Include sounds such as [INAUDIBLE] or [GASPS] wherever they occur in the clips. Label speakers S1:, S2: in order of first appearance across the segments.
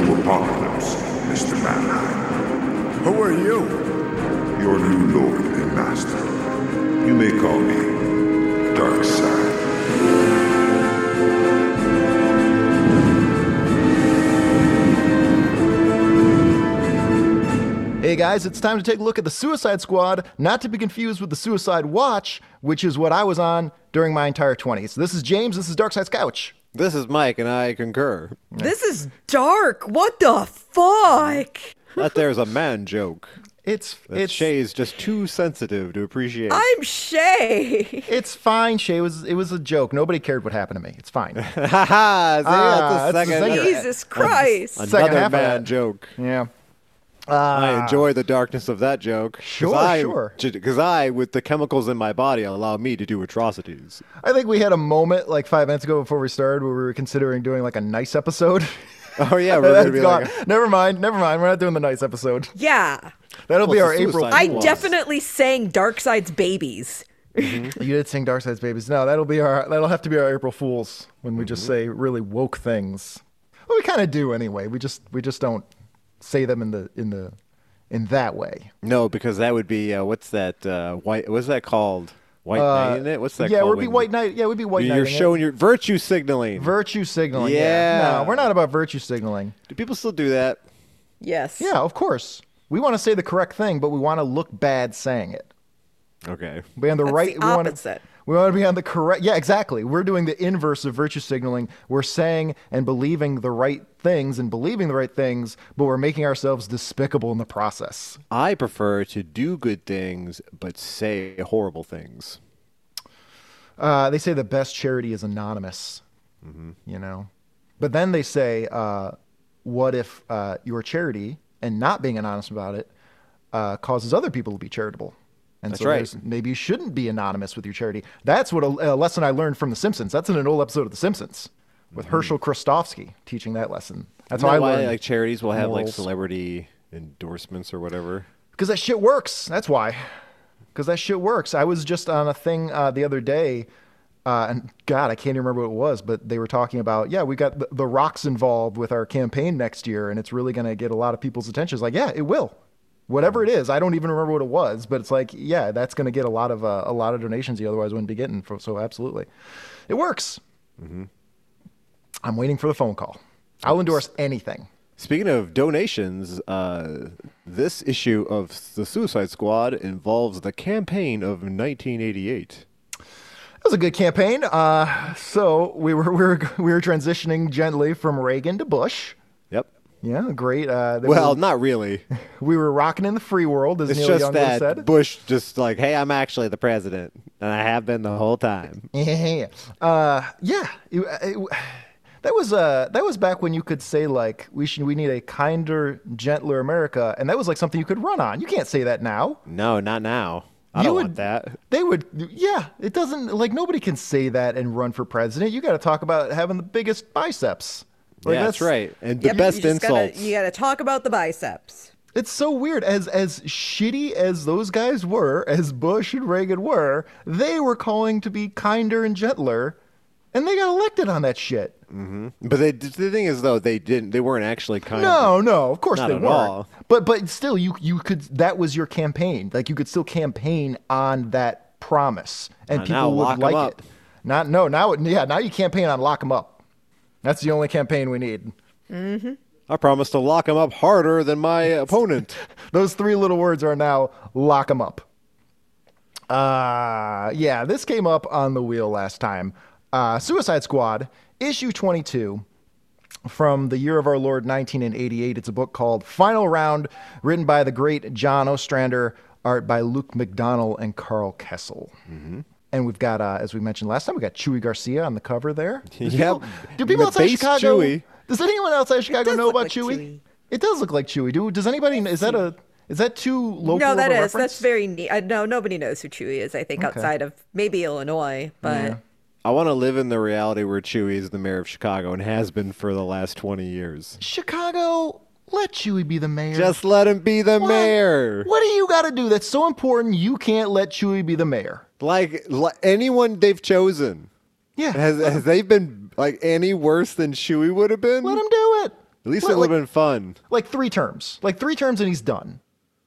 S1: apocalypse, Mr. Mannheim.
S2: Who are you?
S1: Your new lord and master. You may call me Darkseid.
S3: Hey guys, it's time to take a look at the Suicide Squad, not to be confused with the Suicide Watch, which is what I was on during my entire 20s. This is James, this is Darkside's Couch.
S4: This is Mike, and I concur.
S5: This is dark. What the fuck?
S4: That there's a man joke.
S3: It's
S4: That
S3: it's
S4: Shay's just too sensitive to appreciate. [LAUGHS]
S5: I'm Shay.
S3: it's fine, Shay. It was it was a joke. Nobody cared what happened to me. It's fine.
S4: [LAUGHS] ha ha! See,
S3: Ah,
S4: that's a
S3: that's a
S4: second.
S3: zinger.
S5: Jesus Christ.
S3: Second half
S4: Another
S3: of
S4: man
S3: that.
S4: joke.
S3: yeah.
S4: I enjoy the darkness of that joke.
S3: Sure, sure.
S4: Because I, with the chemicals in my body, allow me to do atrocities.
S3: I think we had a moment like five minutes ago before we started where we were considering doing like a nice episode. [LAUGHS]
S4: Oh yeah, we're
S3: That's
S4: gonna be
S3: gone.
S4: like,
S3: never mind. Never mind. We're not doing the nice episode.
S5: yeah.
S3: That'll be
S4: Well,
S3: our
S4: it's a
S3: April.
S4: suicide
S5: I
S4: was.
S5: definitely sang Darkseid's Babies.
S3: You did sing Dark Side's Babies. No, that'll be our that'll have to be our April Fools when we
S4: Mm-hmm.
S3: just say really woke things. Well, we kind of do anyway. We just we just don't say them in the in the in that way.
S4: no, because that would be uh, what's that? Uh, white? What's that called? White knight in it? What's that?
S3: Uh, yeah,
S4: called
S3: we'd be
S4: when-
S3: white knight. Yeah, we'd be white knight.
S4: You're showing your virtue signaling.
S3: virtue signaling. Yeah.
S4: Yeah.
S3: no, we're not about virtue signaling.
S4: do people still do that?
S5: Yes.
S3: Yeah, of course. We want to say the correct thing, but we want to look bad saying it.
S4: Okay.
S3: Be on the right.
S5: the
S3: we wanna-
S5: opposite.
S3: we want to be on the correct. Yeah, exactly. We're doing the inverse of virtue signaling. We're saying and believing the right things and believing the right things, but we're making ourselves despicable in the process.
S4: I prefer to do good things but say horrible things.
S3: Uh, they say the best charity is anonymous.
S4: Mm-hmm.
S3: You know, but then they say, uh, what if uh, your charity and not being anonymous about it uh, causes other people to be charitable? And
S4: That's
S3: so
S4: right.
S3: there's- maybe you shouldn't be anonymous with your charity. That's what a, a lesson I learned from The Simpsons. That's in an old episode of The Simpsons with Herschel Kristofsky teaching that lesson. That's
S4: Isn't
S3: how I
S4: that Mm-hmm. why
S3: learned.
S4: like charities will have like
S3: morals.
S4: celebrity endorsements or whatever.
S3: Because that shit works. That's why. Because that shit works. I was just on a thing uh, the other day, uh, and God, I can't even remember what it was, but they were talking about, yeah, we got the, the rocks involved with our campaign next year, and it's really going to get a lot of people's attention. It's like, yeah, it will. Whatever it is, I don't even remember what it was, but it's like, yeah, that's going to get a lot of uh, a lot of donations you otherwise wouldn't be getting. For, so absolutely, it works. I'm waiting for the phone call. I'll endorse anything.
S4: Speaking of donations, uh, this issue of the Suicide Squad involves the campaign of 1988.
S3: That was a good campaign. Uh, so we were [LAUGHS] we were we were transitioning gently from Reagan to Bush.
S4: Yep.
S3: Yeah, great. Uh, they
S4: Well,
S3: were- [LAUGHS]
S4: not really.
S3: we were rocking in the free world, as
S4: It's
S3: Neil
S4: just
S3: Young would have
S4: that
S3: said.
S4: Bush just like, hey, I'm actually the president, and I have been the whole time.
S3: Yeah, uh, [LAUGHS] yeah. It- it- that was uh, that was back when you could say like we should we need a kinder, gentler America, and that was like something you could run on. You can't say that now.
S4: No, not now. I
S3: You
S4: don't
S3: would-
S4: want that.
S3: They would, yeah. It doesn't like nobody can say that and run for president. You got to talk about having the biggest biceps. Like,
S4: yeah, that's, right. And the
S5: Yep,
S4: best
S5: you just gotta-
S4: insults.
S5: you got to talk about the biceps.
S3: It's so weird. As as shitty as those guys were, as Bush and Reagan were, they were calling to be kinder and gentler, and they got elected on that shit.
S4: But they, the thing is, though, they didn't. They weren't actually kind.
S3: No,
S4: of,
S3: no, of course
S4: Not
S3: they
S4: at
S3: weren't.
S4: all.
S3: But but still, you you could that was your campaign. Like you could still campaign on that promise, and
S4: Uh,
S3: people
S4: now
S3: would
S4: lock 'em
S3: like
S4: up.
S3: it. Not no now it- yeah now you campaign on lock 'em up. That's the only campaign we need.
S4: I promised to lock him up harder than my
S3: [LAUGHS]
S4: opponent.
S3: Those three little words are now lock 'em up. Uh, yeah, this came up on the wheel last time. Uh, Suicide Squad, issue 22 from the year of our Lord 1988. It's a book called Final Round, written by the great John Ostrander, art by Luke McDonnell and Carl Kessel. And we've got, uh, as we mentioned last time, we got Chewy Garcia on the cover there. Do
S4: Yep.
S3: people, do people
S4: The
S3: outside
S4: base
S3: Chicago?
S4: Chewy.
S3: Does anyone outside Chicago
S5: does
S3: know
S5: look
S3: about
S5: like
S3: Chewy?
S5: Chewy.
S3: It does look like Chewy. Do is anybody? Is that a? Is that too local?
S5: No,
S3: of
S5: that
S3: a
S5: is.
S3: reference?
S5: That's very neat. I, no, nobody knows who Chewy is, I think, outside of maybe Illinois, but
S4: I want to live in the reality where Chewie is the mayor of Chicago and has been for the last 20 years.
S3: Chicago, let Chewy be the mayor.
S4: Just let him be the
S3: Mm. What?
S4: mayor.
S3: What do you got to do that's so important you can't let Chewy be the mayor?
S4: Like, li- anyone they've chosen.
S3: Yeah. [LAUGHS]
S4: Has, has they been like any worse than Chewie would have been?
S3: Let him do it.
S4: At least
S3: Well,
S4: it would have
S3: like-
S4: been fun.
S3: Like three terms. Like three terms and he's done.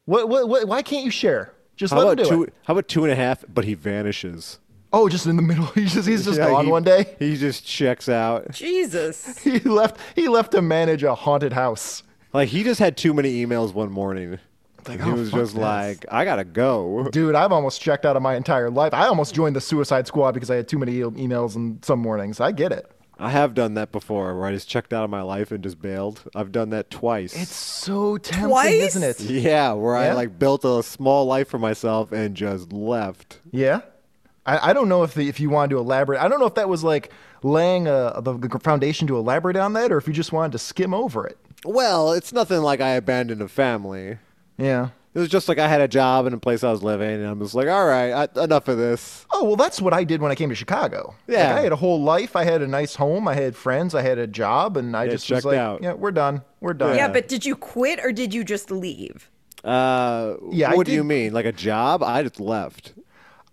S3: What, what, what, why can't you share? Just
S4: How
S3: let him
S4: about
S3: do
S4: two?
S3: it.
S4: How about two and a half? But he vanishes.
S3: Oh, just in the middle. [LAUGHS] He's just, he's just
S4: Yeah,
S3: gone
S4: he-
S3: one day. [LAUGHS]
S4: He just checks out.
S5: Jesus.
S3: He left, he left to manage a haunted house.
S4: Like he just had too many emails one morning.
S3: Like,
S4: And he
S3: oh,
S4: was
S3: fuck
S4: just
S3: this.
S4: like, I gotta go.
S3: Dude, I've almost checked out of my entire life. I almost joined the suicide squad because I had too many e- emails and some mornings. I get it.
S4: I have done that before, where I just checked out of my life and just bailed. I've done that twice.
S3: It's so tempting,
S5: Twice?
S3: isn't it?
S4: yeah, where I
S3: Yeah?
S4: like built a small life for myself and just left.
S3: Yeah. I, I don't know if the, if you wanted to elaborate. I don't know if that was like laying a, the, the foundation to elaborate on that or if you just wanted to skim over it.
S4: Well, it's nothing like I abandoned a family.
S3: Yeah.
S4: It was just like I had a job in a place I was living, and I'm just like, all right, I, enough of this.
S3: Oh, well, that's what I did when I came to Chicago. Like,
S4: Yeah.
S3: I had a whole life. I had a nice home. I had friends. I had a job. And I
S4: Yeah,
S3: just
S4: checked
S3: was like,
S4: out.
S3: yeah, we're done. We're done.
S5: Yeah, but did you quit or did you just leave?
S4: Uh,
S3: Yeah, I
S4: what do you
S3: did-
S4: mean? Like a job? I just left.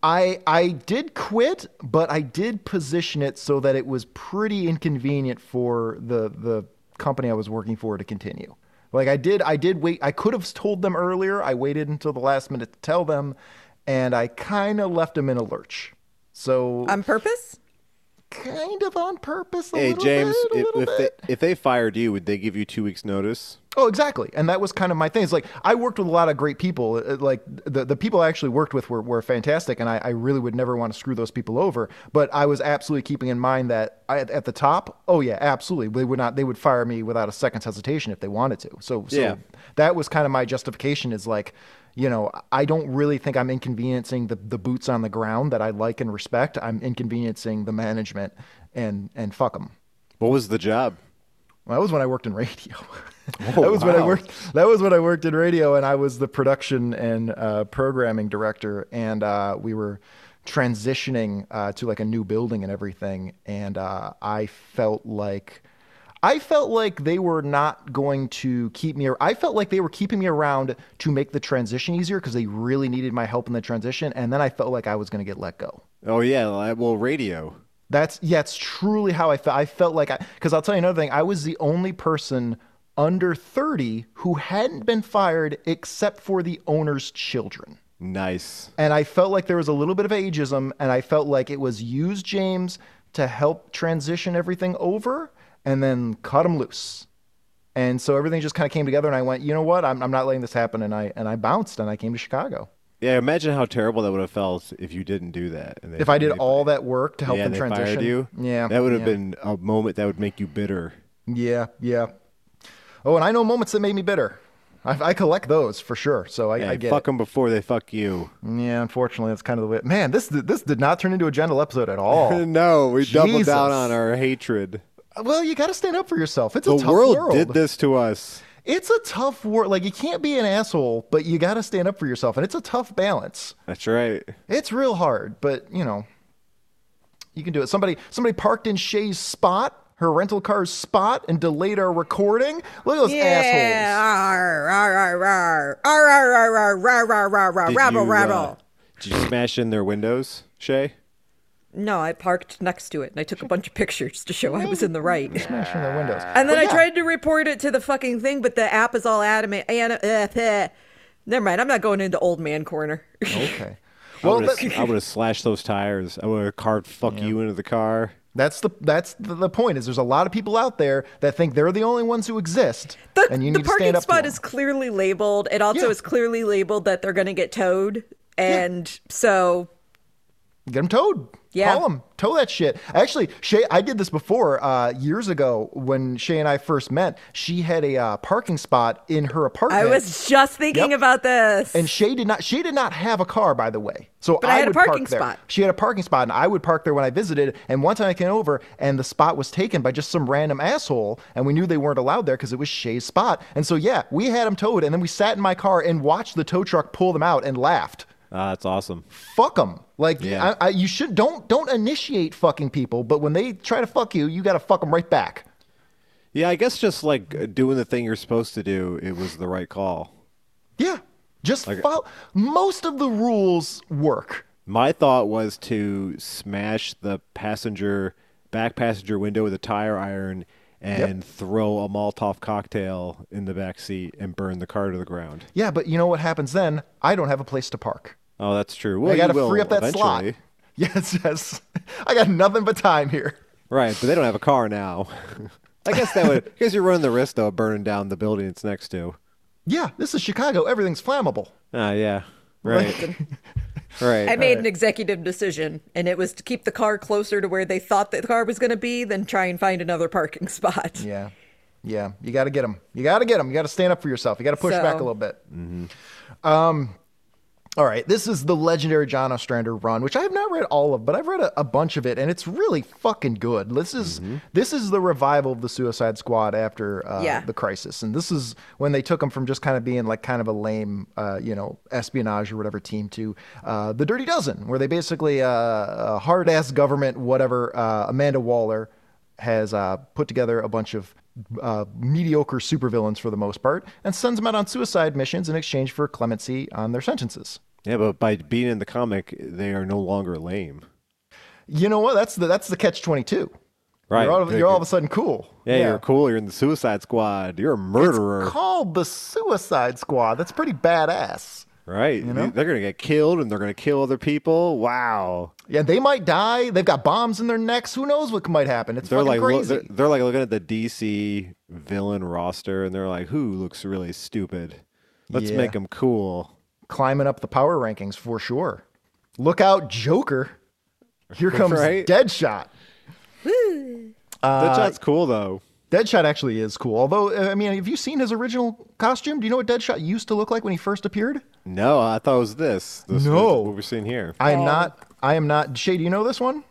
S3: I I did quit, but I did position it so that it was pretty inconvenient for the the company I was working for to continue. Like I did I did wait I could have told them earlier. I waited until the last minute to tell them and I kind of left them in a lurch. So
S5: On purpose?
S3: kind of on purpose a
S4: Hey,
S3: little
S4: James,
S3: bit, a
S4: if,
S3: little
S4: if,
S3: bit.
S4: they, if they fired you, would they give you two weeks' notice?
S3: Oh, exactly. And that was kind of my thing. It's like I worked with a lot of great people. It- it- Like the, the people I actually worked with were, were fantastic, and I, I really would never want to screw those people over. But I was absolutely keeping in mind that I, at, at the top, oh yeah, absolutely, they would not. They would fire me without a second's hesitation if they wanted to. So, so
S4: Yeah.
S3: that was kind of my justification. Is like, you know, I don't really think I'm inconveniencing the, the boots on the ground that I like and respect. I'm inconveniencing the management, and and fuck them.
S4: What was the job?
S3: Well, that was when I worked in radio. [LAUGHS] that was when I
S4: wow.
S3: worked. That was when I worked in radio, and I was the production and uh, programming director. And uh, we were transitioning uh, to like a new building and everything. And uh, I felt like I felt like they were not going to keep me. I felt like they were keeping me around to make the transition easier because they really needed my help in the transition. And then I felt like I was going to get let go.
S4: Oh, yeah, li- well, radio.
S3: That's yeah, it's truly how I felt. I felt like I because I'll tell you another thing. I was the only person under 30 who hadn't been fired except for the owner's children.
S4: Nice.
S3: And I felt like there was a little bit of ageism, and I felt like it was use James to help transition everything over and then cut him loose. And so everything just kind of came together, and I went, you know what? I'm, I'm not letting this happen. And I, and I bounced and I came to Chicago.
S4: Yeah, imagine how terrible that would have felt if you didn't do that. and they-
S3: If I did
S4: they-
S3: all that work to help
S4: yeah,
S3: them
S4: they
S3: transition,
S4: fired you.
S3: yeah,
S4: that would have
S3: yeah.
S4: been a moment that would make you bitter.
S3: Yeah, yeah. Oh, and I know moments that made me bitter. I, I collect those for sure. So I,
S4: Hey,
S3: I get Mm.
S4: fuck them before they fuck you.
S3: it. Yeah, unfortunately, that's kind of the way. Man, this this did not turn into a gentle episode at
S4: [LAUGHS]
S3: all.
S4: no, we doubled down
S3: Jesus.
S4: on our hatred.
S3: well, you got to stand up for yourself. It's a
S4: The
S3: tough
S4: world,
S3: world.
S4: did this to us.
S3: It's a tough world. Like you can't be an asshole, but you got to stand up for yourself, and it's a tough balance.
S4: That's right.
S3: It's real hard, but you know, you can do it. Somebody somebody parked in Shay's spot, her rental car's spot, and delayed our recording. Look at those assholes.
S5: Yeah. Arr, arr, arr, arr. Arr, arr, arr, arr, arr, arr, arr, arr,
S4: Did
S5: rabble,
S4: you, uh,
S5: rabble.
S4: did you smash in their windows, Shay?
S5: No, I parked next to it and I took a bunch of pictures to show I was in the right.
S3: Smashing their windows.
S5: And then
S3: But
S5: I
S3: Oh, yeah.
S5: tried to report it to the fucking thing, but the app is all adamant. And, uh, uh, never mind. I'm not going into old man corner.
S3: Okay. [LAUGHS]
S4: I
S3: Well,
S4: would've-
S3: that-
S4: I would have slashed those tires. I would have carved "fuck you" into the car.
S3: that's the that's the, the point. Is there's a lot of people out there that think they're the only ones who exist,
S5: [LAUGHS] The,
S3: and you
S5: the
S3: need to
S5: parking
S3: stand up.
S5: spot
S3: to
S5: is clearly labeled. It also
S3: Yeah.
S5: is clearly labeled that they're going to get towed. And so,
S3: is get them towed.
S5: Yeah.
S3: Call them. Tow that shit. Actually, Shay, I did this before uh, years ago when Shay and I first met. She had a uh, parking spot in her apartment.
S5: I was just thinking
S3: Yep.
S5: about this.
S3: And Shay did not. She did not have a car, by the way. So
S5: I had a
S3: would park
S5: parking
S3: there.
S5: spot.
S3: She had a parking spot, and I would park there when I visited. And one time I came over, and the spot was taken by just some random asshole, and we knew they weren't allowed there because it was Shay's spot. And so yeah, we had them towed, and then we sat in my car and watched the tow truck pull them out and laughed.
S4: Ah, that's awesome.
S3: Fuck them. Like
S4: Yeah.
S3: I, I, you should don't don't initiate fucking people, but when they try to fuck you, you got to fuck them right back.
S4: Yeah, I guess just like uh, doing the thing you're supposed to do, it was the right call.
S3: Yeah, just follow. Most of the rules work.
S4: My thought was to smash the passenger back passenger window with a tire iron and throw a Molotov cocktail in the back seat and burn the car to the ground.
S3: Yeah, but you know what happens then? I don't have a place to park.
S4: Oh, that's true. Well,
S3: I got to
S4: to
S3: free up that slot.
S4: eventually.
S3: [LAUGHS] Yes, yes. I got nothing but time here.
S4: Right, but they don't have a car now. [LAUGHS] I guess that would. I guess you're running the risk though of burning down the building it's next to.
S3: Yeah, this is Chicago. Everything's flammable.
S4: Ah, yeah.
S3: [LAUGHS]
S4: Right. right.
S5: I
S3: uh,
S5: made an executive decision, and it was to keep the car closer to where they thought that the car was going to be than try and find another parking [LAUGHS] spot.
S3: Yeah. Yeah. You got to get them. You got to get them. You got to stand up for yourself. You got to push back a
S5: So-
S3: little bit. Um, all right. This is the legendary John Ostrander run, which I have not read all of, but I've read a, a bunch of it, and it's really fucking good. This is this is the revival of the Suicide Squad after uh,
S5: Yeah.
S3: the crisis, and this is when they took them from just kind of being like kind of a lame, uh, you know, espionage or whatever team to uh, the Dirty Dozen, where they basically uh, a hard ass government, whatever. Uh, Amanda Waller has uh, put together a bunch of uh, mediocre supervillains for the most part and sends them out on suicide missions in exchange for clemency on their sentences.
S4: Yeah, but by being in the comic, they are no longer lame.
S3: You know what? That's the that's the catch twenty two.
S4: Right.
S3: You're all, of-
S4: They
S3: you're all
S4: could-
S3: of a sudden cool.
S4: Yeah, you're cool. You're in the Suicide Squad. You're a murderer.
S3: Called the Suicide Squad. That's pretty badass.
S4: right. They're gonna get killed, and they're gonna kill other people. Wow.
S3: Yeah, they might die. They've got bombs in their necks. Who knows what might happen? It's
S4: They're
S3: fucking
S4: like lo-
S3: crazy.
S4: they're, they're like looking at the DC villain roster, and they're like, "Who looks really stupid? Let's
S3: Yeah.
S4: make 'em make them cool."
S3: Climbing up the power rankings for sure. Look out, Joker. Here comes
S4: Right?
S3: Deadshot. Uh,
S4: That shot's cool though.
S3: Deadshot actually is cool. Although, uh, I mean, have you seen his original costume? Do you know what Deadshot used to look like when he first appeared?
S4: No, I thought it was this. this
S3: No.
S4: what we're seeing here.
S3: I am not. I am not. Shay, do you know this one?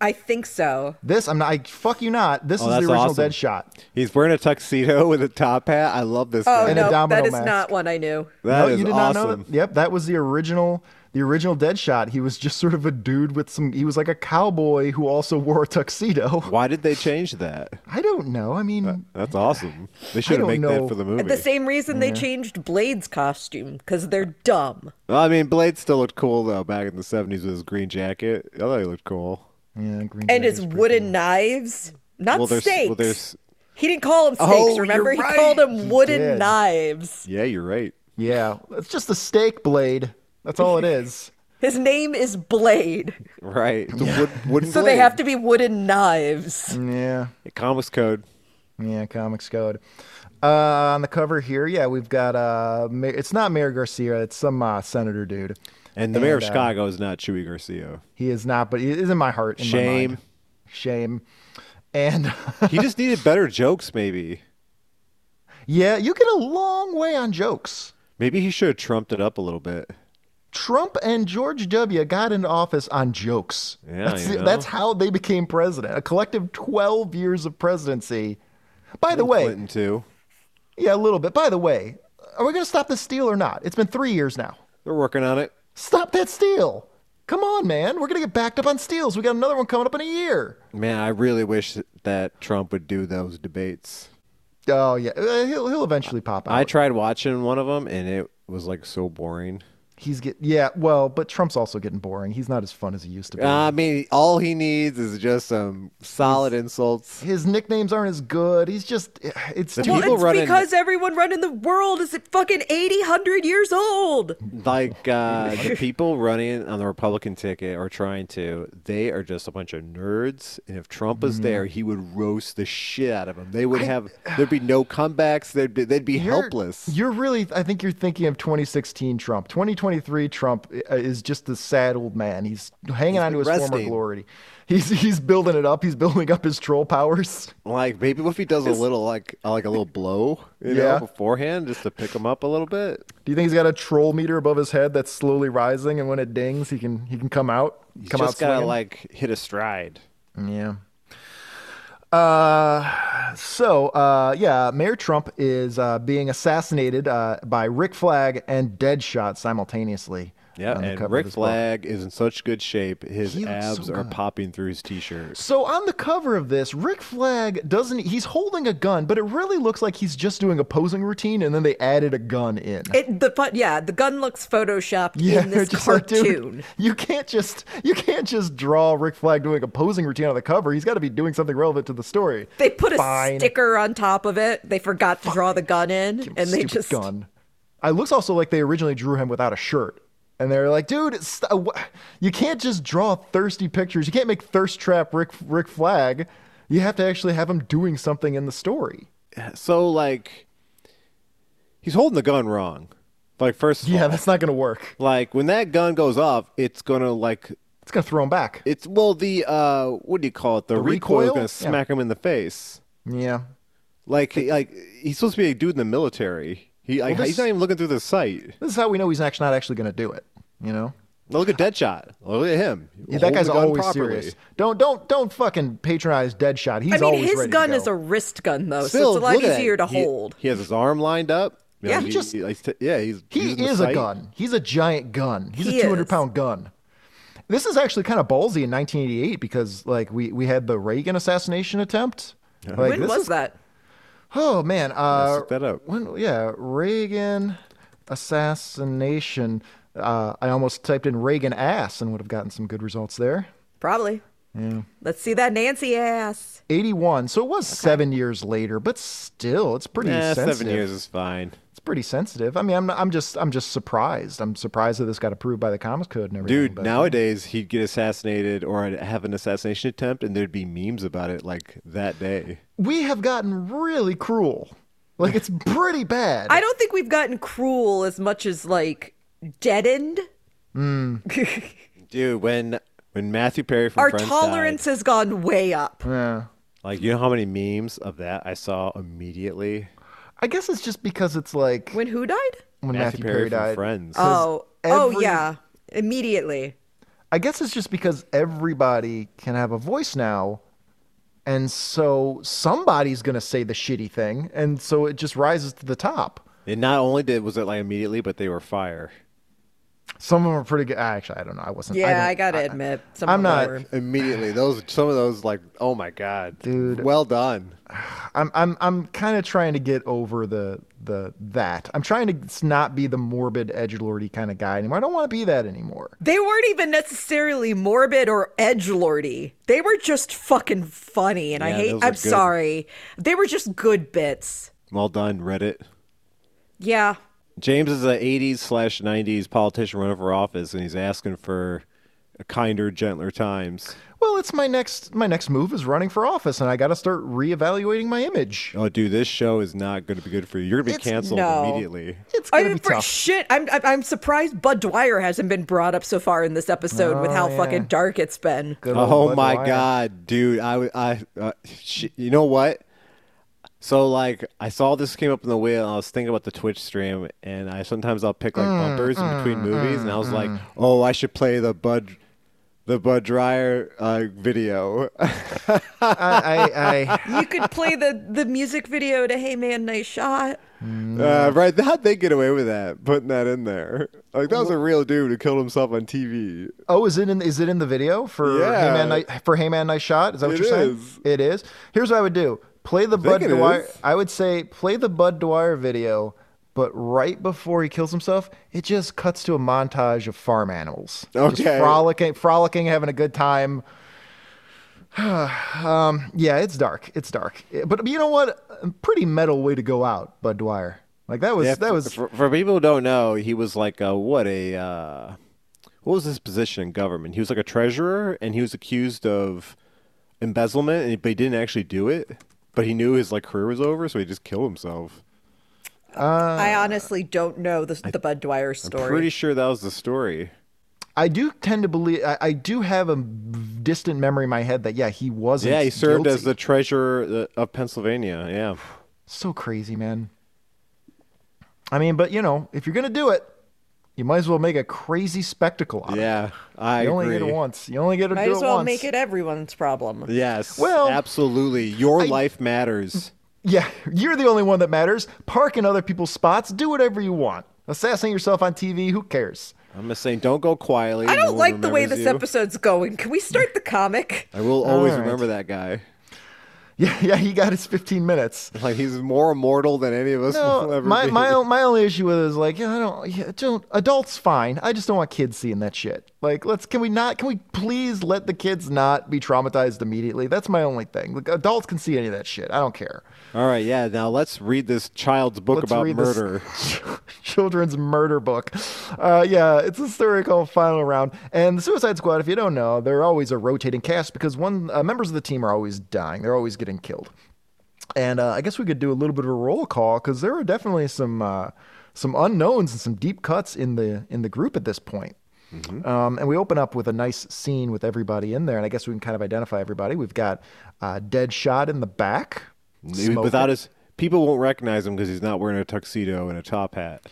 S5: I think so.
S3: This I'm not. I fuck you not. This
S4: Oh,
S3: is the
S4: that's
S3: original
S4: awesome.
S3: Deadshot.
S4: He's wearing a tuxedo [LAUGHS] with a top hat. I love this.
S5: Oh
S4: guy.
S3: And a
S5: no,
S3: domino
S5: that is
S3: mask.
S5: not one I knew.
S4: That
S3: no,
S4: is
S3: you did
S4: awesome.
S3: not know that. Yep, that was the original. The original Deadshot. He was just sort of a dude with some. He was like a cowboy who also wore a tuxedo. [LAUGHS]
S4: Why did they change that?
S3: I don't know. I mean,
S4: That's awesome. They should have
S3: don't
S4: made
S3: know.
S4: that for the movie.
S5: The same reason they changed Blade's costume because they're dumb.
S4: Well, I mean, Blade still looked cool though back in the '70s with his green jacket. I thought he looked cool.
S3: yeah, green
S5: And
S3: Jacket's
S5: his wooden knives, not
S4: Well, there's,
S5: stakes.
S4: well, there's,
S5: He didn't call them stakes.
S4: Oh, you're
S5: remember, he
S4: right.
S5: called them wooden
S3: did.
S5: knives.
S4: yeah, you're right.
S3: Yeah, it's just a steak blade. That's all it
S4: [LAUGHS]
S3: is.
S5: His name is Blade,
S3: [LAUGHS]
S4: Right. It's a wood, wooden
S5: so they have to be wooden knives.
S3: yeah.
S4: Comics code.
S3: Yeah, Comics Code. Uh, on the cover here, yeah, we've got uh, Ma- it's not Mayor Garcia, it's some uh, senator dude.
S4: And the mayor of
S3: And, uh,
S4: Chicago is not Chewy Garcia.
S3: He is not, but he is in my heart. in my
S4: Shame.
S3: mind. shame, and [LAUGHS]
S4: He just needed better jokes, maybe.
S3: yeah, you get a long way on jokes.
S4: Maybe he should have trumped it up a little bit.
S3: Trump and George W. got into office on jokes.
S4: Yeah,
S3: that's,
S4: you know.
S3: that's how they became president. A collective twelve years of presidency. By the way,
S4: Clinton too.
S3: yeah, a little bit. By the way, are we going to stop this steal or not? It's been three years now.
S4: They're working on it.
S3: Stop that steal. Come on, man. We're going to get backed up on steals. We got another one coming up in a year.
S4: Man, I really wish that Trump would do those debates.
S3: Oh, yeah. Uh, he'll, he'll eventually pop out.
S4: I tried watching one of them, and it was like so boring.
S3: He's get yeah, well, but Trump's also getting boring. He's not as fun as he used to be.
S4: I mean, all he needs is just some solid insults.
S3: His nicknames aren't as good. He's just it's too
S5: Well,
S4: People
S5: it's
S4: running-
S5: because everyone running the world is at fucking 80, 100 years old.
S3: [LAUGHS]
S4: Like uh, the people running on the Republican ticket or trying to, they are just a bunch of nerds. And if Trump
S3: Mm-hmm.
S4: was there, he would roast the shit out of them. They would have there'd be no comebacks. They'd be, they'd be
S3: uh, You're-
S4: helpless.
S3: You're really, I think you're thinking of 2016 Trump. 2023 Trump i- is just the sad old man. He's hanging on to his former
S4: resting.
S3: glory. He's he's building it up. He's building up his troll powers.
S4: Like maybe what if he does a little like uh, like a little blow, you
S3: Yeah.
S4: know, beforehand just to pick him up a little bit.
S3: Do you think he's got a troll meter above his head that's slowly rising, and when it dings, he can he can come out,
S4: You
S3: come
S4: just
S3: out
S4: gotta
S3: swinging?
S4: like hit a stride.
S3: yeah. Uh, so uh, yeah, Mayor Trump is uh, being assassinated uh, by Rick Flag and Deadshot simultaneously.
S4: Yeah,
S3: on the
S4: and
S3: cover of
S4: Rick
S3: this book.
S4: Flag is in such good shape. His
S3: He looks so
S4: abs are
S3: good.
S4: popping through his t-shirt.
S3: So on the cover of this, Rick Flag doesn't. He's holding a gun, but it really looks like he's just doing a posing routine, and then they added a gun in. [LAUGHS]
S5: It, the fun, yeah, the gun looks photoshopped in this
S3: just like, dude,
S5: cartoon.
S3: you can't just you can't just draw Rick Flag doing a posing routine on the cover. He's got to be doing something relevant to the story.
S5: they put a
S3: Fine.
S5: sticker on top of it. They forgot to draw the gun in, and they
S3: Stupid
S5: just
S3: gun. Uh, It looks also like they originally drew him without a shirt, and they're like, dude, it's, uh, wh- you can't just draw thirsty pictures. You can't make thirst trap Rick Rick Flag. You have to actually have him doing something in the story.
S4: So like, he's holding the gun wrong. Like first of
S3: Yeah,
S4: all,
S3: that's not gonna work.
S4: like when that gun goes off, it's gonna like
S3: It's gonna throw him back.
S4: it's well the uh what do you call it? The, recoil is
S3: recoil?
S4: gonna
S3: Yeah.
S4: smack him in the face.
S3: yeah.
S4: Like he- like he's supposed to be a dude in the military. He like,
S3: Well,
S4: he's
S3: this-
S4: not even looking through the sight.
S3: This is how we know he's actually not actually gonna do it. You know.
S4: Now Look at Deadshot. Look at him.
S3: Yeah,
S4: Holding
S3: that guy's
S4: the gun
S3: always
S4: properly.
S3: serious. Don't don't don't fucking patronize Deadshot. He's
S5: I mean,
S3: always
S5: his
S3: ready to
S5: gun
S3: go.
S5: is a wrist gun, though,
S4: Still,
S5: so it's a lot
S4: look at that.
S5: easier to
S4: He-
S5: hold.
S4: He has his arm lined up. You know,
S5: Yeah,
S4: he,
S5: he
S4: just
S3: just-
S4: yeah, he's
S3: he
S4: using the
S3: is a
S4: sight.
S3: gun. He's a giant gun. He's
S5: He
S3: a 200
S5: is.
S3: pound gun. This is actually kind of ballsy in 1988 because like we we had the Reagan assassination attempt. Like,
S5: when
S3: this
S5: was
S3: is-
S5: that?
S3: Oh man, uh,
S4: look that up.
S3: When, yeah, Reagan assassination. Uh, I almost typed in Reagan ass and would have gotten some good results there.
S5: Probably. Let's see that Nancy ass.
S3: 81. So it was seven years later, but still, it's pretty
S4: Nah,
S3: sensitive.
S4: Eh, seven years is fine.
S3: It's pretty sensitive. I mean, I'm I'm just I'm just surprised. I'm surprised that this got approved by the Comics Code and everything.
S4: Dude,
S3: but-
S4: nowadays he'd get assassinated or I'd have an assassination attempt, and there'd be memes about it like that day.
S3: we have gotten really cruel. Like
S5: [LAUGHS]
S3: it's pretty bad.
S5: I don't think we've gotten cruel as much as like deadened.
S3: Hmm.
S5: [LAUGHS]
S4: Dude, when when Matthew Perry from
S5: Our
S4: Friends
S5: tolerance
S4: died,
S5: has gone way up.
S3: Yeah.
S4: like you know how many memes of that I saw immediately.
S3: I guess it's just because it's like when,
S5: When who died?
S3: Matthew, Perry,
S4: from
S3: died.
S4: Friends.
S5: Oh, oh
S3: every-
S5: yeah, immediately.
S3: I guess it's just because everybody can have a voice now, and so somebody's gonna say the shitty thing, and so it just rises to the top.
S4: and not only did was it like immediately, but they were fire.
S3: Some of them are pretty good. Ah, Actually, I don't know. I wasn't.
S5: Yeah,
S3: don't-
S5: I, gotta admit, some
S3: I'm
S5: of them
S3: not-
S5: were-
S4: Immediately, those some of those like, oh my god,
S3: Dude.
S4: well done.
S3: I'm I'm I'm kind of trying to get over the the that. I'm trying to s- not be the morbid edge lordy kind of guy anymore. I don't want to be that anymore.
S5: They weren't even necessarily morbid or edge lordy. They were just fucking funny, and I
S4: Yeah,
S5: hate.
S4: those
S5: I'm
S4: are good.
S5: sorry. They were just good bits.
S4: Well done, Reddit.
S5: Yeah,
S4: James is a 80s slash 90s politician running for office, and he's asking for a kinder, gentler times.
S3: Well, it's my next my next move is running for office, and I got to start reevaluating my image.
S4: Oh, dude, this show is not going to be good for you. You're going to be
S3: It's-
S4: canceled
S5: no.
S4: immediately.
S3: It's
S5: I
S3: gonna
S5: mean,
S3: be
S5: for
S3: tough.
S5: shit, I'm I'm- I'm surprised Bud Dwyer hasn't been brought up so far in this episode with how
S3: yeah.
S5: fucking dark it's been.
S3: Good old
S4: Oh
S3: Bud
S4: my
S3: Wire.
S4: god, dude! I w- I uh, sh- you know what? So like, I saw this came up in the wheel. And I was thinking about the Twitch stream, and I sometimes I'll pick like bumpers in between movies, and I was like, oh, I should play the Bud, the Bud Dryer uh, video. [LAUGHS] Uh,
S3: I, I, I
S5: You could play the the music video to "Hey Man, Nice Shot."
S4: Uh, right? How'd they get away with that? Putting that in there? Like that was a real dude who killed himself on TV.
S3: oh, is it in is it in the video for
S4: Yeah.
S3: Hey Man Night for Hey Man Nice Shot? Is that what
S4: It
S3: you're
S4: is.
S3: saying? It is. Here's what I would do: play the Bud
S4: it
S3: Dwyer.
S4: is.
S3: I would say play the Bud Dwyer video, but right before he kills himself, it just cuts to a montage of farm animals,
S4: Okay.
S3: just frolicking, frolicking, having a good time. [SIGHS] um, yeah, it's dark. It's dark. But you know what? A pretty metal way to go out, Bud Dwyer. Like that was
S4: Yeah,
S3: that
S4: for-
S3: was
S4: for, for people who don't know, he was like a, what a uh, what was his position in government? He was like a treasurer, and he was accused of embezzlement, and, but he didn't actually do it. But he knew his like career was over, so he just killed himself.
S5: I honestly don't know the the Bud Dwyer story.
S4: Uh, Pretty sure that was the story.
S3: I do tend to believe I, I do have a distant memory in my head that yeah he wasn't.
S4: Yeah, he served
S3: guilty.
S4: as the treasurer uh, of Pennsylvania. Yeah,
S3: so crazy man. I mean, but you know, if you're gonna do it, you might as well make a crazy spectacle out of
S4: yeah, I
S3: it. You only
S4: agree.
S3: get it once. You only get to
S5: Might
S3: do
S5: as
S3: it
S5: well
S3: once.
S5: make it everyone's problem.
S4: Yes,
S3: Well,
S4: absolutely. Your life matters.
S3: Yeah, you're the only one that matters. Park in other people's spots. Do whatever you want. Assassinate yourself on TV. Who cares? [LAUGHS]
S4: I'm just saying, don't go quietly.
S5: I
S4: No
S5: don't
S4: one
S5: like the way
S4: remembers
S5: this
S4: you.
S5: episode's going. Can we start the comic?
S4: I will always
S3: right.
S4: remember that guy.
S3: Yeah, yeah, he got his 15 minutes.
S4: [LAUGHS] Like he's more immortal than any of us will
S3: No,
S4: ever
S3: my
S4: be.
S3: my o- my only issue with it is like, yeah, I don't, yeah, don't. Adults fine. I just don't want kids seeing that shit. Like, let's can we not? Can we please let the kids not be traumatized immediately? That's my only thing. Like, adults can see any of that shit. I don't care.
S4: All right, yeah. Now let's read this child's book
S3: Let's
S4: about
S3: read this
S4: murder.
S3: [LAUGHS] children's murder book. Uh, yeah, it's a story called Final Round. And the Suicide Squad, if you don't know, they're always a rotating cast because one uh, members of the team are always dying. They're always getting killed. And uh, I guess we could do a little bit of a roll call because there are definitely some uh, some unknowns and some deep cuts in the in the group at this point.
S4: Mm-hmm.
S3: Um, and we open up with a nice scene with everybody in there, and I guess we can kind of identify everybody. We've got uh, Deadshot in the back, smoking.
S4: Without his, people won't recognize him because he's not wearing a tuxedo and a top hat.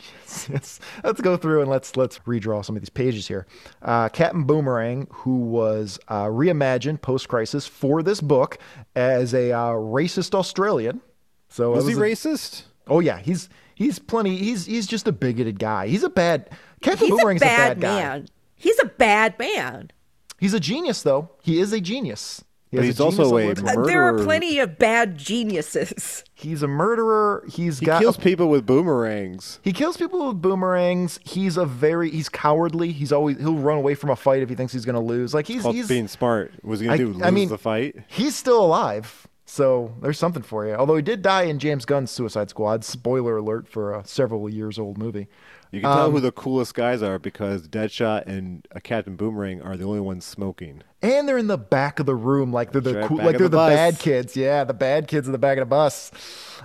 S3: let's, let's go through and let's let's redraw some of these pages here. Uh, Captain Boomerang, who was uh, reimagined post crisis for this book as a uh, racist Australian. So it
S4: Was he
S3: a-
S4: racist?
S3: Oh yeah, he's he's plenty. He's he's just a bigoted guy. He's a bad Captain
S5: He's a
S3: Boomerang's
S5: bad,
S3: a bad guy.
S5: man. He's a bad man.
S3: He's a genius though. He is a genius. He
S4: But
S3: has
S4: he's
S3: a genius
S4: also
S3: award.
S4: a
S5: Uh, there are
S4: Murderer.
S5: plenty of bad geniuses. [LAUGHS]
S3: he's a murderer. He's
S4: He
S3: got
S4: kills
S3: a
S4: people with boomerangs.
S3: He kills people with boomerangs. He's a very he's cowardly. He's always he'll run away from a fight if he thinks he's going to lose. Like he's
S4: Called
S3: he's
S4: being smart. Was he
S3: I,
S4: gonna do? Lose
S3: I mean
S4: the fight?
S3: He's still alive. So there's something for you. Although he did die in James Gunn's Suicide Squad. Spoiler alert for a several years old movie.
S4: You can
S3: um,
S4: tell who the coolest guys are because Deadshot and uh, Captain Boomerang are the only ones smoking.
S3: And they're in the back of the room, like they're the
S4: That's right,
S3: cool,
S4: back
S3: like
S4: of
S3: they're the,
S4: the bus.
S3: bad kids. Yeah, the bad kids in the back of the bus.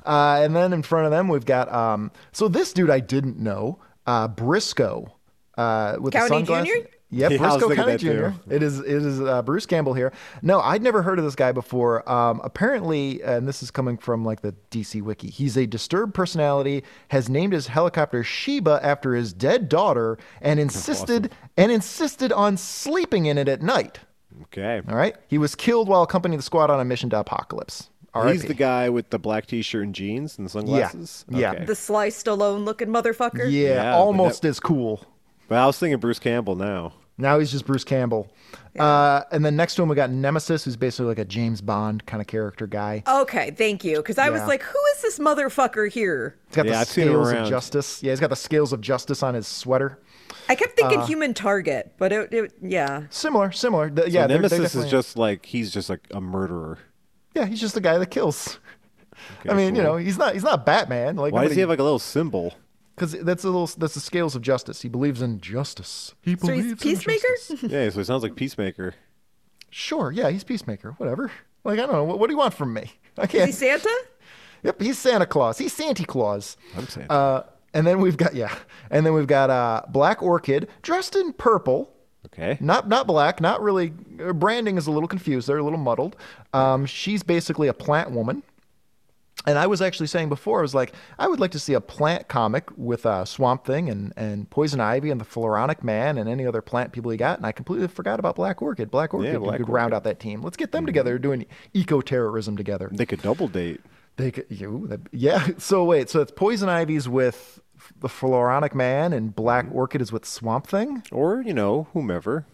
S3: Uh, and then in front of them, we've got um. So this dude I didn't know, uh, Briscoe, uh, with the
S5: County
S3: sunglasses.
S5: Jr.?
S3: Yep,
S4: [LAUGHS] Yeah, I was
S3: Briscoe
S4: thinking
S3: County
S4: that too.
S3: Jr. It is it is uh, Bruce Campbell here. No, I'd never heard of this guy before. Um, apparently, and this is coming from like the DC Wiki. He's a disturbed personality. Has named his helicopter Sheba after his dead daughter,
S4: [LAUGHS]
S3: and insisted and insisted on sleeping in it at night.
S4: Okay.
S3: All right, he was killed while accompanying the squad on a mission to Apocalypse. All right,
S4: He's the guy with the black T-shirt and jeans and
S3: yeah,
S4: sunglasses.
S3: yeah.
S4: Okay.
S5: The Sly Stallone looking motherfucker.
S3: yeah,
S4: Yeah, but
S3: almost
S4: that-
S3: as cool.
S4: But I was thinking Bruce Campbell now.
S3: Now he's just Bruce Campbell. Uh, and then next to him, we got Nemesis, who's basically like a James Bond kind of character guy.
S5: Okay, thank you. Because I was
S3: Yeah.
S5: like, who is this motherfucker here?
S3: He's got
S4: Yeah,
S3: the
S4: I've seen him
S3: scales of
S4: around.
S3: justice. Yeah, he's got the scales of justice on his sweater.
S5: I kept thinking
S3: Uh,
S5: human target, but it, it yeah.
S3: Similar, similar. The- yeah, they're-
S4: So
S3: they're
S4: Nemesis
S3: definitely-
S4: is just like he's just like a murderer.
S3: yeah. He's just the guy that kills. I
S4: Okay,
S3: mean, you
S4: cool.
S3: know, he's not he's not Batman. Like
S4: Why does he have like a little symbol?
S3: Because that's a little that's the scales of justice. He believes in justice. He
S5: So he's
S3: believes in
S5: peacemaker?
S3: justice.
S4: yeah, so it sounds like Peacemaker.
S3: Sure, yeah, he's peacemaker. Whatever. Like I don't know. What, what do you want from me? I
S5: Is
S3: can't.
S5: he Santa?
S3: Yep, he's Santa Claus. He's Santa Claus.
S4: I'm saying.
S3: Uh, and then we've got yeah, and then we've got uh, Black Orchid dressed in purple.
S4: okay.
S3: Not not black. Not really. Her branding is a little confused. They're a little muddled. Um, she's basically a plant woman. And I was actually saying before, I was like, I would like to see a plant comic with uh, Swamp Thing and, and Poison Ivy and the Floronic Man and any other plant people you got. And I completely forgot about Black Orchid. Black Orchid
S4: Black
S3: could round out that team. Let's get them together doing eco terrorism together.
S4: They could double date.
S3: They could, you, that, yeah. [LAUGHS] So wait, so it's Poison Ivy's with the Floronic Man and Black Orchid is with Swamp Thing?
S4: Or, you know, whomever.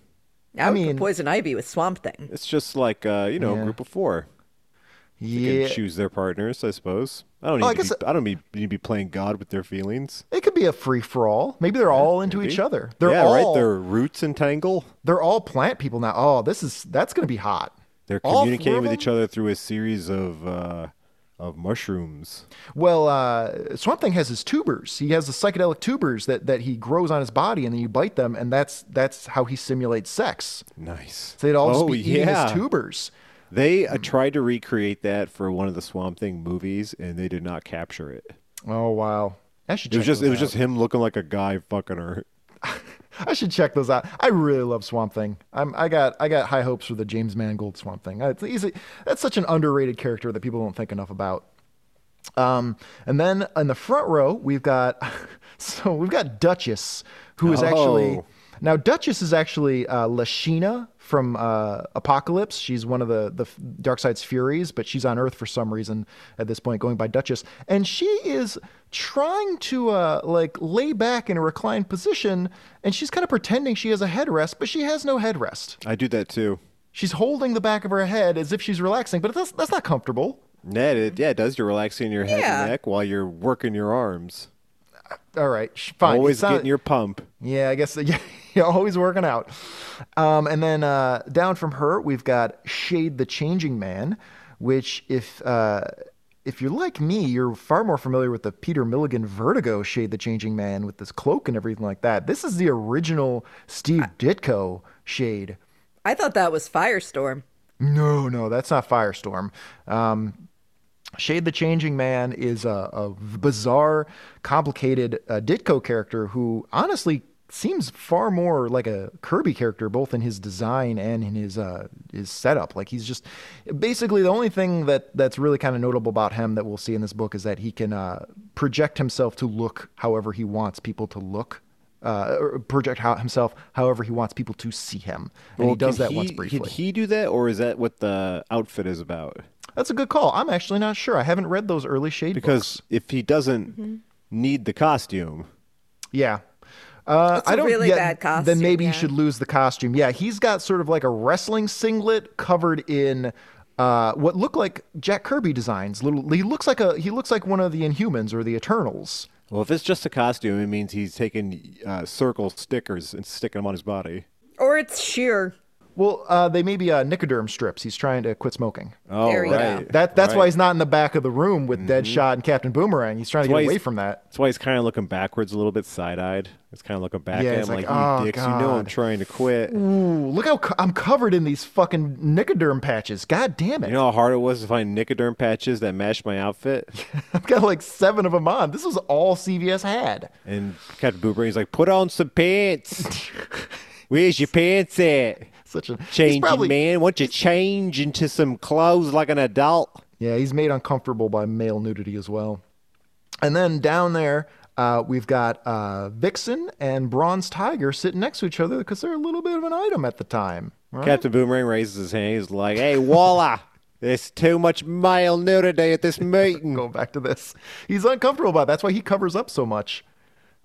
S5: I, would put
S3: mean-
S5: poison ivy with swamp thing.
S4: It's just like uh, you know,
S3: Yeah.
S4: a group of four. They
S3: Yeah.
S4: can choose their partners, I suppose. I don't need
S3: Oh, I
S4: to
S3: guess-
S4: be, I don't need, need to be playing God with their feelings.
S3: It could be a free for all. Maybe they're all into each other. They're
S4: yeah,
S3: all
S4: right. Their roots entangle.
S3: they're all plant people now. Oh, this is that's going to be hot.
S4: They're
S3: All
S4: communicating
S3: four
S4: with
S3: of
S4: each other through a series of uh, of mushrooms.
S3: Well, uh, Swamp Thing has his tubers. He has the psychedelic tubers that, that he grows on his body, and then you bite them, and that's that's how he simulates sex.
S4: Nice.
S3: So they'd all
S4: oh,
S3: just be eating
S4: yeah.
S3: his tubers.
S4: They uh, tried to recreate that for one of the Swamp Thing movies, and they did not capture it.
S3: Oh wow, I should.
S4: It was
S3: check
S4: just it
S3: those
S4: was
S3: out.
S4: just him looking like a guy fucking her.
S3: I should check those out. I really love Swamp Thing. I'm I got I got high hopes for the James Mangold Swamp Thing. It's easy. That's such an underrated character that people don't think enough about. Um, and then [LAUGHS] in the front row we've got so we've got Duchess, who is actually
S4: Oh.
S3: Now, Duchess is actually uh, Lashina from uh, Apocalypse. She's one of the the Darkseid's Furies, but she's on Earth for some reason at this point, going by Duchess, and she is trying to uh, like lay back in a reclined position, and she's kind of pretending she has a headrest, but she has no headrest.
S4: I do that too.
S3: She's holding the back of her head as if she's relaxing, but that's that's not comfortable.
S4: Yeah, it, yeah, it does. You're relaxing your head
S5: Yeah.
S4: and neck while you're working your arms.
S3: All right, sh- fine.
S4: Always
S3: It's not-
S4: getting your pump.
S3: Yeah, I guess [LAUGHS] yeah, you're always working out. Um, and then uh, down from her, we've got Shade the Changing Man, which if uh, if you're like me, you're far more familiar with the Peter Milligan Vertigo Shade the Changing Man with this cloak and everything like that. This is the original Steve Ditko Shade.
S5: I thought that was Firestorm.
S3: No, no, that's not Firestorm. Um, Shade the Changing Man is a, a bizarre, complicated uh, Ditko character who honestly seems far more like a Kirby character, both in his design and in his uh, his setup. Like he's just basically the only thing that that's really kind of notable about him that we'll see in this book is that he can uh, project himself to look however he wants people to look. Uh, or project how, himself however he wants people to see him, and
S4: Well,
S3: he does
S4: can
S3: that once
S4: he-
S3: briefly.
S4: Can he do that, or is that what the outfit is about?
S3: That's a good call. I'm actually not sure. I haven't read those early shade
S4: Because
S3: books.
S4: if he doesn't
S5: Mm-hmm.
S4: need the costume,
S3: Yeah. Uh,
S5: That's a
S3: I don't.
S5: really
S3: yeah,
S5: bad costume,
S3: Then maybe
S5: yeah.
S3: you should lose the costume. Yeah, he's got sort of like a wrestling singlet covered in uh, what look like Jack Kirby designs. Little, he looks like a he looks like one of the Inhumans or the Eternals.
S4: well, if it's just a costume, it means he's taking uh, circle stickers and sticking them on his body.
S5: Or it's sheer.
S3: Well, uh, they may be uh, Nicoderm strips. He's trying to quit smoking.
S4: Oh,
S5: There you go.
S4: right.
S3: That that's why
S4: Right. Mm-hmm.
S3: he's not in the back of the room with Deadshot and Captain Boomerang. He's trying to
S4: why
S3: get
S4: he's-
S3: away from that.
S4: That's why he's kind of looking backwards a little bit, side-eyed. He's kind of looking back
S3: Yeah,
S4: at him
S3: he's like,
S4: like,
S3: "Oh,
S4: "You dicks, you know I'm
S3: God."
S4: trying to quit."
S3: Ooh, look how co- I'm covered in these fucking Nicoderm patches. God damn it!
S4: You know how hard it was to find Nicoderm patches that matched
S3: [LAUGHS]
S4: my outfit?
S3: I've got like seven of them on. This was all CVS had.
S4: And Captain Boomerang's like, put on some pants. Where's your pants at?
S3: Such a he's
S4: Changing
S3: probably-
S4: man, why don't you change into some clothes like an adult?
S3: Yeah, he's made uncomfortable by male nudity as well. And then down there, uh, we've got uh, Vixen and Bronze Tiger sitting next to each other because they're a little bit of an item at the time. right?
S4: Captain Boomerang raises his hand. He's like, hey, Walla, there's too much male nudity at this meeting.
S3: Going back to this, he's uncomfortable about. It. That's why he covers up so much.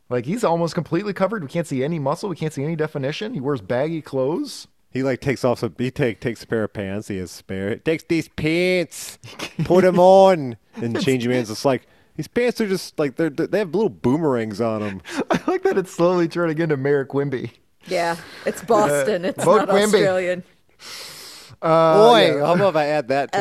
S3: Like he's almost completely covered. We can't see any muscle. We can't see any definition. He wears baggy clothes. [LAUGHS]
S4: He like takes off some. He take, takes a pair of pants. He has spare. Takes these pants, put them [LAUGHS] on, and Changing Man's just like these pants are just like they're they have little boomerangs on them.
S3: I like that it's slowly turning into Merrick Wimby.
S5: Yeah, it's Boston. It's
S3: vote
S5: not
S3: Uh, Quimby.
S5: Australian.
S4: [LAUGHS] Boy, Uh, how about if I add that to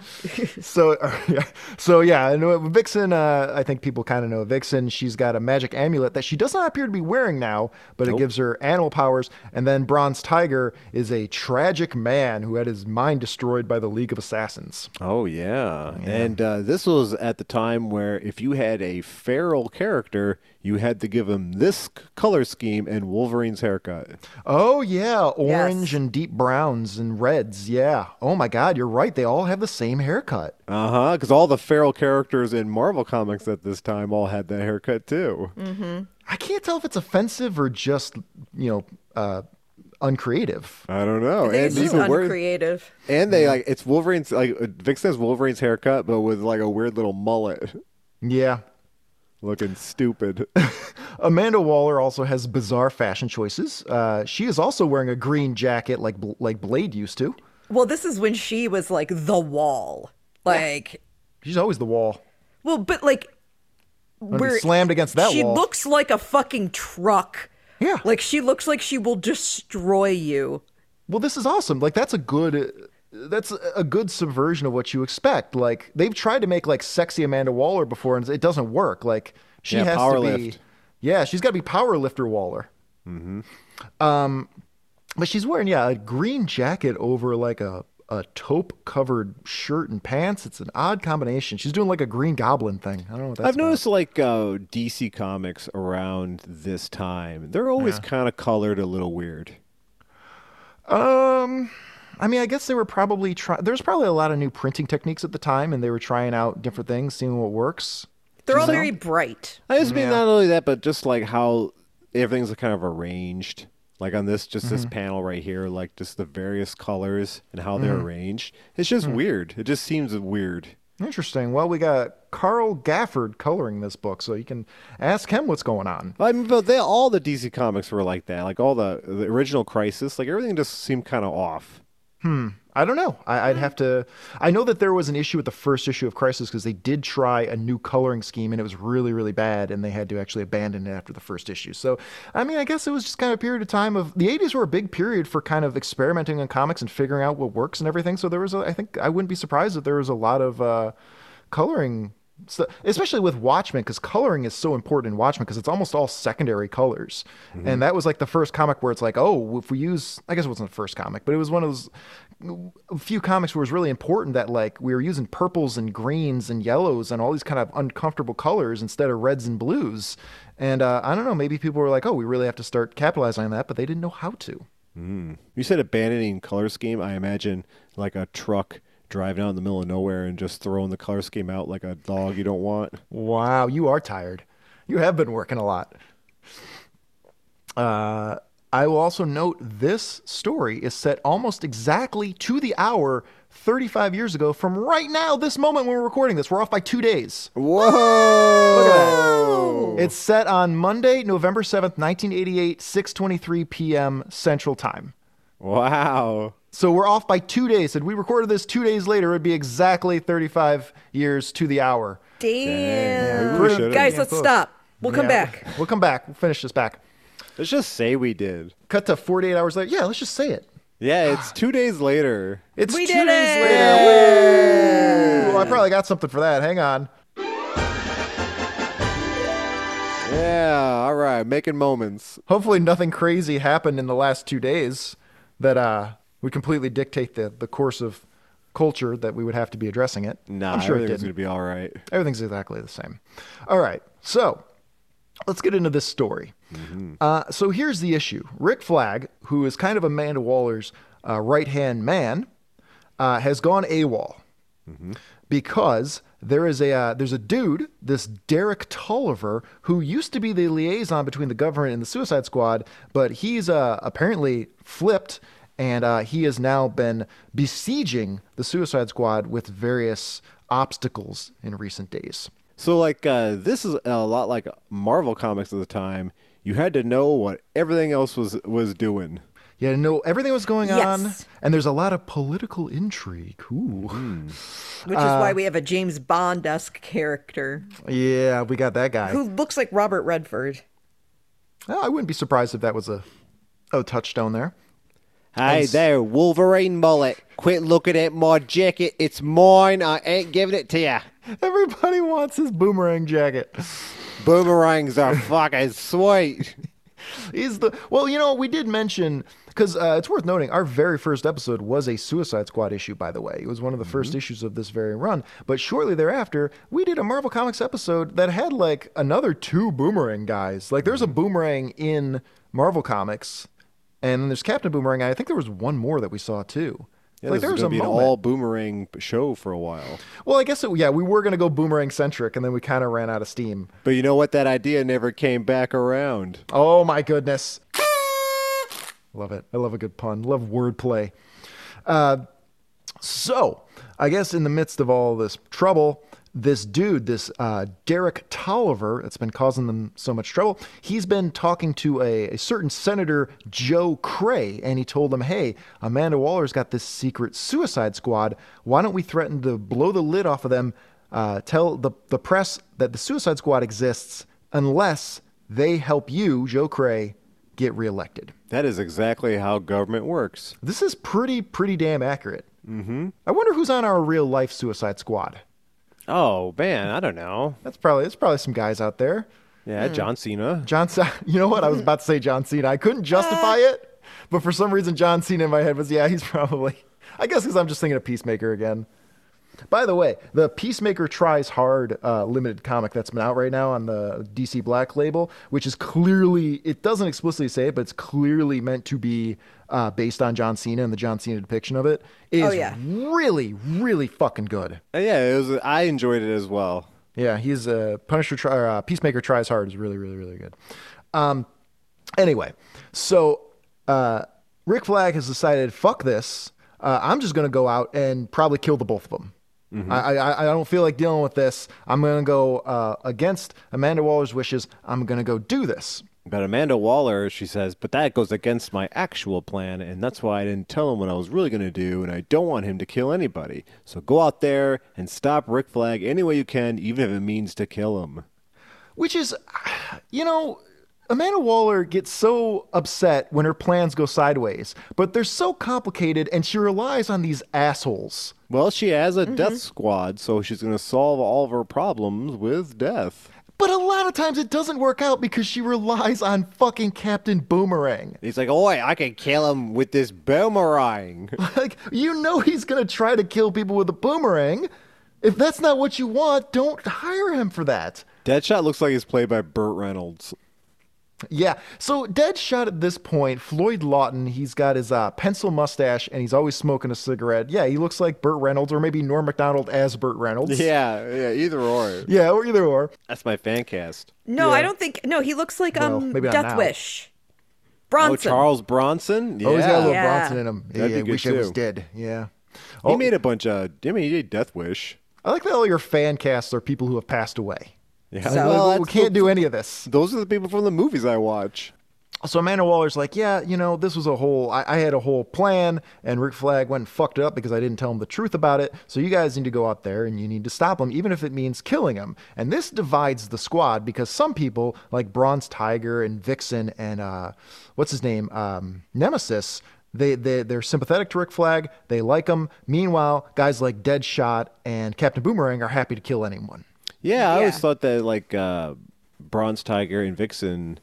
S4: it?
S5: Uh,
S3: So [LAUGHS] yeah, so yeah, and uh, Vixen. Uh, I think people kind of know Vixen. She's got a magic amulet that she does not appear to be wearing now, but it gives her animal powers. And then Bronze Tiger is a tragic man who had his mind destroyed by the League of Assassins.
S4: Oh yeah, and uh, this was at the time where if you had a feral character, you had to give him this c- color scheme and Wolverine's haircut.
S3: Oh yeah, orange
S5: Yes.
S3: and deep browns and reds. Yeah. Oh my God, you're right. They all have the same haircut.
S4: Uh huh. Because all the feral characters in Marvel comics at this time all had that haircut too.
S3: I can't tell if it's offensive or just you know uh, uncreative.
S4: I don't know.
S5: I think it's
S4: and
S5: just
S4: even worse-
S5: uncreative.
S4: and they like it's Wolverine's like uh, Vixen has Wolverine's haircut, but with like a weird little mullet, [LAUGHS]
S3: Yeah.
S4: looking stupid. [LAUGHS]
S3: Amanda Waller also has bizarre fashion choices. Uh, she is also wearing a green jacket like Bl- like Blade used to.
S5: Well, this is when she was like the wall. Like,
S3: She's always the wall.
S5: well, but like,
S3: Gonna be
S5: we're
S3: slammed against that
S5: she
S3: wall.
S5: looks like a fucking truck.
S3: Yeah.
S5: Like she looks like she will destroy you.
S3: well, this is awesome. Like that's a good that's a good subversion of what you expect. Like they've tried to make like sexy Amanda Waller before and it doesn't work. Like she
S4: Yeah,
S3: has
S4: power
S3: to be
S4: lift. Mm-hmm.
S3: Yeah, she's got to be power lifter Waller. Um, But she's wearing, yeah, a green jacket over like a, a taupe covered shirt and pants. It's an odd combination. She's doing like a green goblin thing. I don't know what that's
S4: I've noticed like uh, DC comics around this time, they're always kind of colored a little weird.
S3: Um, I mean, I guess they were probably trying. There's probably a lot of new printing techniques at the time, and they were trying out different things, seeing what works.
S5: They're all very bright.
S4: I just mean not only that, but just like how everything's kind of arranged. Like on this, just this panel right here, like just the various colors and how they're arranged. It's just weird. It just seems weird.
S3: Interesting. Well, we got Carl Gafford coloring this book, so you can ask him what's going on.
S4: I mean, but they all the DC comics were like that. Like all the the original Crisis, like everything just seemed kind of off.
S3: I don't know. I, I'd have to. I know that there was an issue with the first issue of Crisis because they did try a new coloring scheme and it was really, really bad, and they had to actually abandon it after the first issue. So, I mean, I guess it was just kind of a period of time of the 80s were a big period for kind of experimenting on comics and figuring out what works and everything. So there was, a, I think, I wouldn't be surprised if there was a lot of uh, coloring. stu- especially with Watchmen, because coloring is so important in Watchmen, because it's almost all secondary colors, and that was like the first comic where it's like, oh, if we use, I guess it wasn't the first comic, but it was one of those a few comics where it was really important that like we were using purples and greens and yellows and all these kind of uncomfortable colors instead of reds and blues. And uh, I don't know, maybe people were like, "Oh, we really have to start capitalizing on that," but they didn't know how to.
S4: You said abandoning color scheme. I imagine like a truck driving out in the middle of nowhere and just throwing the color scheme out like a dog you don't want.
S3: Wow, you are tired. You have been working a lot. Uh, I will also note this story is set almost exactly to the hour 35 years ago from right now, this moment when we're recording this. We're off by two days.
S4: Whoa!
S3: Look at that. It's set on Monday, November 7th, 1988, 6:23 p.m. Central Time.
S4: Wow!
S3: So we're off by 2 days. Had we recorded this 2 days later, it'd be exactly 35 years to the hour.
S5: Damn.
S4: we really should've.
S5: Guys,
S4: Yeah,
S5: let's
S3: close.
S5: stop. We'll come
S3: Yeah.
S5: back.
S3: We'll come back. We'll finish this back.
S4: Let's just say we did.
S3: Cut to 48 hours later. Yeah, let's just say it. [SIGHS]
S4: Yeah, it's two days later.
S3: It's
S5: We
S3: two
S5: did
S3: days
S5: it!
S3: later. Woo! I probably got something for that. Hang on.
S4: Yeah, all right, making moments.
S3: Hopefully, nothing crazy happened in the last two days that uh, would completely dictate the, the course of culture that we would have to be addressing it.
S4: Nah,
S3: I'm sure it
S4: everything's
S3: didn't.
S4: gonna be all right.
S3: Everything's exactly the same. All right. So let's get into this story.
S4: Mm-hmm.
S3: Uh, so here's the issue Rick Flagg, who is kind of Amanda Waller's uh, right hand man, uh, has gone AWOL because there is a uh, there's a dude, this Derek Tolliver, who used to be the liaison between the government and the Suicide Squad, but he's uh, apparently flipped, and uh, he has now been besieging the Suicide Squad with various obstacles in recent days.
S4: So like uh, this is a lot like Marvel comics at the time. You had to know what everything else was was doing.
S3: Yeah, to know everything was going
S5: Yes.
S3: on, and there's a lot of political intrigue. Ooh.
S5: Hmm. Which is
S3: Uh,
S5: why we have a James Bond esque character
S3: Yeah, we got that guy.
S5: who looks like Robert Redford.
S3: Well, I wouldn't be surprised if that was a, a touchstone there.
S4: Hey there, Wolverine mullet. Quit looking at my jacket. It's mine. I ain't giving it to you.
S3: Everybody wants his boomerang jacket.
S4: Boomerangs [LAUGHS] are fucking sweet.
S3: He's the well, you know, we did mention because uh, it's worth noting our very first episode was a Suicide Squad issue. By the way, it was one of the
S4: Mm-hmm.
S3: first issues of this very run. But shortly thereafter, we did a Marvel Comics episode that had like another two boomerang guys. Like, there's a
S4: Mm-hmm.
S3: boomerang in Marvel Comics, and then there's Captain Boomerang. and I think there was one more that we saw too. like there was a
S4: be an
S3: moment.
S4: all boomerang show for a while.
S3: Well, I guess it, yeah, we were gonna go boomerang centric, and then we kind of ran out of steam.
S4: But you know what? That idea never came back around.
S3: Oh my goodness. Love it. I love a good pun. Love wordplay. Uh, so, I guess in the midst of all this trouble, this dude, this uh, Derek Tolliver, that's been causing them so much trouble, he's been talking to a, a certain Senator Joe Cray, and he told him, Hey, Amanda Waller's got this secret suicide squad. Why don't we threaten to blow the lid off of them? Uh, tell the, the press that the suicide squad exists unless they help you, Joe Cray, get reelected.
S4: That is exactly how government works.
S3: This is pretty, pretty damn accurate. Mm-hmm. I wonder who's on our real life Suicide Squad.
S4: Oh man, I don't know.
S3: That's probably it's probably some guys out there.
S4: Yeah, John Cena.
S3: John, C- [LAUGHS] you know what? I was about to say John Cena. I couldn't justify
S5: Uh.
S3: it, but for some reason, John Cena in my head was yeah, he's [LAUGHS] probably. I guess because I'm just thinking of Peacemaker again. By the way, the Peacemaker Tries Hard uh, limited comic that's been out right now on the DC Black label, which is clearly, it doesn't explicitly say it, but it's clearly meant to be uh, based on John Cena and the John Cena depiction of it, is
S5: Oh, yeah.
S3: really, really fucking good.
S4: Uh, Yeah, it was. I enjoyed it as well.
S3: Yeah, he's a Punisher. Try, or, uh, Peacemaker Tries Hard is really, really, really good. Um, Anyway, so uh, Rick Flag has decided, fuck this. Uh, I'm just going to go out and probably kill the both of them. I, I, I don't feel like dealing with this. I'm going to go uh, against Amanda Waller's wishes. I'm going to go do this.
S4: But Amanda Waller, she says, but that goes against my actual plan, and that's why I didn't tell him what I was really going to do, and I don't want him to kill anybody. So go out there and stop Rick Flag any way you can, even if it means to kill him.
S3: which is, [SIGHS] you know, Amanda Waller gets so upset when her plans go sideways, but they're so complicated and she relies on these assholes.
S4: Well, she has a death squad, so she's going to solve all of her problems with death.
S3: But a lot of times it doesn't work out because she relies on fucking Captain Boomerang. [LAUGHS]
S4: He's like, oi, I can kill him with this boomerang.
S3: Like, you know he's gonna try to kill people with a boomerang. If that's not what you want, don't hire him for that.
S4: [LAUGHS] Deadshot looks like he's played by Burt Reynolds.
S3: Yeah. So Deadshot at this point, Floyd Lawton, he's got his uh, pencil mustache and he's always smoking a cigarette. Yeah, he looks like Burt Reynolds or maybe Norm Macdonald as Burt Reynolds.
S4: Yeah, yeah, either or.
S3: Yeah, or either or.
S4: That's my fan cast.
S5: No, I don't think. No, he looks like
S3: Well,
S5: um
S3: maybe not
S5: Death
S3: now.
S5: Wish.
S4: Oh,
S5: Bronson.
S4: Charles Bronson? Yeah.
S3: Oh, he's got a little
S5: Yeah.
S3: Bronson in him.
S4: That'd be
S3: yeah,
S4: good
S3: wish I was
S4: too.
S3: dead. Yeah.
S4: He made a bunch of. I mean, he did Death Wish.
S3: I like that all your fan casts are people who have passed away.
S4: Yeah.
S3: Like,
S4: well,
S3: we
S4: that's
S3: can't
S4: the-
S3: do any of this.
S4: Those are the people from the movies I watch.
S3: So Amanda Waller's like, yeah, you know, this was a whole. I, I had a whole plan, and Rick Flag went and fucked it up because I didn't tell him the truth about it. So you guys need to go out there and you need to stop him, even if it means killing him. And this divides the squad because some people, like Bronze Tiger and Vixen and uh, what's his name, um, Nemesis, they, they they're sympathetic to Rick Flag. They like him. Meanwhile, guys like Deadshot and Captain Boomerang are happy to kill anyone.
S4: Yeah, I always
S5: Yeah.
S4: thought that like uh, Bronze Tiger and Vixen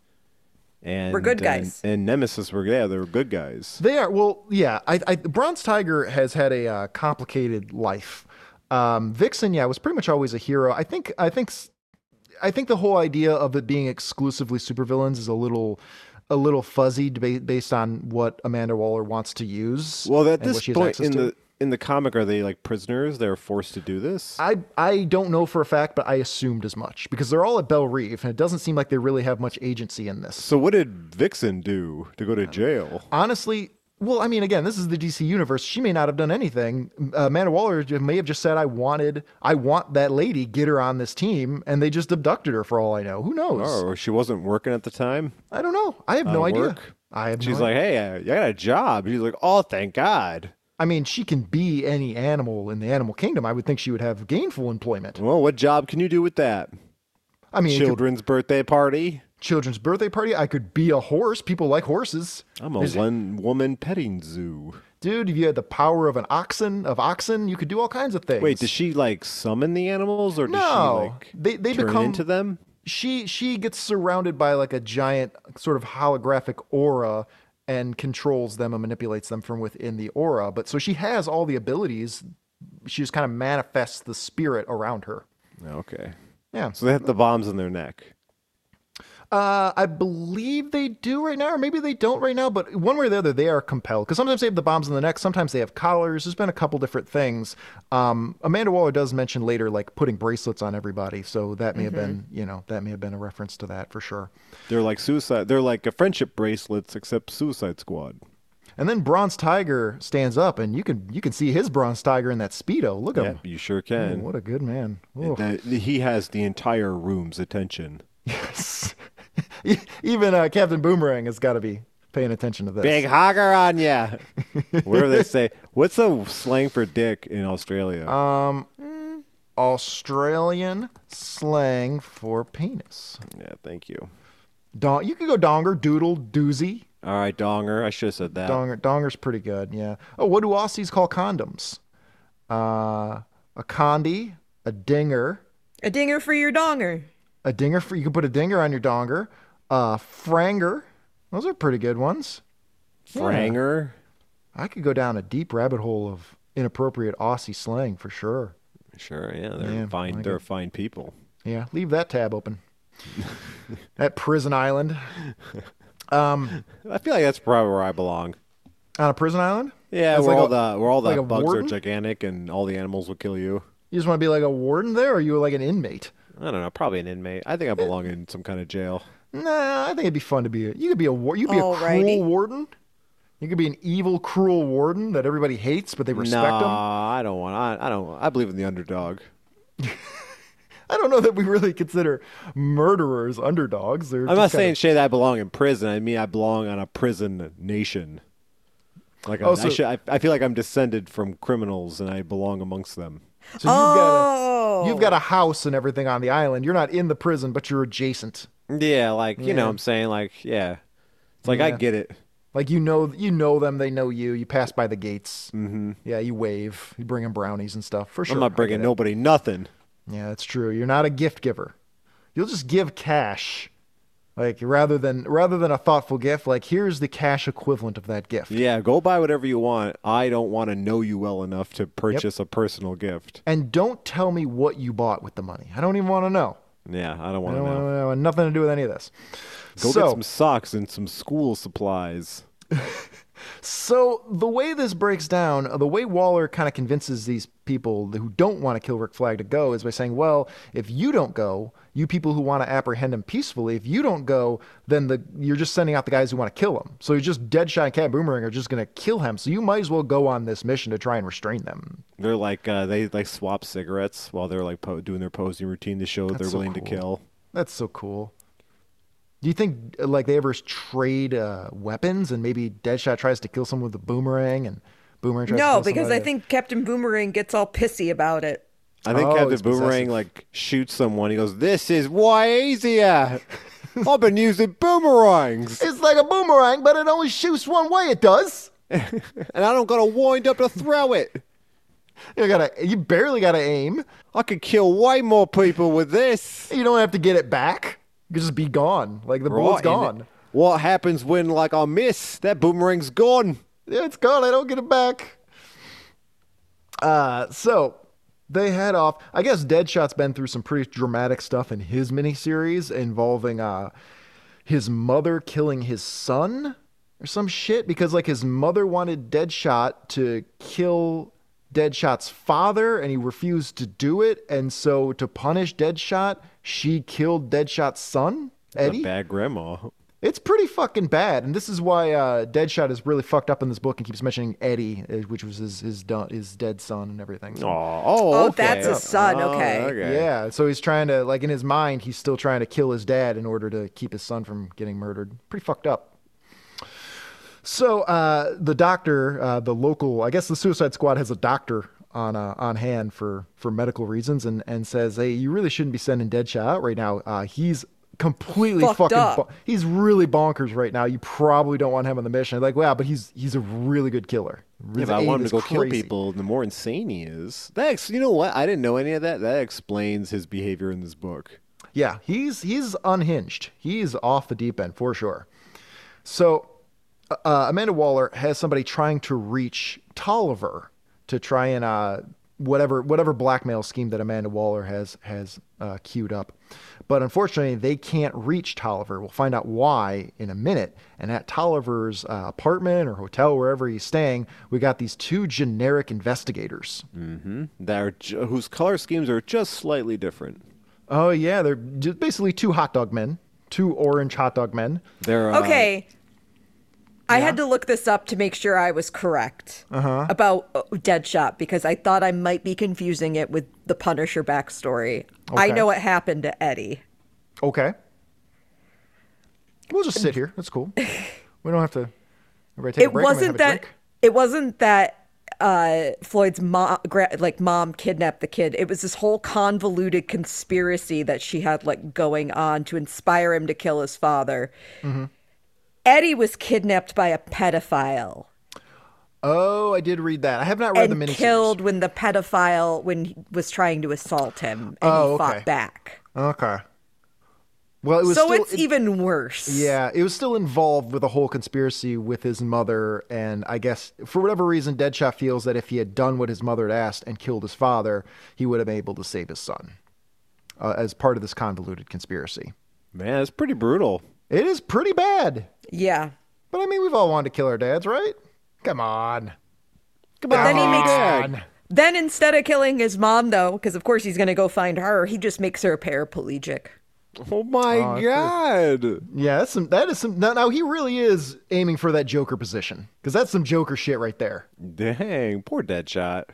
S4: and
S5: Were good
S4: and- uh,
S5: guys.
S4: and, Nemesis were yeah they were good guys.
S3: They are well, yeah. I, I Bronze Tiger has had a uh, complicated life. Um, Vixen, yeah, was pretty much always a hero. I think, I think, s- I think the whole idea of it being exclusively supervillains is a little, a little fuzzy ba- based on what Amanda Waller wants to use.
S4: Well,
S3: and
S4: at
S3: what
S4: this
S3: she has
S4: point
S3: access
S4: in
S3: to.
S4: the in the comic, are they like prisoners? They're forced to do this.
S3: I, I don't know for a fact, but I assumed as much because they're all at Belle Reeve, and it doesn't seem like they really have much agency in this.
S4: so what did Vixen do to go to jail?
S3: honestly, well, I mean, again, this is the DC universe. She may not have done anything. Uh, Amanda Waller may have just said, "I wanted, I want that lady. Get her on this team," and they just abducted her. For all I know, who knows?
S4: Oh, she wasn't working at the time.
S3: I don't know. I have no
S4: of
S3: idea.
S4: work?
S3: I have.
S4: She's
S3: no
S4: like, hey, I, I got a job. She's like, oh, thank God.
S3: I mean, she can be any animal in the animal kingdom. I would think she would have gainful employment.
S4: Well, what job can you do with that?
S3: I mean, it could-
S4: Children's birthday party.
S3: children's birthday party. I could be a horse. People like horses.
S4: I'm a one woman petting zoo.
S3: Dude, if you had the power of an oxen, of oxen, you could do all kinds of things.
S4: Wait, does she like summon the animals, or does
S3: No.
S4: she like
S3: They- they
S4: turn
S3: become-
S4: into them?
S3: she she gets surrounded by like a giant sort of holographic aura and controls them and manipulates them from within the aura but so she has all the abilities she just kind of manifests the spirit around her
S4: Okay,
S3: yeah
S4: so they have the bombs in their neck.
S3: uh, i believe they do right now or maybe they don't right now but one way or the other they are compelled because sometimes they have the bombs in the neck sometimes they have collars there's been a couple different things um, amanda waller does mention later like putting bracelets on everybody so that may have been you know that may have been a reference to that for sure
S4: They're like suicide. They're like a friendship bracelets, except Suicide Squad.
S3: And then Bronze Tiger stands up, and you can you can see his Bronze Tiger in that speedo. Look at
S4: Yeah,
S3: him.
S4: you sure
S3: Oh,
S4: can.
S3: what a good man. [LAUGHS] Oh.
S4: The- he has the entire room's attention.
S3: Yes. Even uh, Captain Boomerang has got to be paying attention to this.
S4: Big hogger on ya. [LAUGHS] Whatever they say. What's the slang for dick in Australia?
S3: Uh, Australian slang for penis.
S4: yeah, thank you.
S3: Don- you could go donger, doodle, doozy.
S4: All right, donger. I should have said that.
S3: Donger, donger's pretty good. Yeah. Oh, what do Aussies call condoms? Uh, a condy, a dinger,
S5: a dinger for your donger.
S3: a dinger for you can put a dinger on your donger. Uh, franger. Those are pretty good ones.
S4: Franger.
S3: I could go down a deep rabbit hole of inappropriate Aussie slang for sure.
S4: Sure. Yeah, they're
S3: Yeah,
S4: fine.
S3: like
S4: they're fine people.
S3: Yeah, leave that tab
S4: [LAUGHS]
S3: open. At prison island. Um,
S4: I feel like that's probably where I belong.
S3: on a prison island,
S4: Yeah,
S3: That's
S4: where,
S3: like
S4: all
S3: a-
S4: the, where all the
S3: like a
S4: bugs
S3: warden?
S4: are gigantic and all the animals will kill you.
S3: you just want to be like a warden there, or you like an inmate.
S4: I don't know, probably an inmate. I think I belong in some kind of jail.
S3: Nah, I think it'd be fun to be. A, you could be a war. You could be a
S5: Alrighty.
S3: cruel warden. You could be an evil, cruel warden that everybody hates, but they respect
S4: no,
S3: him.
S4: I don't want. I, I don't. I believe in the underdog.
S3: I don't know that we really consider murderers underdogs. They're
S4: I'm not
S3: just
S4: saying
S3: kinda-
S4: shit. I belong in prison. I mean, I belong on a prison nation. Like
S3: Oh,
S4: I,
S3: so-
S4: I, should, I, I feel like I'm descended from criminals and I belong amongst them.
S3: So you've
S5: oh,
S3: got a, you've got a house and everything on the island. You're not in the prison, but you're adjacent.
S4: Yeah, like you know,
S3: Yeah.
S4: what I'm saying like yeah, it's like I
S3: Yeah.
S4: get it.
S3: Like you know, you know them. They know you. You pass by the gates. Mm-hmm. Yeah, you wave. You bring them brownies and stuff for sure.
S4: I'm
S3: I
S4: not
S3: get
S4: bringing
S3: it.
S4: nobody nothing.
S3: Yeah, that's true. You're not a gift giver. You'll just give cash. Like rather than rather than a thoughtful gift, like here's the cash equivalent of that gift.
S4: Yeah, go buy whatever you want. I don't want to know you well enough to purchase a personal gift.
S3: And don't tell me what you bought with the money. I don't even want to know.
S4: Yeah, I don't
S3: I
S4: want to
S3: don't want to
S4: know.
S3: know. And Nothing to do with any of this.
S4: Go
S3: so,
S4: get some socks and some school supplies.
S3: so the way this breaks down, uh, the way Waller kind of convinces these people who don't want to kill Rick Flag to go is by saying, "Well, if you don't go, you people who want to apprehend him peacefully, if you don't go, then the you're just sending out the guys who want to kill him. So you're just Deadshot and Cat Boomerang are just going to kill him. So you might as well go on this mission to try and restrain them."
S4: They're like uh, they like swap cigarettes while they're like po- doing their posing routine to show they're
S3: so
S4: willing to
S3: cool.
S4: kill.
S3: That's so cool. Do you think uh, like they ever trade uh, weapons and maybe Deadshot tries to kill someone with a boomerang and Boomerang tries
S5: no,
S3: to kill
S5: because I
S3: somebody-
S5: think Captain Boomerang gets all pissy about it.
S4: I think
S3: Oh,
S4: Captain
S3: he's
S4: Boomerang
S3: possessive.
S4: like shoots someone. He goes, "This is why easier. I've been using boomerangs,
S3: It's like a boomerang, but it only shoots one way. It does.
S4: and I don't gotta wind up to throw it.
S3: You gotta, you barely gotta aim.
S4: I could kill way more people with this."
S3: You don't have to get it back. You can just be gone. Like the bullet's
S4: Right,
S3: gone.
S4: and What happens when like I miss? That boomerang's gone.
S3: Yeah, it's gone. I don't get it back. Uh, so they head off. I guess Deadshot's been through some pretty dramatic stuff in his miniseries involving uh, his mother killing his son or some shit because like his mother wanted Deadshot to kill Deadshot's father and he refused to do it and so to punish Deadshot, she killed Deadshot's son, Eddie.
S4: A bad grandma.
S3: It's pretty fucking bad, and this is why uh, Deadshot is really fucked up in this book and keeps mentioning Eddie, uh, which was his his, dun- his dead son and everything.
S4: Oh,
S3: So,
S4: oh,
S5: Oh,
S4: okay.
S5: that's a son,
S4: Oh,
S5: okay.
S3: Yeah, so he's trying to like in his mind, he's still trying to kill his dad in order to keep his son from getting murdered. Pretty fucked up. So uh, the doctor, uh, the local, I guess the Suicide Squad has a doctor on uh, on hand for for medical reasons, and and says, hey, you really shouldn't be sending Deadshot out right now. Uh, he's completely
S5: Fucked
S3: fucking.
S5: up.
S3: bo- he's really bonkers right now. You probably don't want him on the mission. Like, wow, but he's he's a really good killer.
S4: If
S3: His
S4: I want
S3: aim
S4: him
S3: is
S4: to go
S3: crazy.
S4: kill people, the more insane he is. That ex- you know what? I didn't know any of that. That explains his behavior in this book.
S3: Yeah, he's he's unhinged. He's off the deep end for sure. So uh, Amanda Waller has somebody trying to reach Tolliver to try and uh, whatever whatever blackmail scheme that Amanda Waller has has uh, queued up. But unfortunately, they can't reach Tolliver. We'll find out why in a minute. And at Tolliver's uh, apartment or hotel, wherever he's staying, we got these two generic investigators.
S4: That are ju- whose color schemes are just slightly different.
S3: Oh yeah, they're just basically two hot dog men, two orange hot dog men.
S4: They're uh,
S5: Okay. I had to look this up to make sure I was correct uh-huh. about uh, Deadshot because I thought I might be confusing it with the Punisher backstory. I
S3: Okay.
S5: know what happened to Eddie.
S3: Okay. We'll just sit here. That's
S5: [LAUGHS]
S3: cool. We don't have to. Everybody take a break. I'm
S5: It
S3: gonna
S5: wasn't
S3: have a
S5: that.
S3: drink.
S5: It wasn't that uh, Floyd's mom, gra- like mom, kidnapped the kid. It was this whole convoluted conspiracy that she had like going on to inspire him to kill his father.
S3: Mm-hmm.
S5: Eddie was kidnapped by a pedophile.
S3: Oh, I did read that. I have not read the
S5: and
S3: miniseries.
S5: killed when the pedophile when he was trying to assault him and
S3: Oh,
S5: he fought
S3: okay.
S5: back.
S3: Okay. Well, it was
S5: So
S3: still.
S5: it's even worse.
S3: yeah, it was still involved with a whole conspiracy with his mother, and I guess for whatever reason, Deadshot feels that if he had done what his mother had asked and killed his father, he would have been able to save his son, uh, as part of this convoluted conspiracy.
S4: man, it's pretty brutal.
S3: It is pretty bad,
S5: Yeah.
S3: but I mean, we've all wanted to kill our dads, right? Come on.
S5: But then he makes
S3: on.
S5: then instead of killing his mom though, because of course he's gonna go find her, he just makes her a paraplegic.
S4: Oh my god!
S3: Yeah, that's some. That is some. Now, now he really is aiming for that Joker position because that's some Joker shit right there.
S4: Dang, poor Deadshot.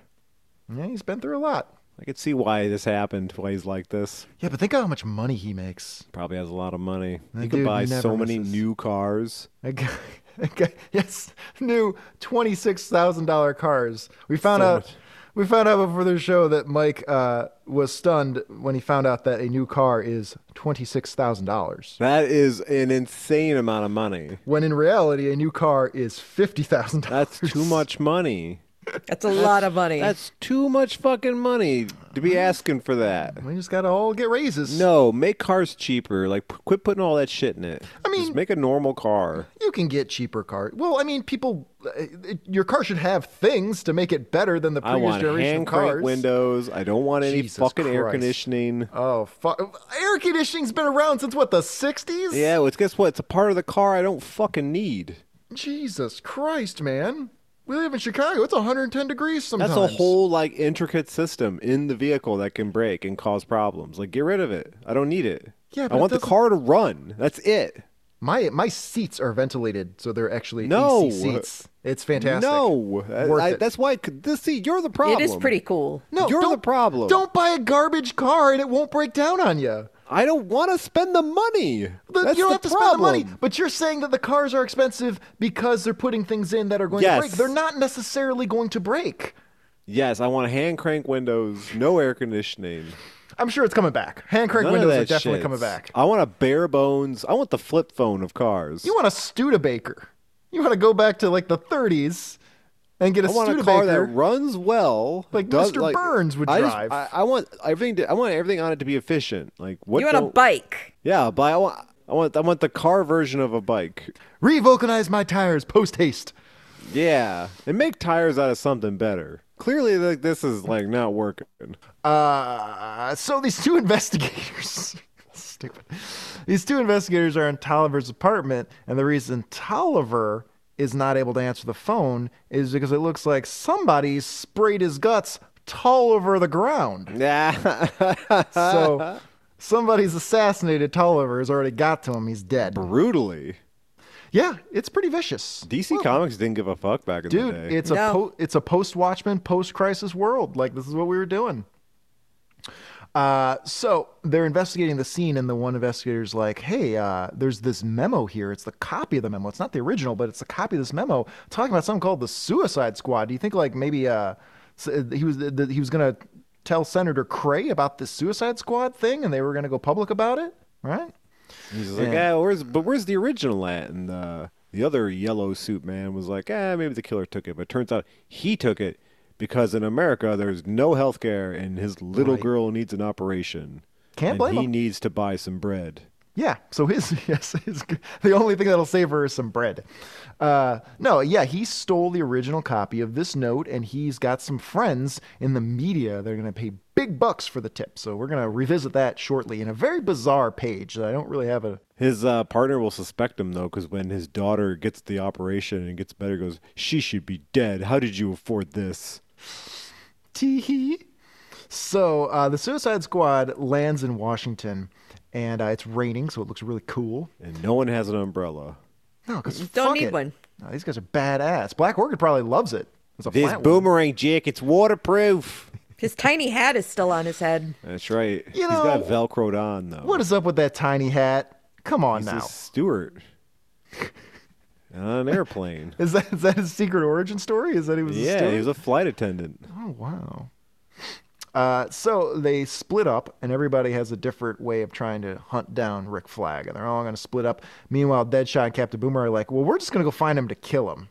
S3: Yeah, he's been through a lot.
S4: I could see why this happened. Why he's like this.
S3: Yeah, but think of how much money he makes.
S4: Probably has a lot of money. he
S3: That
S4: could
S3: dude
S4: buy
S3: never
S4: so many
S3: misses.
S4: new cars.
S3: A guy, [LAUGHS] a guy- yes, new twenty six thousand dollar cars. We found
S4: So
S3: out.
S4: much.
S3: We found out before the show that Mike uh, was stunned when he found out that a new car is twenty six thousand dollars.
S4: That is an insane amount of money.
S3: When in reality, a new car is fifty thousand dollars. [LAUGHS]
S4: That's too much money.
S5: That's a lot of money.
S4: That's too much fucking money to be asking for that.
S3: We just gotta all get raises.
S4: No, make cars cheaper. Like, p- quit putting all that shit in it.
S3: I mean-
S4: just make a normal car.
S3: you can get cheaper cars. Well, I mean, people, uh, it, your car should have things to make it better than the
S4: I
S3: previous
S4: want
S3: generation
S4: hand
S3: of cars.
S4: crank windows. I don't want any
S3: Jesus
S4: fucking air
S3: Christ.
S4: conditioning.
S3: Oh fuck! Air conditioning's been around since what the '60s?
S4: Yeah, well, it's- guess what? It's a part of the car I don't fucking need.
S3: Jesus Christ, man. We live in Chicago. It's 110 degrees sometimes.
S4: That's a whole like intricate system in the vehicle that can break and cause problems. Like, get rid of it. I don't need it.
S3: Yeah,
S4: I
S3: but it
S4: want the
S3: doesn't-
S4: car to run. That's it.
S3: My my seats are ventilated, so they're actually
S4: No.
S3: AC seats. It's fantastic.
S4: No,
S3: Worth
S4: I-
S3: it.
S4: that's why. I could- This see, you're the problem.
S5: it is pretty cool.
S3: no.
S4: you're the
S3: don't-
S4: problem.
S3: Don't buy a garbage car and it won't break down on you.
S4: I don't want to spend the money.
S3: The-
S4: That's
S3: you don't
S4: the
S3: have to
S4: problem.
S3: spend the money, but you're saying that the cars are expensive because they're putting things in that are going
S4: Yes.
S3: to break. They're not necessarily going to break.
S4: Yes, I want hand crank windows, no air conditioning.
S3: I'm sure it's coming back. Hand crank
S4: None of
S3: windows are
S4: that
S3: definitely
S4: shits.
S3: coming back.
S4: I want a bare bones. I want the flip phone of cars.
S3: You want a Studebaker. You want to go back to like the 30s and get a
S4: I want a
S3: Studebaker.
S4: car that runs well,
S3: Like
S4: does-
S3: Mr. Burns would
S4: I
S3: drive.
S4: Just, I, I want everything. To, I want everything on it to be efficient. Like what?
S5: You want a
S4: don't-
S5: bike?
S4: Yeah, but I want. I want. I want the car version of a bike.
S3: Revulcanize my tires post haste.
S4: Yeah, and make tires out of something better. Clearly, like this is like not working.
S3: Uh, so these two [LAUGHS] investigators, [LAUGHS] stupid. These two investigators are in Tolliver's apartment, and the reason Tolliver is not able to answer the phone is because it looks like somebody sprayed his guts tall over the ground.
S4: Yeah.
S3: So somebody's assassinated Tolliver. Has already got to him. He's dead.
S4: brutally.
S3: Yeah, it's pretty vicious.
S4: DC Comics didn't give a fuck back in
S3: Dude,
S4: the day.
S3: it's a
S5: No.
S3: po- it's a post Watchmen, post crisis world. Like this is what we were doing. Uh, so they're investigating the scene, and the one investigator's like, "Hey, uh, there's this memo here. It's the copy of the memo. It's not the original, but it's a copy of this memo talking about something called the Suicide Squad. Do you think like maybe uh, s- he was that he was gonna tell Senator Cray about this Suicide Squad thing, and they were gonna go public about it, right?
S4: He's like, yeah, where's but where's the original at? And uh, the other yellow suit man was like, ah, maybe the killer took it, but it turns out he took it because in America there's no health care and his little girl needs an operation.
S3: Can't
S4: and
S3: blame
S4: he
S3: him.
S4: needs to buy some bread.
S3: Yeah. So his [LAUGHS] yes, his the only thing that'll save her is some bread. Uh, no, yeah, he stole the original copy of this note, and he's got some friends in the media that are going to pay big bucks for the tip. So we're going to revisit that shortly in a very bizarre page that I don't really have a.
S4: His uh, partner will suspect him though, because when his daughter gets the operation and gets better, he goes, she should be dead. How did you afford this?
S3: Teehee. So uh, the Suicide Squad lands in Washington, and uh, it's raining, so it looks really cool.
S4: And no one has an umbrella.
S3: No, because
S5: Don't need one.
S3: No, these guys are badass. Black Orchid probably loves it. It's a
S4: This
S3: flat one.
S4: boomerang Jake, it's waterproof.
S5: His tiny hat is still on his head.
S4: That's right.
S3: [LAUGHS] You
S4: He's got
S3: know-
S4: velcroed on though.
S3: What is up with that tiny hat? Come on
S4: He's
S3: now.
S4: a steward on an airplane.
S3: Is that is that his secret origin story? [LAUGHS] Is that he was a
S4: yeah,
S3: steward?
S4: he was a flight attendant.
S3: oh wow. Uh, so they split up, and everybody has a different way of trying to hunt down Rick Flag, and they're all going to split up. Meanwhile, Deadshot and Captain Boomer are like, "Well, we're just going to go find him to kill him."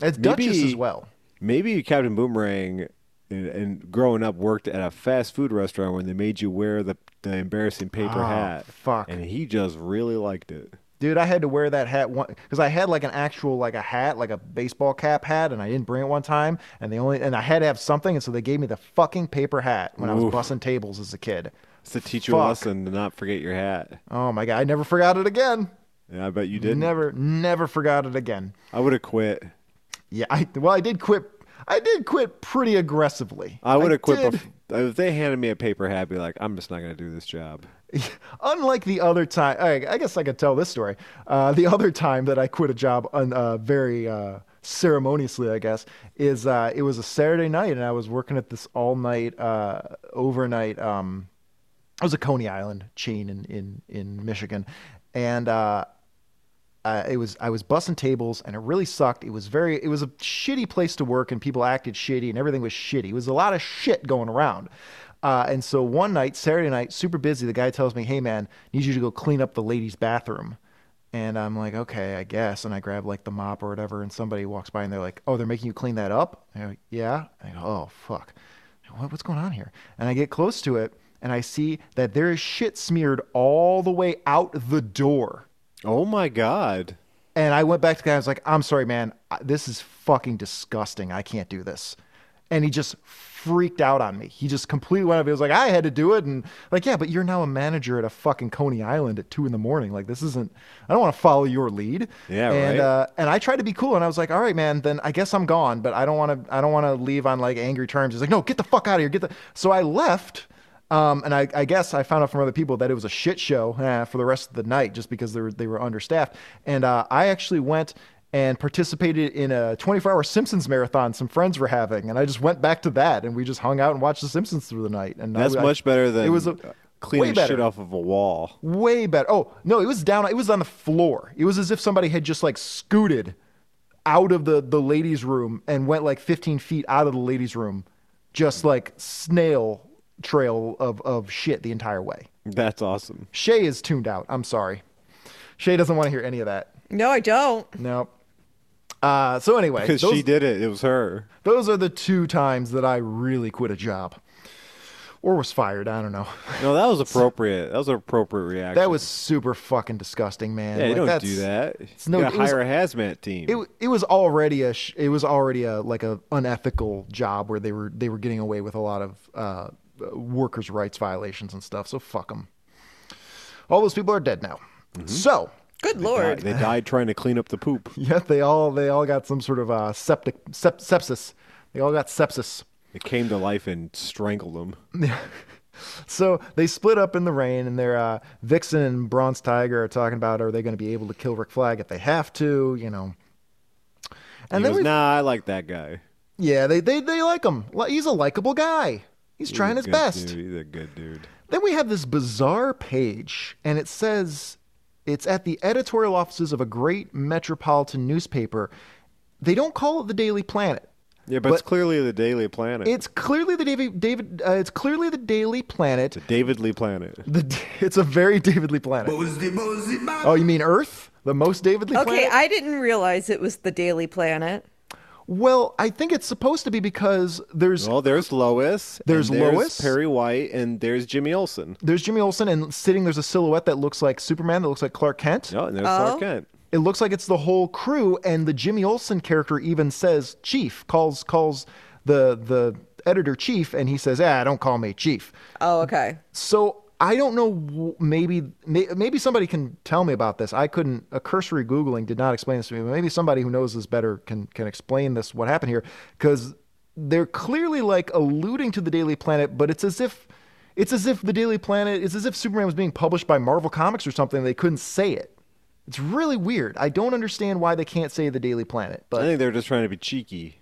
S3: That's Duchess
S4: Maybe-
S3: as well.
S4: Maybe Captain Boomerang and, and growing up worked at a fast food restaurant when they made you wear the, the embarrassing paper
S3: Oh,
S4: hat.
S3: fuck.
S4: And he just really liked it.
S3: Dude, I had to wear that hat one because I had like an actual like a hat, like a baseball cap hat, and I didn't bring it one time. And the only and I had to have something, and so they gave me the fucking paper hat when I was
S4: Oof.
S3: bussing tables as a kid.
S4: It's to teach you a
S3: Fuck.
S4: lesson to not forget your hat.
S3: Oh my god, I never forgot it again.
S4: And I bet you didn't.
S3: Never, never forgot it again.
S4: I would have quit.
S3: Yeah, I well, I did quit. I did quit pretty aggressively.
S4: I would have quit
S3: did-
S4: bef- if they handed me a paper hat, I'd be like, I'm just not going to do this job.
S3: [LAUGHS] Unlike the other time, I, I guess I could tell this story. Uh, the other time that I quit a job un, uh, very uh, ceremoniously, I guess, is uh, it was a Saturday night and I was working at this all night, uh, overnight. Um, it was a Coney Island chain in, in, in Michigan. And uh, uh, it was I was bussing tables and it really sucked. It was very it was a shitty place to work and people acted shitty and everything was shitty. It was a lot of shit going around. Uh, and so one night, Saturday night, super busy, the guy tells me, "Hey man, need you to go clean up the ladies' bathroom." And I'm like, "Okay, I guess." And I grab like the mop or whatever, and somebody walks by and they're like, "Oh, they're making you clean that up?" And I'm like, yeah. I go, "Oh fuck, what, what's going on here?" And I get close to it and I see that there is shit smeared all the way out the door.
S4: Oh my God.
S3: And I went back to the guy. I was like, "I'm sorry, man. I- This is fucking disgusting. I can't do this." And he just freaked out on me. He just completely went up. He was like, "I had to do it." And like, yeah, but you're now a manager at a fucking Coney Island at two in the morning. Like, this isn't. I don't want to follow your lead.
S4: Yeah,
S3: and,
S4: right.
S3: Uh, and I tried to be cool, and I was like, "All right, man. Then I guess I'm gone." But I don't want to. I don't want to leave on like angry terms. He's like, "No, get the fuck out of here. Get the." So I left. Um, and I, I guess I found out from other people that it was a shit show eh, for the rest of the night just because they were, they were understaffed. And uh, I actually went and participated in a 24 hour Simpsons marathon some friends were having. And I just went back to that and we just hung out and watched The Simpsons through the night. And I-
S4: That's
S3: I-
S4: much better than
S3: it was a, way
S4: cleaning
S3: better,
S4: shit off of a wall.
S3: Way better. Oh, no, it was down. It was on the floor. It was as if somebody had just like scooted out of the, the ladies' room and went like 15 feet out of the ladies' room, just like snail trail of, of shit the entire way.
S4: That's awesome.
S3: Shay is tuned out. I'm sorry. Shay doesn't want to hear any of that.
S5: No, I don't.
S3: No. Uh, so anyway,
S4: Because
S3: those,
S4: she did it. It was her.
S3: those are the two times that I really quit a job or was fired. I don't know.
S4: No, that was appropriate. That was an appropriate reaction.
S3: That was super fucking disgusting, man.
S4: Yeah,
S3: Like,
S4: you don't
S3: that's-
S4: do that. It's
S3: no-
S4: no,
S3: it
S4: gotta
S3: was-
S4: hire a hazmat team.
S3: It, it was already a sh- it was already a like a unethical job where they were they were getting away with a lot of uh, workers' rights violations and stuff. So fuck them. All those people are dead now. So [LAUGHS]
S5: Good
S4: Di-
S5: lord.
S4: They died trying to clean up the poop.
S3: yeah, they all they all got some sort of uh, septic sep- sepsis. They all got sepsis.
S4: It came to life and strangled them.
S3: So they split up in the rain, and they're uh, Vixen and Bronze Tiger are talking about are they going to be able to kill Rick Flag if they have to, you know.
S4: And
S3: And
S4: he
S3: then
S4: goes,
S3: we,
S4: nah, I like that guy.
S3: yeah, they, they they like him. Li- He's a likable guy. He's trying
S4: He's
S3: his
S4: a good
S3: best.
S4: dude. He's a good dude.
S3: Then we have this bizarre page, and it says it's at the editorial offices of a great metropolitan newspaper. They don't call it the Daily Planet.
S4: Yeah, but, it's clearly the Daily Planet.
S3: It's clearly the David. David. Uh, it's clearly the Daily Planet.
S4: the David Lee Planet.
S3: The, [LAUGHS] it's a very David Lee planet. Oh, you mean Earth? The most David Lee
S5: Okay,
S3: planet?
S5: I didn't realize it was the Daily Planet.
S3: well, I think it's supposed to be because there's
S4: Well, there's Lois. and
S3: There's
S4: there's
S3: Lois.
S4: Perry White, and there's Jimmy Olsen.
S3: there's Jimmy Olsen and sitting there's a silhouette that looks like Superman, that looks like Clark Kent.
S4: No, Oh, and there's
S3: Oh,
S4: Clark Kent.
S3: It looks like it's the whole crew, and the Jimmy Olsen character even says chief, calls calls the the editor chief, and he says, ah, don't call me chief.
S5: Oh, okay.
S3: So I don't know. w- Maybe may, maybe somebody can tell me about this. I couldn't. A cursory googling did not explain this to me. But maybe somebody who knows this better can can explain this. What happened here? Because they're clearly like alluding to the Daily Planet, but it's as if it's as if the Daily Planet. It's as if Superman was being published by Marvel Comics or something. and They couldn't say it. It's really weird. I don't understand why they can't say the Daily Planet,
S4: I
S3: but
S4: think they're just trying to be cheeky.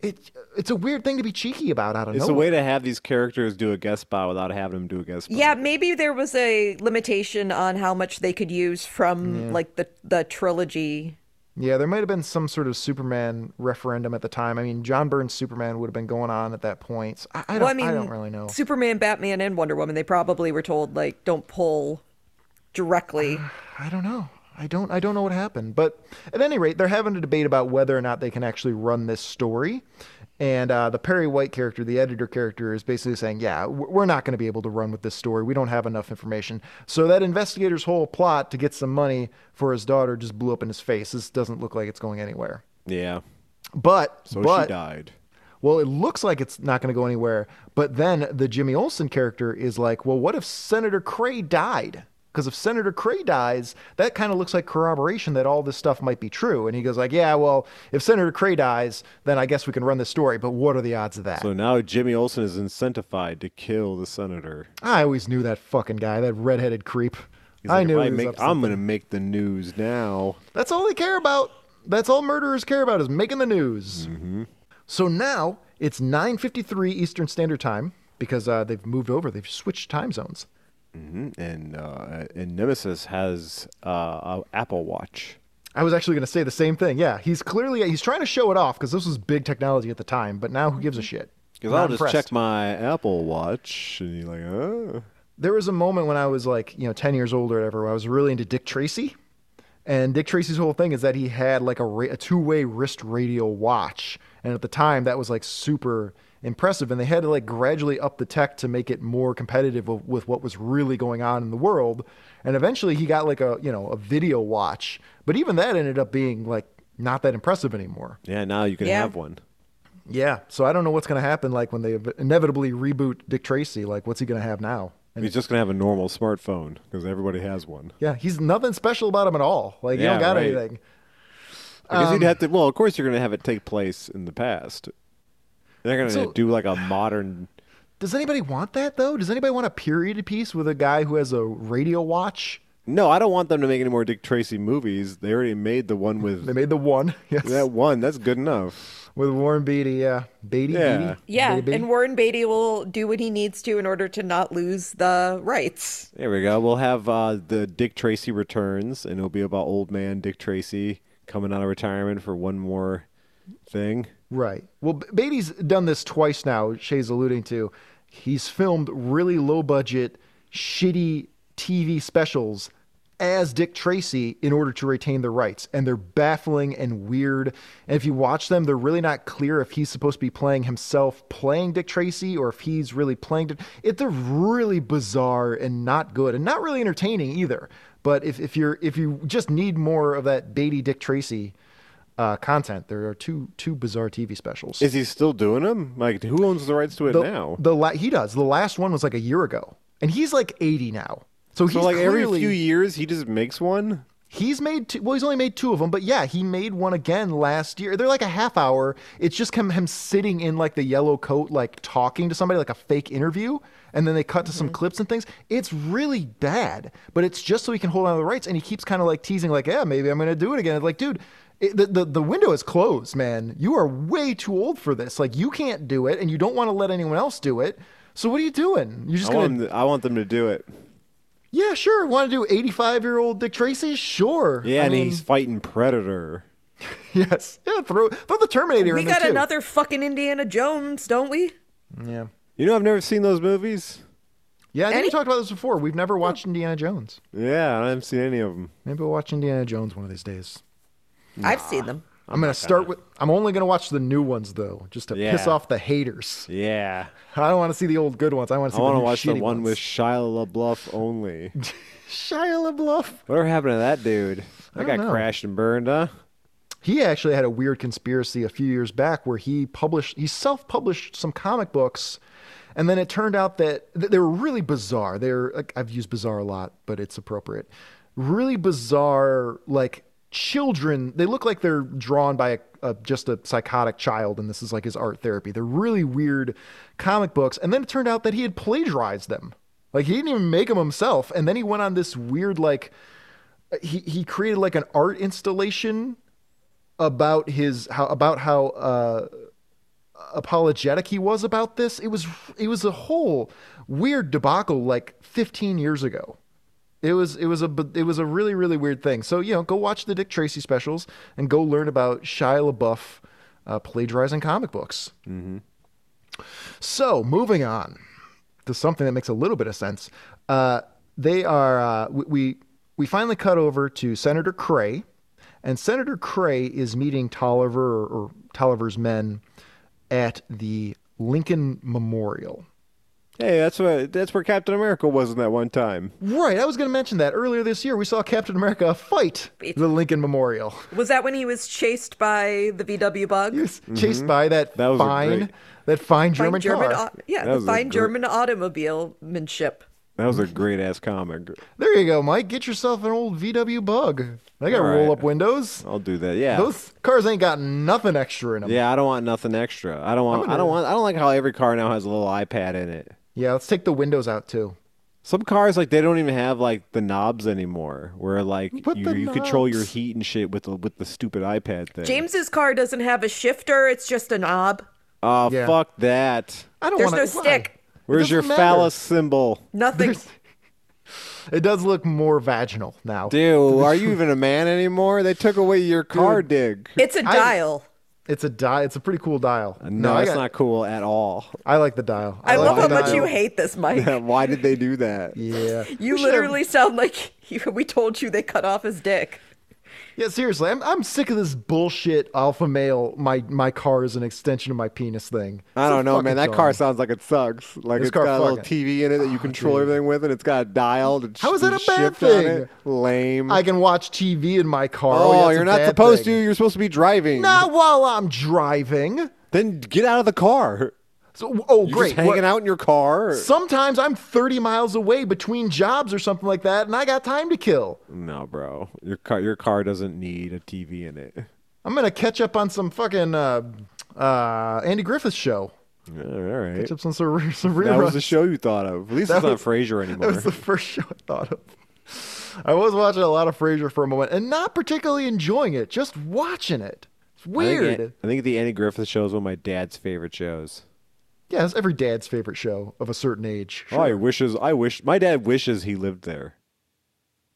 S3: it it's a weird thing to be cheeky about out of
S4: It's a
S3: nowhere.
S4: way to have these characters do a guest spot without having them do a guest spot.
S5: Yeah, maybe there was a limitation on how much they could use from like the the trilogy.
S3: Yeah, there might have been some sort of Superman referendum at the time. I mean, John Byrne's Superman would have been going on at that point. So I, I, don't,
S5: Well, I
S3: I,
S5: mean,
S3: don't really know.
S5: Superman, Batman, and Wonder Woman. They probably were told like don't pull
S3: [SIGHS]
S5: directly.
S3: I don't know. I don't. I don't know what happened. But at any rate, they're having a debate about whether or not they can actually run this story. And uh, the Perry White character, the editor character, is basically saying, "Yeah, w- we're not going to be able to run with this story. We don't have enough information." So that investigator's whole plot to get some money for his daughter just blew up in his face. This doesn't look like it's going anywhere.
S4: Yeah.
S3: But
S4: So
S3: but
S4: she died.
S3: Well, it looks like it's not going to go anywhere. But then the Jimmy Olsen character is like, well, what if Senator Cray died? Because if Senator Cray dies, that kind of looks like corroboration that all this stuff might be true. And he goes like, yeah, well, if Senator Cray dies, then I guess we can run this story. But what are the odds of that?
S4: So now Jimmy Olsen is incentivized to kill the senator.
S3: I always knew that fucking guy, that redheaded creep.
S4: He's
S3: I
S4: like,
S3: knew
S4: if I
S3: he was
S4: make-
S3: up to
S4: I'm going to make the news now.
S3: That's all they care about. That's all murderers care about is making the news.
S4: Mm-hmm.
S3: So now it's 9:53 Eastern Standard Time because uh, they've moved over. They've switched time zones.
S4: Mm-hmm. And uh, and Nemesis has uh, a Apple Watch.
S3: I was actually going to say the same thing. Yeah, he's clearly he's trying to show it off because this was big technology at the time. But now who gives a shit?
S4: Because
S3: Not
S4: I'll just
S3: impressed.
S4: check my Apple Watch, and you're like, oh.
S3: there was a moment when I was like, you know, 10 years old or whatever, where I was really into Dick Tracy. And Dick Tracy's whole thing is that he had like a, ra- a two way wrist radial watch. And at the time, that was like super impressive. And they had to like gradually up the tech to make it more competitive with, with what was really going on in the world. And eventually he got like a, you know, a video watch. But even that ended up being like not that impressive anymore.
S4: Yeah, now you can
S5: Yeah.
S4: have one.
S3: Yeah. So I don't know what's going to happen like when they inevitably reboot Dick Tracy. Like, what's he going to have now?
S4: He's just gonna have a normal smartphone because everybody has one.
S3: Yeah, he's nothing special about him at all. Like you
S4: Yeah,
S3: don't got
S4: right.
S3: anything.
S4: Because
S3: Um,
S4: you'd have to. Well, of course, you're gonna have it take place in the past. They're gonna
S3: So-
S4: do like a modern.
S3: Does anybody want that though? Does anybody want a period piece with a guy who has a radio watch?
S4: No, I don't want them to make any more Dick Tracy movies. They already made the one with
S3: They made the one, [LAUGHS] yes,
S4: [LAUGHS] that one. That's good enough.
S3: with Warren Beatty. Yeah, Beatty.
S4: Yeah.
S3: Beatty?
S5: Yeah,
S3: Beatty, Beatty?
S5: and Warren Beatty will do what he needs to in order to not lose the rights.
S4: There we go. We'll have uh, the Dick Tracy returns, and it'll be about old man Dick Tracy coming out of retirement for one more thing.
S3: Right. Well, B- Beatty's done this twice now. Shay's alluding to. He's filmed really low budget, shitty TV specials as Dick Tracy in order to retain the rights, and they're baffling and weird. And if you watch them, they're really not clear if he's supposed to be playing himself playing Dick Tracy or if he's really playing Dick. It, they're really bizarre and not good, and not really entertaining either. But if, if you're if you just need more of that Beatty Dick Tracy uh, content. There are two two bizarre TV specials.
S4: Is he still doing them? Like, who owns the rights to it
S3: the,
S4: now?
S3: the la- he does. The last one was like a year ago, and he's like eighty now. So he's
S4: so, like every
S3: clearly-
S4: few years, he just makes one.
S3: he's made two, well, he's only made two of them, but yeah, he made one again last year. They're like a half hour. It's just him him sitting in like the yellow coat, like talking to somebody, like a fake interview, and then they cut to some clips and things. It's really bad, but it's just so he can hold on to the rights, and he keeps kind of like teasing, like, yeah, maybe I'm gonna do it again. It's like, dude. It, the, the the window is closed, man. You are way too old for this. Like you can't do it, and you don't want to let anyone else do it. So what are you doing? You're just
S4: I
S3: gonna
S4: want, them to, I want them to do it.
S3: yeah, sure. Want to do 85 year old Dick Tracy? Sure.
S4: Yeah,
S3: I
S4: and
S3: mean-
S4: he's fighting Predator.
S3: [LAUGHS] Yes. Yeah, throw throw the Terminator
S5: We
S3: in there
S5: got
S3: too.
S5: another fucking Indiana Jones, don't we?
S3: Yeah.
S4: You know, I've never seen those movies.
S3: Yeah, I think
S5: Any-
S3: we talked about this before. We've never watched Indiana Jones.
S4: Yeah, I haven't seen any of them.
S3: Maybe we'll watch Indiana Jones one of these days.
S5: I've seen them.
S3: I'm, gonna start with. I'm only gonna watch the new ones though, just to piss
S4: Yeah.
S3: off the haters. [LAUGHS]
S4: Yeah,
S3: I don't want to see the old good ones. I want to
S4: I
S3: see.
S4: want
S3: the
S4: to
S3: new
S4: watch the
S3: shitty
S4: one
S3: ones.
S4: with Shia
S3: [LAUGHS]
S4: LaBeouf only.
S3: Shia LaBeouf.
S4: Whatever happened to that dude?
S3: don't
S4: That got
S3: know.
S4: crashed and burned, huh?
S3: he actually had a weird conspiracy a few years back where he published he self-published some comic books and then it turned out that th- they were really bizarre they're like, i've used bizarre a lot but it's appropriate really bizarre like children they look like they're drawn by a, a just a psychotic child and this is like his art therapy they're really weird comic books and then it turned out that he had plagiarized them like he didn't even make them himself and then he went on this weird like he he created like an art installation about his how about how uh apologetic he was about this it was it was a whole weird debacle like 15 years ago it was it was a it was a really really weird thing so you know go watch the dick tracy specials and go learn about shia labeouf uh, plagiarizing comic books so moving on to something that makes a little bit of sense. Uh, they are uh, we, we we finally cut over to Senator Cray, and Senator Cray is meeting Tolliver or, or Tolliver's men at the Lincoln Memorial.
S4: Hey, that's what that's where Captain America was in that one time.
S3: Right, I was going to mention that earlier this year. We saw Captain America fight the Lincoln Memorial. [LAUGHS]
S5: Was that when he was chased by the VW bug?
S3: He was chased by that,
S4: Mm-hmm. That was a
S3: fine
S4: great-
S3: that fine
S5: Fine
S3: German, car.
S5: au- yeah,
S4: That
S5: the
S4: was a
S5: fine
S4: gr-
S5: German automobilemanship.
S4: That was a great ass comic.
S3: There you go, Mike. Get yourself an old VW Bug. They got
S4: All right.
S3: roll up windows.
S4: I'll do that. Yeah.
S3: Those cars ain't got nothing extra in them.
S4: yeah, I don't want nothing extra. I don't want. I don't want. I don't like how every car now has a little iPad in it.
S3: Yeah, let's take the windows out too.
S4: Some cars like they don't even have like the knobs anymore, where like
S3: But
S4: you,
S3: the
S4: you control your
S3: knobs.
S4: heat and shit with the with the stupid iPad thing.
S5: James's car doesn't have a shifter; it's just a knob.
S4: oh
S3: Yeah.
S4: fuck that!
S3: I don't
S5: There's
S3: want
S5: no stick.
S4: Where's your phallus symbol,
S5: Nothing.
S3: It does look more vaginal now.
S4: [LAUGHS] dude? Are you even a man anymore? They took away your car, dig.
S5: It's a dial.
S3: It's a di- It's a pretty cool dial.
S4: Uh, No,
S3: I
S4: that's
S3: got-
S4: not cool at [LAUGHS] all.
S3: I like the dial.
S5: I,
S3: like
S5: love
S3: the
S5: how much
S3: dial.
S5: you hate this, Mike.
S4: Why did they do
S3: [LAUGHS]
S4: that?
S3: Yeah.
S5: [LAUGHS] You
S3: We should have-
S5: literally sound like [LAUGHS] you, we told you they cut off his dick.
S3: Yeah, seriously, I'm I'm sick of this bullshit alpha male. My my car is an extension of my penis thing. It's
S4: I
S3: a
S4: don't know, man.
S3: fucking
S4: That car
S3: dog.
S4: sounds like it sucks. Like
S3: This
S4: it's
S3: car
S4: got a little
S3: fucking- Ah,
S4: TV in it that you control everything with, and it's got a dial. To
S3: How is
S4: sh-
S3: that a bad
S4: shift on
S3: thing?
S4: it. Lame.
S3: I can watch TV in my car.
S4: oh,
S3: yeah, it's
S4: you're
S3: a
S4: not
S3: bad
S4: supposed
S3: thing.
S4: to. You're supposed to be driving.
S3: Not while I'm driving.
S4: Then get out of the car.
S3: So, oh,
S4: You're
S3: great.
S4: just hanging
S3: What-
S4: out in your car.
S3: Sometimes I'm 30 miles away between jobs or something like that, and I got time to kill.
S4: No, bro. Your car. Your car doesn't need a TV in it. [LAUGHS]
S3: I'm gonna catch up on some fucking uh, uh, Andy Griffith show.
S4: Yeah, All right.
S3: Catch up on some some
S4: That was
S3: reruns.
S4: the show you thought of. At least it's not Frasier anymore.
S3: [LAUGHS] That was the first show I thought of. I was watching a lot of Frasier for a moment and not particularly enjoying it, just watching it. It's
S4: I think,
S3: weird.
S4: I think the Andy Griffith show is one of my dad's favorite shows.
S3: Yeah, it's every dad's favorite show of a certain age.
S4: Oh, I wishes. I wish my dad wishes he lived there.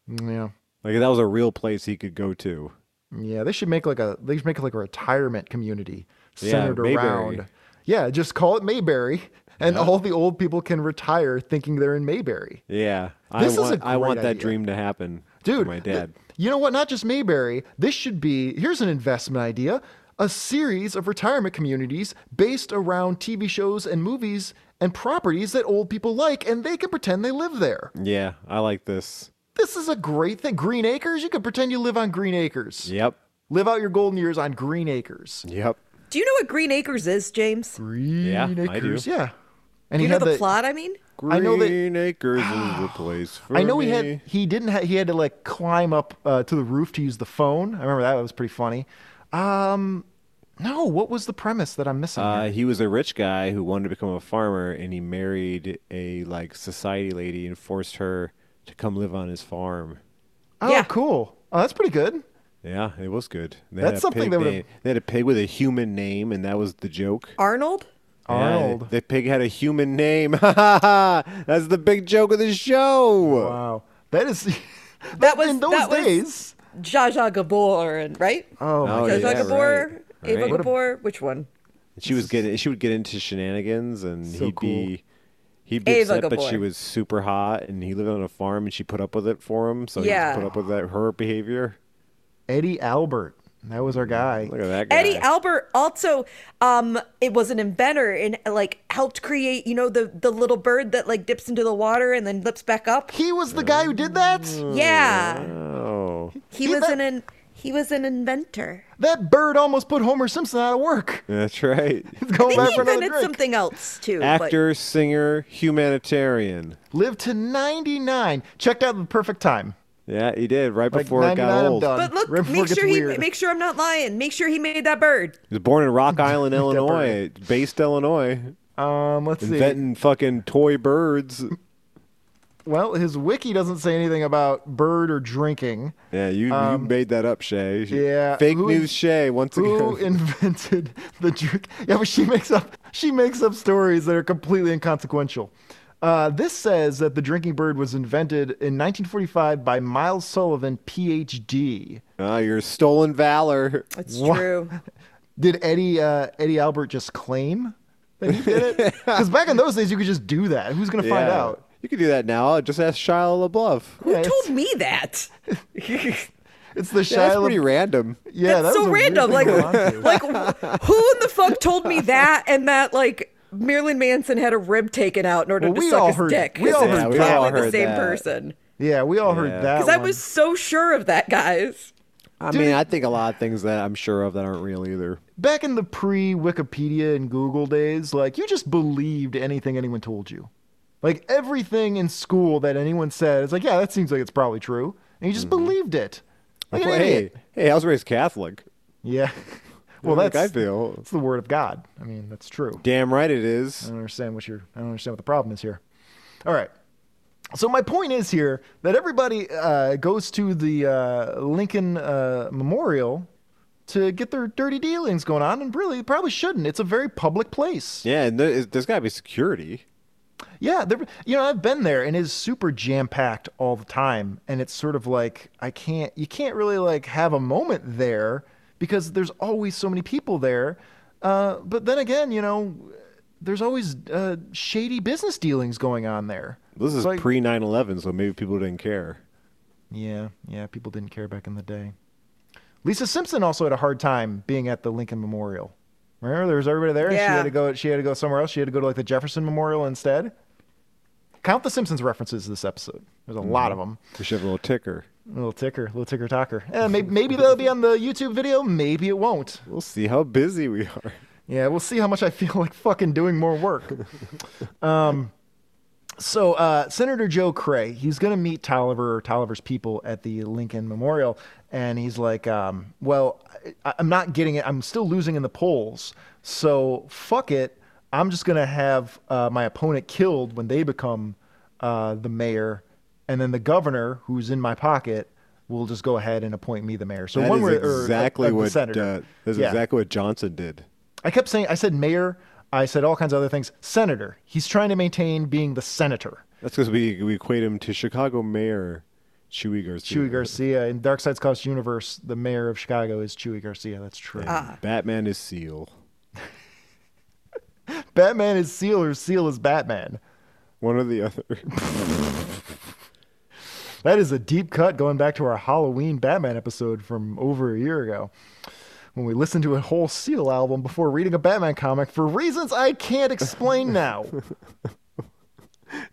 S3: Yeah.
S4: Like that was a real place he could go to.
S3: Yeah, they should make like a they should make like a retirement community
S4: Yeah,
S3: centered
S4: Mayberry.
S3: around. Yeah, just call it Mayberry and all the old people can retire thinking they're in Mayberry.
S4: Yeah,
S3: This is
S4: I want,
S3: a
S4: I want
S3: great
S4: that
S3: idea.
S4: dream to happen,
S3: Dude,
S4: For my dad.
S3: th- you know what? Not just Mayberry. This should be here's an investment idea a series of retirement communities based around TV shows and movies and properties that old people like, and they can pretend they live there.
S4: yeah, I like this.
S3: This is a great thing. Green Acres, you can pretend you live on Green Acres.
S4: Yep,
S3: Live out your golden years on Green Acres.
S4: yep.
S5: Do you know what Green Acres is, James?
S3: Green
S4: Yeah, I do.
S3: Acres, yeah. And
S5: Do
S3: he
S5: you know
S3: had
S5: the
S3: the-
S5: plot? I mean,
S4: Green
S3: I know that-
S4: Acres
S3: [GASPS]
S4: is the place for
S3: I know he
S4: me.
S3: had he didn't ha- he had to like climb up uh, to the roof to use the phone. I remember that, that was pretty funny. Um, no, what was the premise that I'm missing?
S4: Uh,
S3: here?
S4: he was a rich guy who wanted to become a farmer, and he married a like society lady and forced her to come live on his farm.
S3: Oh,
S5: yeah.
S3: cool. Oh, that's pretty good.
S4: Yeah, it was good. They
S3: That's
S4: had a
S3: something
S4: pig
S3: that would've-
S4: name- They had a pig with a human name, and that was the joke.
S5: Arnold?
S3: Arnold.
S4: Yeah, the pig had a human name. [LAUGHS] Ha ha ha! That's the big joke of the show.
S3: Wow, that is [LAUGHS]
S5: That was-
S3: in those
S5: that was-
S3: days.
S5: Zsa Zsa Gabor, and, right?
S3: Oh, my
S4: Oh,
S5: Zsa Zsa
S4: yeah,
S5: Gabor,
S4: right,
S5: Ava
S4: right.
S5: Gabor, which one?
S4: She was getting. She would get into shenanigans, and
S3: So
S4: he'd be. He'd be
S5: Ava
S4: upset, but she
S5: Gabor.
S4: was super hot, and he lived on a farm, and she put up with it for him. So
S5: Yeah.
S4: he put up with that her behavior.
S3: Eddie Albert, that was our guy.
S4: Look at that guy.
S5: Eddie Albert also um it was an inventor and like helped create, you know, the the little bird that like dips into the water and then lips back up.
S3: He was the guy who did that.
S4: Mm.
S5: Yeah.
S4: Oh,
S5: He
S3: He
S5: was
S3: bet-
S5: an in, he was an inventor.
S3: That bird almost put Homer Simpson out of work.
S4: that's right.
S3: [LAUGHS] He's going
S5: I
S3: back
S5: think he
S3: for another
S5: invented
S3: drink.
S5: something else too. but-
S4: Actor, singer, humanitarian.
S3: Lived to 99. Checked out at the perfect time.
S4: Yeah, he did right
S3: Like
S4: before it
S3: 99,
S4: got
S3: I'm
S4: old.
S3: done.
S5: But look,
S3: Right before
S5: make
S3: it gets
S5: sure he
S3: weird.
S5: make sure I'm not lying. Make sure he made that bird.
S4: He was born
S3: [LAUGHS]
S4: in Rock Island, Illinois, based Illinois,
S3: Um, let's see.
S4: inventing fucking toy birds.
S3: Well, his wiki doesn't say anything about bird or drinking.
S4: Yeah, you, you made that up, Shay.
S3: Um, yeah,
S4: fake
S3: who-
S4: news, Shay. Once [LAUGHS]
S3: Who
S4: again,
S3: invented the drink? Yeah, but she makes up she makes up stories that are completely inconsequential. Uh, this says that the drinking bird was invented in 1945 by Miles Sullivan, PhD.
S4: ah, your stolen valor.
S5: It's
S3: What? [LAUGHS]
S5: true.
S3: Did Eddie uh, Eddie Albert just claim that he did it?
S4: [LAUGHS]
S3: Because back in those days, you could just do that. Who's gonna find
S4: Yeah.
S3: out?
S4: You can do that now. Just ask Shia LaBeouf.
S5: Who
S3: Yeah, it's,
S5: told me that?
S3: it's the Shia.
S4: Yeah, that's
S3: LaBeouf-
S4: pretty random.
S3: yeah, that
S5: That's so
S3: was a weird
S5: random.
S3: thing
S5: Like,
S3: to go on to.
S5: like who in the fuck told me that? And that like Marilyn Manson had a rib taken out in order
S3: Well,
S5: to
S3: we
S5: suck
S3: all
S5: his
S3: heard-
S5: dick.
S3: we all
S5: It's
S3: heard
S5: probably
S3: that. We all
S5: the
S4: heard
S5: same
S4: that.
S5: person.
S3: yeah, we all heard
S4: Yeah.
S3: that.
S5: Because I
S3: one.
S5: was so sure of that, guys.
S4: I mean, I think a lot of things that I'm sure of that aren't real either.
S3: back in the pre Wikipedia and Google days, like you just believed anything anyone told you. Like everything in school that anyone said, it's like, yeah, that seems like it's probably true, and he just believed it. Like an
S4: Mm-hmm. Well, hey,
S3: idiot.
S4: hey, I was raised Catholic.
S3: Yeah. [LAUGHS] Well,
S4: Like,
S3: that's
S4: I feel
S3: that's the word of God. I mean, that's true.
S4: damn right it is.
S3: I don't understand what you're. I don't understand what the problem is here. All right. So my point is here that everybody uh, goes to the uh, Lincoln uh, Memorial to get their dirty dealings going on, and really probably shouldn't. It's a very public place.
S4: Yeah, and there is, there's got to be security.
S3: Yeah, there, you know, I've been there and it's super jam packed all the time. And it's sort of like, I can't, you can't really like have a moment there because there's always so many people there. Uh, but then again, you know, there's always uh, shady business dealings going on there.
S4: This is
S3: It's like-
S4: pre 9 11, so maybe people didn't care.
S3: Yeah, yeah, people didn't care back in the day. Lisa Simpson also had a hard time being at the Lincoln Memorial. Remember, there was everybody there. and She
S5: Yeah.
S3: had to go. She had to go somewhere else. She had to go to like the Jefferson Memorial instead. Count the Simpsons references this episode. There's a lot of them.
S4: We should have a little ticker.
S3: A little ticker, a little ticker talker. Eh, maybe, maybe that'll be on the YouTube video. Maybe it won't.
S4: We'll see how busy we are.
S3: Yeah, we'll see how much I feel [LAUGHS] like fucking doing more work. um, so uh, Senator Joe Cray, he's going to meet Tolliver or Tolliver's people at the Lincoln Memorial, and he's like, um, "Well, I, I'm not getting it. I'm still losing in the polls. So fuck it. I'm just going to have uh, my opponent killed when they become uh, the mayor, and then the governor, who's in my pocket." Will just go ahead and appoint me the mayor. So
S4: That
S3: one
S4: is
S3: way or-
S4: exactly
S3: uh, the
S4: what
S3: senator.
S4: uh, that's
S3: Yeah.
S4: exactly what Johnson did.
S3: I kept saying, I said mayor, I said all kinds of other things. Senator. He's trying to maintain being the senator.
S4: That's because we we equate him to Chicago Mayor Chewy Garcia.
S3: Chewy Garcia in Darkseid's Cost Universe, the mayor of Chicago is Chewy Garcia. That's true.
S4: Uh, Batman is Seal.
S3: Batman is Seal or Seal is Batman.
S4: One or the other. [LAUGHS]
S3: That is a deep cut going back to our Halloween Batman episode from over a year ago when we listened to a whole Seal album before reading a Batman comic for reasons I can't explain now.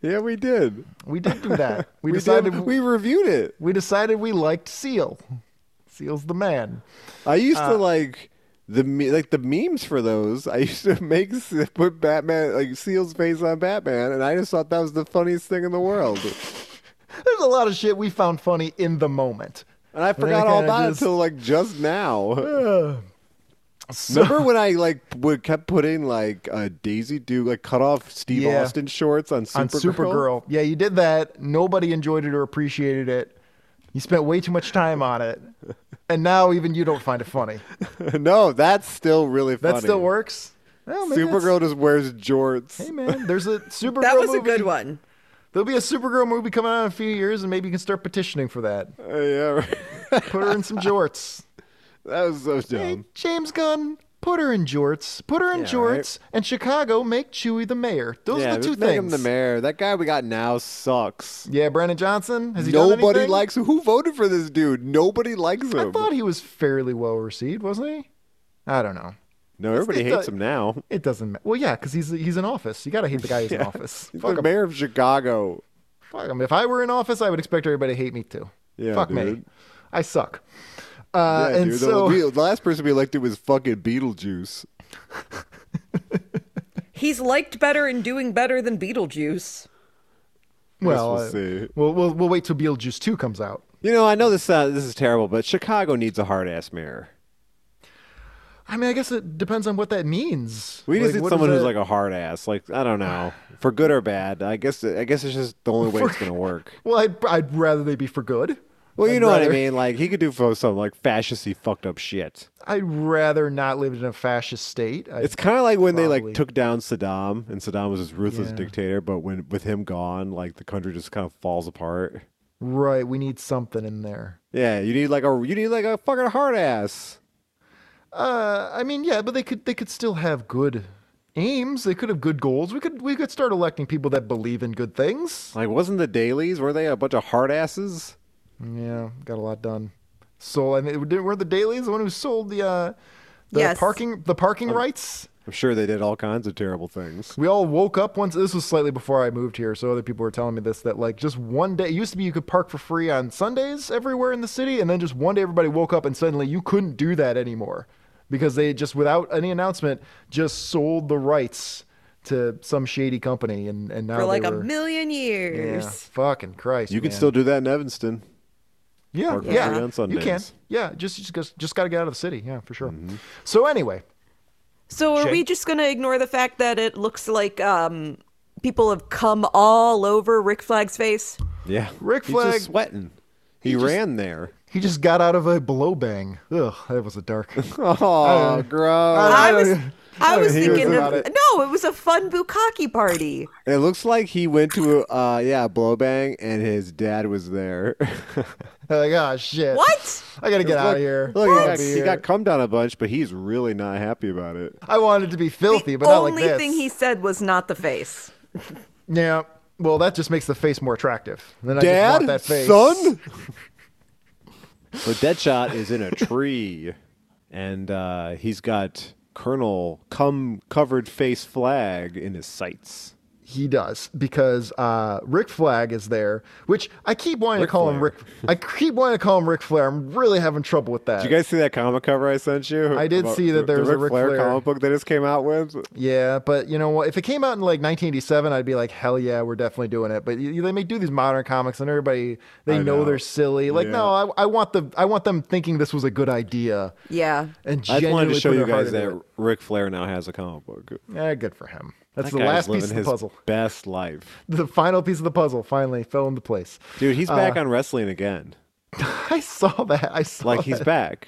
S4: yeah, we did.
S3: we did do that. We,
S4: We
S3: decided
S4: did- we reviewed it.
S3: we decided we liked Seal. Seal's the man.
S4: I used
S3: Ah.
S4: to like the me- like the memes for those. I used to make [LAUGHS] s- put Batman like Seal's face on Batman, and I just thought that was the funniest thing in the world.
S3: There's a lot of shit we found funny in the moment.
S4: And I forgot
S3: kinda
S4: all about
S3: just-
S4: it until like
S3: [SIGHS]
S4: just now. Remember when I like would kept putting like a Daisy Duke like cut off Steve
S3: Yeah.
S4: Austin shorts on Supergirl?
S3: on Supergirl. Yeah, you did that. Nobody enjoyed it or appreciated it. You spent way too much time on it. And now even you don't find it funny.
S4: [LAUGHS] no, that's still really
S3: That
S4: funny.
S3: still works? Well, maybe that's-
S4: Supergirl just wears jorts.
S3: Hey man, there's
S4: [LAUGHS]
S3: a Supergirl
S5: That was a
S3: movie.
S5: good one.
S3: There'll be a Supergirl movie coming out in a few years and maybe you can start petitioning for that.
S4: Uh, yeah, right. [LAUGHS]
S3: Put her in some jorts.
S4: that was so
S3: Hey,
S4: dumb.
S3: James Gunn, put her in jorts. Put her in
S4: Yeah, right.
S3: jorts and Chicago make Chewy the mayor. Those
S4: yeah,
S3: are the two
S4: just make him
S3: things.
S4: the mayor. That guy we got now sucks.
S3: Yeah, Brandon Johnson. Has he done
S4: Nobody
S3: anything?
S4: likes him. Who voted for this dude? Nobody likes him.
S3: I thought he was fairly well received, wasn't he? I don't know.
S4: no, everybody
S3: it's
S4: hates
S3: a-
S4: him now.
S3: It doesn't matter. Well, yeah, because he's he's in office. You gotta hate the guy who's
S4: [LAUGHS]
S3: in office.
S4: He's
S3: Fuck
S4: the
S3: him.
S4: mayor of Chicago.
S3: Fuck him. If I were in office, I would expect everybody to hate me too.
S4: Yeah,
S3: Fuck me.
S4: dude.
S3: I suck. Uh,
S4: yeah,
S3: and
S4: dude. The-
S3: so
S4: we- the, last person we elected was fucking Beetlejuice.
S5: He's liked better and doing better than Beetlejuice.
S3: [LAUGHS] well,
S4: we'll
S3: uh,
S4: see.
S3: we'll, we'll we'll wait till Beetlejuice two comes out.
S4: You know, I know this uh, this is terrible, but Chicago needs a hard ass mayor.
S3: I mean, I guess it depends on what that means.
S4: We just
S3: Like,
S4: need
S3: what is
S4: someone who's
S3: that-
S4: like a hard ass. Like I don't know, for good or bad. I guess I guess it's just the only way it's gonna work.
S3: Well, I'd I'd rather they be for good.
S4: [LAUGHS] Well, you
S3: I'd
S4: know what I
S3: rather-
S4: mean. Like he could do fo- some like fascisty fucked up shit.
S3: I'd rather not live in a fascist state. I,
S4: It's kind of like when they
S3: Probably.
S4: like took down Saddam, and Saddam was this ruthless
S3: Yeah.
S4: dictator. But when with him gone, like the country just kind of falls apart.
S3: right. We need something in there.
S4: Yeah, you need like a you need like a fucking hard ass.
S3: Uh, I mean, yeah, but they could they could still have good aims. They could have good goals. We could we could start electing people that believe in good things.
S4: Like wasn't the dailies? Were they a bunch of hard asses?
S3: Yeah, got a lot done. Sold. I mean, didn't- were the dailies the one who sold the uh, the
S5: Yes.
S3: parking the parking rights?
S4: I'm sure they did all kinds of terrible things.
S3: We all woke up once. This was slightly before I moved here, so other people were telling me this that like just one day. It used to be you could park for free on Sundays everywhere in the city, and then just one day everybody woke up and suddenly you couldn't do that anymore because they just without any announcement just sold the rights to some shady company, and and now
S5: for like
S3: Oh, they
S5: a
S3: were,
S5: million
S3: yeah,
S5: years.
S3: fucking Christ.
S4: You can
S3: man.
S4: still do that in Evanston.
S3: Yeah,
S4: Work for
S3: yeah,
S4: free on
S3: you can.
S4: Sundays. Mm-hmm.
S3: Yeah, just just- just just got to get out of the city. Yeah, for sure. So anyway,
S5: So are
S3: Shay?
S5: we just gonna ignore the fact that it looks like um, people have come all over Rick Flag's face?
S4: Yeah.
S3: Rick
S4: He's just
S3: Flag-
S4: sweating. He,
S3: [LAUGHS]
S4: ran there.
S3: he just got out of a blow bang. Ugh, that was a dark. [LAUGHS]
S4: Oh, gross.
S5: I
S3: don't
S5: was,
S3: know.
S5: I was
S3: don't hear
S5: thinking
S3: Oh, about
S5: of,
S3: it.
S5: no, it was a fun
S3: [LAUGHS]
S5: bukkake party.
S4: It looks like he went to a uh, yeah, a blow bang and his dad was there. [LAUGHS]
S3: like, oh shit.
S5: What?
S3: I gotta get out
S4: Look-
S3: of here.
S4: Look,
S3: Get
S4: he
S3: outta
S4: got, he
S3: here.
S4: got come down a bunch, but he's really not happy about it.
S3: I wanted to be filthy,
S5: the
S3: but not like
S5: only
S3: this.
S5: thing he said was not the face.
S3: Yeah. Well, that just makes the face more attractive. Then I just want
S4: Dad,
S3: that face. [LAUGHS]
S4: son. but Deadshot is in a tree, and uh, he's got Colonel cum covered face flag in his sights.
S3: He does because uh, Rick Flag is there, which I keep wanting
S4: Ric
S3: to call him
S4: Flair.
S3: Rick. I keep wanting to call him Rick Flair. I'm really having trouble with that.
S4: Did you guys see that comic cover I sent you?
S3: I did
S4: About
S3: see that
S4: the-
S3: there was a
S4: the Ric
S3: Ric
S4: Flair,
S3: Flair.
S4: comic book they just came out with.
S3: yeah, but you know what? If it came out in like 1987, I'd be like, hell yeah, we're definitely doing it. But you, they may do these modern comics, and everybody they
S4: I
S3: know.
S4: know.
S3: they're silly. Like,
S4: Yeah.
S3: no, I, I want the I want them thinking this was a good idea.
S5: Yeah.
S3: And
S4: I just
S3: genuinely
S4: wanted to show
S3: put
S4: you
S3: their heart
S4: guys
S3: into
S4: that Ric Flair now has a comic book.
S3: it. Eh, good for him. That's
S4: That
S3: the
S4: guy is
S3: last
S4: living
S3: piece of the
S4: his
S3: puzzle.
S4: Best life,
S3: the final piece of the puzzle finally fell into place. [LAUGHS]
S4: dude. He's
S3: Uh.
S4: back on wrestling again.
S3: I saw that. I saw
S4: Like he's
S3: that.
S4: back.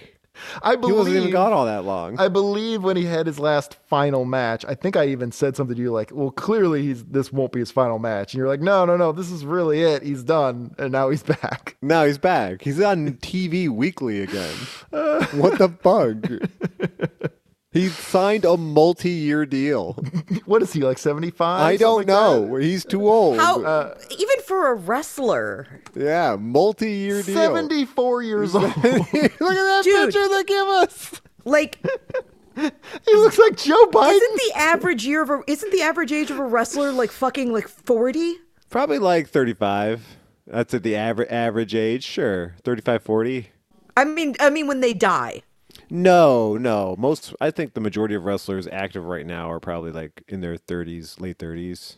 S3: I
S4: He
S3: believe.
S4: wasn't even gone all that long.
S3: I believe when he had his last final match, I think I even said something to you like, "Well, clearly he's this won't be his final match," and you're like, "No, no, no, this is really it. He's done, and now he's [LAUGHS] back."
S4: Now he's back. He's on
S3: [LAUGHS]
S4: TV weekly again. what the fuck? he signed a
S3: [LAUGHS]
S4: multi-year deal.
S3: What is he like, seventy five?
S4: I don't know. He's too old.
S5: How,
S3: uh,
S5: even for a wrestler,
S4: yeah, multi-year deal.
S3: Seventy [LAUGHS] four years
S4: [LAUGHS]
S3: old.
S4: Look at that
S5: Dude.
S4: picture they give us.
S5: like,
S3: he looks like Joe Biden. [LAUGHS]
S5: isn't the average year of a, isn't the average age of a wrestler like fucking like 40?
S4: Probably like 35. That's at the average average age, sure. 35, 40.
S5: I mean, I mean when they die.
S4: No, no. Most I think the majority of wrestlers active right now are probably like in their 30s, late 30s.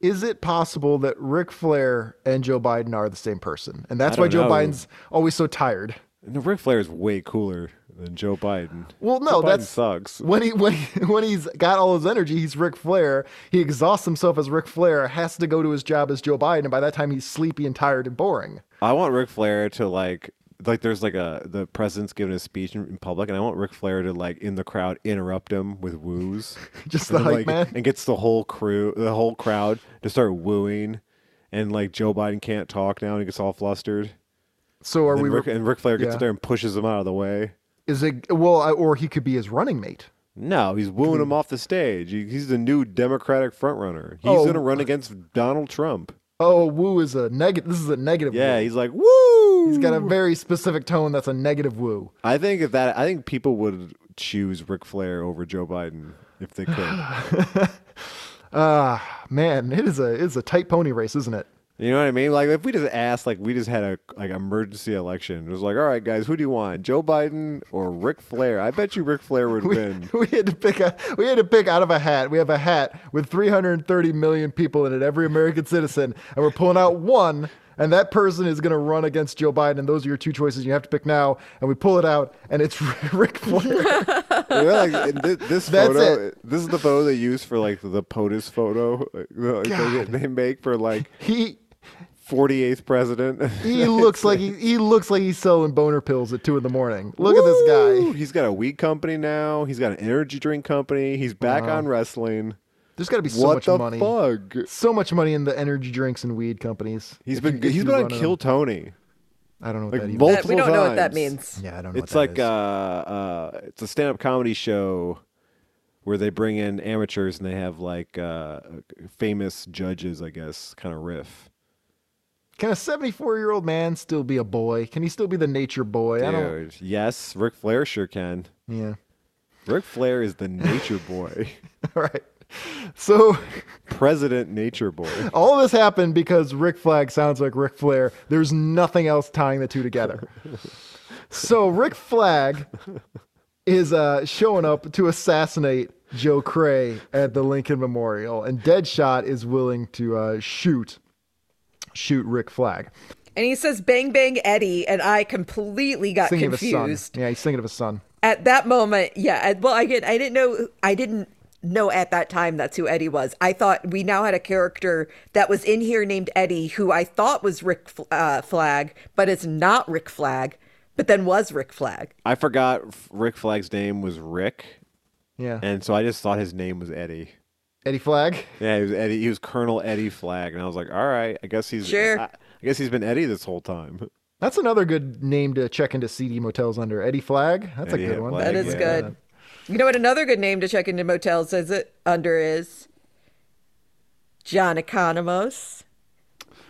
S3: Is it possible that Ric Flair and Joe Biden are the same person, and that's
S4: I
S3: why
S4: don't
S3: Joe
S4: know.
S3: Biden's always so tired?
S4: No, Ric Flair is way cooler than Joe Biden.
S3: Well, no,
S4: Joe Biden
S3: that's
S4: sucks.
S3: When he when he, [LAUGHS] when he's got all his energy, he's Ric Flair. He exhausts himself as Ric Flair, has to go to his job as Joe Biden, and by that time he's sleepy and tired and boring.
S4: I want Ric Flair to like like there's like a the president's giving a speech in, in public, and I want Ric Flair to like in the crowd interrupt him with woos,
S3: [LAUGHS] Just
S4: And
S3: the
S4: then,
S3: hype
S4: like,
S3: man.
S4: and gets the whole crew, the whole crowd to start wooing, and like Joe Biden can't talk now, and he gets all flustered.
S3: So are
S4: And,
S3: we?
S4: Ric, and Ric Flair gets
S3: yeah.
S4: up there and pushes him out of the way.
S3: Is it well, I, or he could be his running mate?
S4: No, he's wooing
S3: [CLEARS THROAT]
S4: him off the stage. He, he's the new Democratic frontrunner. He's
S3: Oh.
S4: going to run against Donald Trump.
S3: Oh, woo is a negative. This is a negative.
S4: Yeah,
S3: woo.
S4: he's like, woo!
S3: he's got a very specific tone. That's a negative woo.
S4: I think if that, I think people would choose Ric Flair over Joe Biden if they could.
S3: [SIGHS] Ah, man, it is a it is a tight pony race, isn't it?
S4: you know what I mean? Like if we just asked, like we just had a like emergency election, it was like, all right, guys, who do you want, Joe Biden or Ric Flair? I bet you Ric Flair would
S3: We, [LAUGHS]
S4: win.
S3: we had to pick a we had to pick out of a hat. We have a hat with 330 million people in it, every American citizen, and we're pulling out one, and that person is going to run against Joe Biden. And those are your two choices you have to pick now. And we pull it out, and it's [LAUGHS] Rick
S4: [LAUGHS]
S3: Flair.
S4: You know, like, and thi- this
S3: That's
S4: photo,
S3: it.
S4: this is the photo they use for like the POTUS photo like, they,
S3: God.
S4: they make for like
S3: he
S4: 48th president.
S3: he looks like he, he looks like he's selling boner pills at two in the morning. [LAUGHS] Look at this
S4: Woo!
S3: guy.
S4: He's got a weed company now. He's got an energy drink company. He's back on wrestling.
S3: There's got to be so
S4: what
S3: much
S4: the
S3: money.
S4: fuck?
S3: So much money in the energy drinks and weed companies.
S4: He's
S3: If
S4: been
S3: you- if
S4: he's
S3: you
S4: been on
S3: run 'em.
S4: Kill Tony.
S3: I don't know what
S4: Like
S3: that even.
S4: multiple
S5: we don't know what that
S4: times.
S5: means.
S3: yeah, I don't know.
S4: It's
S3: what that
S4: like
S3: is.
S4: uh, uh, it's a stand-up comedy show where they bring in amateurs and they have like uh, famous judges, I guess, kind of riff.
S3: Can a 74 year old man still be a boy? Can he still be the nature boy? I don't.
S4: Dude, yes, Ric Flair sure can.
S3: Yeah. [LAUGHS]
S4: Ric Flair is the Nature Boy, [LAUGHS]
S3: All right. So
S4: President Nature Boy.
S3: all this happened because Rick Flag sounds like Ric Flair. There's nothing else tying the two together. so Rick Flag is uh, showing up to assassinate Joe Cray at the Lincoln Memorial, and Deadshot is willing to uh, shoot shoot Rick Flag.
S5: And he says, bang, bang, Eddie. And I completely got
S3: Thinking of his
S5: confused.
S3: son. Yeah, he's thinking of his son.
S5: At that moment, yeah. I- Well, I, get, I didn't know. I didn't know at that time that's who Eddie was. I thought we now had a character that was in here named Eddie, who I thought was Rick F- uh, Flag, but is not Rick Flag, but then was Rick Flag.
S4: I forgot F- Rick Flag's name was Rick,
S3: Yeah.
S4: and so I just thought his name was Eddie.
S3: Eddie Flag.
S4: Yeah, he was Eddie. He was Colonel Eddie Flag, and I was like, all right, I guess he's
S5: Sure.
S4: I, I guess he's been Eddie this whole time. [LAUGHS]
S3: That's another good name to check into CD motels under. Eddie Flag. That's
S4: Eddie
S3: a good one.
S4: Flag,
S5: That is
S4: yeah.
S5: good. You know what? Another good name to check into motels is it under is John Economos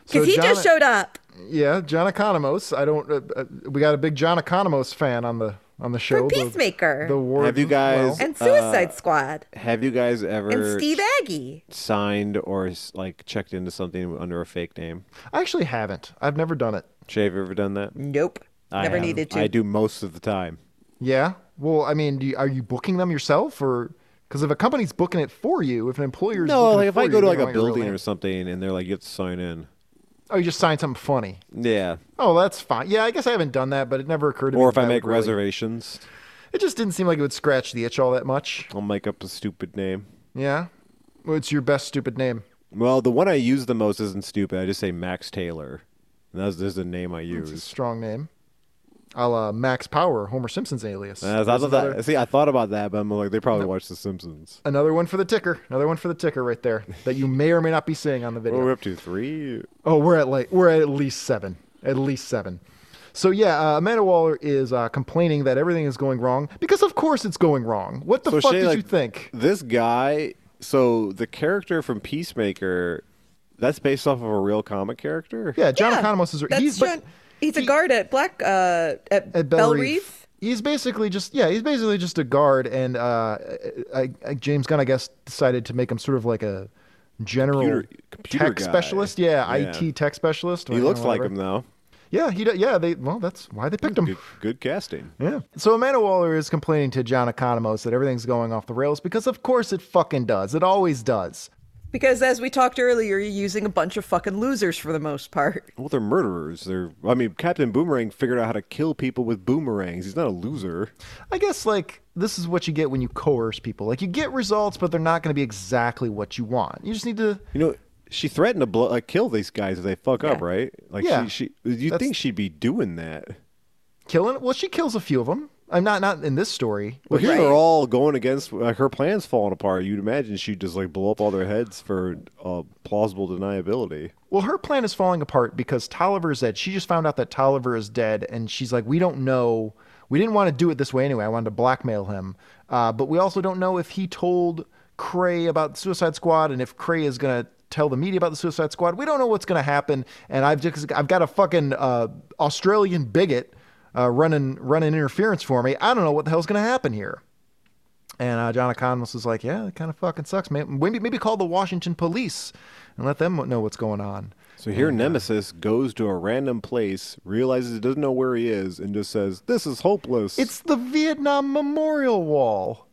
S3: So
S5: because he just
S3: John-
S5: showed up.
S3: Yeah, John Economos. I don't. Uh, uh, we got a big John Economos fan on the on the show. the-
S5: Peacemaker.
S3: The war.
S4: Have you guys-
S5: and
S3: uh,
S5: Suicide Squad
S4: Have you guys
S5: and
S4: ever
S5: Steve Aggie.
S4: signed or s- like checked into something under a fake name?
S3: I actually haven't. I've never done it.
S4: Shay, have you ever done that?
S5: Nope,
S4: I
S5: never
S4: have.
S5: needed to.
S4: I do most of the time.
S3: Yeah. Well, I mean, do you, are you booking them yourself, or because if a company's booking it for you, if an employer's
S4: No,
S3: booking
S4: like
S3: it
S4: if
S3: for
S4: I
S3: you,
S4: go to
S3: they
S4: like
S3: don't
S4: a
S3: want your real
S4: building
S3: name.
S4: or something and they're like, you have to sign in.
S3: oh, you just sign something funny.
S4: Yeah.
S3: Oh, that's fine. Yeah, I guess I haven't done that, but it never occurred to me.
S4: Or if
S3: that
S4: I
S3: that
S4: make
S3: would really-
S4: reservations,
S3: it just didn't seem like it would scratch the itch all that much.
S4: I'll make up a stupid name.
S3: Yeah. What's your best stupid name?
S4: Well, the one I use the most isn't stupid. I just say Max Taylor. And that's just the name I
S3: It's a
S4: use.
S3: strong name. A la Max Power, Homer Simpson's alias.
S4: And I thought
S3: There's
S4: of
S3: another-
S4: that. See, I thought about that, but I'm like, they probably watch The Simpsons.
S3: Another one for the ticker. Another one for the ticker right there that you may or may not be seeing on the
S4: What
S3: video.
S4: are we up to? Three?
S3: Oh, we're at like we're at least seven, at least seven. So yeah, uh, Amanda Waller is uh, complaining that everything is going wrong because of course it's going wrong. What the
S4: So
S3: fuck
S4: Shay,
S3: did
S4: like,
S3: you think?
S4: This guy, so the character from Peacemaker, that's based off of a real comic character?
S3: Yeah, John
S5: Yeah,
S3: Economos is
S5: That's
S3: he's
S5: John,
S3: but,
S5: he's a guard at Black uh, at,
S3: at
S5: Bell
S3: Belle
S5: Reef.
S3: Reef. He's basically just yeah, he's basically just a guard, and uh, I, I, James Gunn I guess decided to make him sort of like a general
S4: Computer- computer
S3: tech
S4: guy.
S3: specialist. Yeah,
S4: Yeah.
S3: IT tech specialist.
S4: He looks like him, though.
S3: Yeah, he do- yeah they well that's why they picked him.
S4: Good, good casting.
S3: Yeah. So Amanda Waller is complaining to John Economos that everything's going off the rails because, of course, it fucking does. It always does.
S5: Because as we talked earlier, you're using a bunch of fucking losers for the most part.
S4: Well, they're murderers. They're, I mean, Captain Boomerang figured out how to kill people with boomerangs. He's not a loser.
S3: I guess, like, this is what you get when you coerce people. Like, you get results, but they're not going to be exactly what you want. You just need to.
S4: You know, she threatened to blow, like, kill these guys if they fuck up, right? Like,
S3: Yeah.
S4: she, she, you
S3: That's-
S4: think she'd be doing that?
S3: Killing. Well, she kills a few of them. I'm not not in this story.
S4: Well, here they're all going against like, her plans falling apart. You'd imagine she'd just like blow up all their heads for uh, plausible deniability.
S3: Well, her plan is falling apart because Tolliver's dead. She just found out that Tolliver is dead, and she's like, we don't know. We didn't want to do it this way anyway. I wanted to blackmail him. Uh, but we also don't know if he told Cray about the Suicide Squad and if Cray is going to tell the media about the Suicide Squad. We don't know what's going to happen. And I've just, I've got a fucking uh, Australian bigot uh, running, running interference for me. I don't know what the hell's going to happen here. And uh, John Economist was like, yeah, that kind of fucking sucks, man. Maybe, maybe call the Washington police and let them know what's going on.
S4: So
S3: Oh,
S4: here, Nemesis goes to a random place, realizes he doesn't know where he is, and just says, "This is hopeless."
S3: It's the Vietnam Memorial Wall.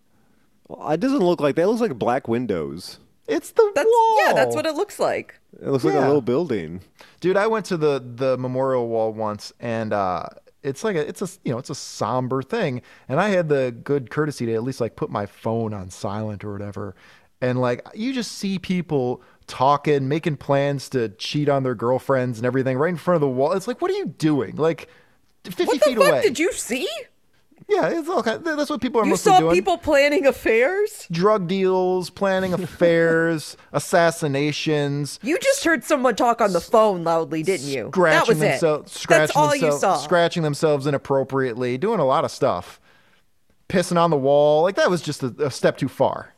S4: it doesn't look like that. It looks like black windows.
S3: It's the
S5: That's
S3: wall.
S5: yeah, that's what it looks like.
S4: It looks like
S3: Yeah.
S4: a little building.
S3: Dude, I went to the the memorial wall once, and uh, it's like a it's a you know it's a somber thing, and I had the good courtesy to at least like put my phone on silent or whatever, and like you just see people talking, making plans to cheat on their girlfriends and everything right in front of the wall. It's like, what are you doing? Like. 50
S5: What the
S3: feet
S5: fuck
S3: away.
S5: did you see?
S3: yeah, it's all kind that's what people are
S5: You
S3: mostly
S5: saw
S3: doing.
S5: people planning affairs.
S3: Drug deals,
S5: [LAUGHS]
S3: planning affairs, assassinations,
S5: You just heard someone talk on the phone loudly, didn't you?
S3: scratching
S5: that was
S3: themselves,
S5: it.
S3: scratching
S5: That's all
S3: themselves,
S5: you saw.
S3: scratching themselves inappropriately, doing a lot of stuff, pissing on the wall. Like that was just a, a step too far.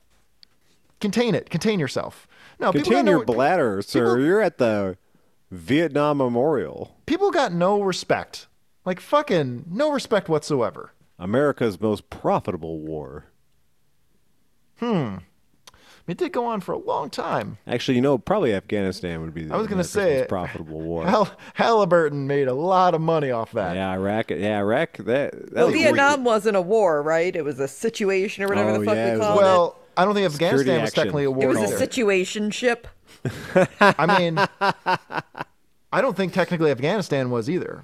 S3: Contain it. Contain yourself. No, people got
S4: Contain
S3: no-
S4: your bladder, sir.
S3: people-
S4: You're at the Vietnam Memorial,
S3: People got no respect. Like fucking no respect whatsoever.
S4: America's most profitable war.
S3: It did go on for a long time.
S4: Actually, you know, probably Afghanistan would be. The
S3: I was gonna
S4: America's
S3: say
S4: most
S3: it. [LAUGHS]
S4: profitable war.
S3: Hal- Halliburton made a lot of money off that.
S4: Oh. Yeah, Iraq. Yeah, Iraq. That. that
S5: Well,
S4: was
S5: Vietnam wasn't a war, right? It was a situation or whatever
S4: Oh,
S5: the fuck
S4: yeah, it
S5: we
S4: was
S5: call
S4: like-
S5: it.
S3: Well, I don't think Afghanistan was
S4: action.
S3: technically a war.
S5: It was a
S3: either.
S5: situation ship.
S3: I mean, I don't think technically Afghanistan was either.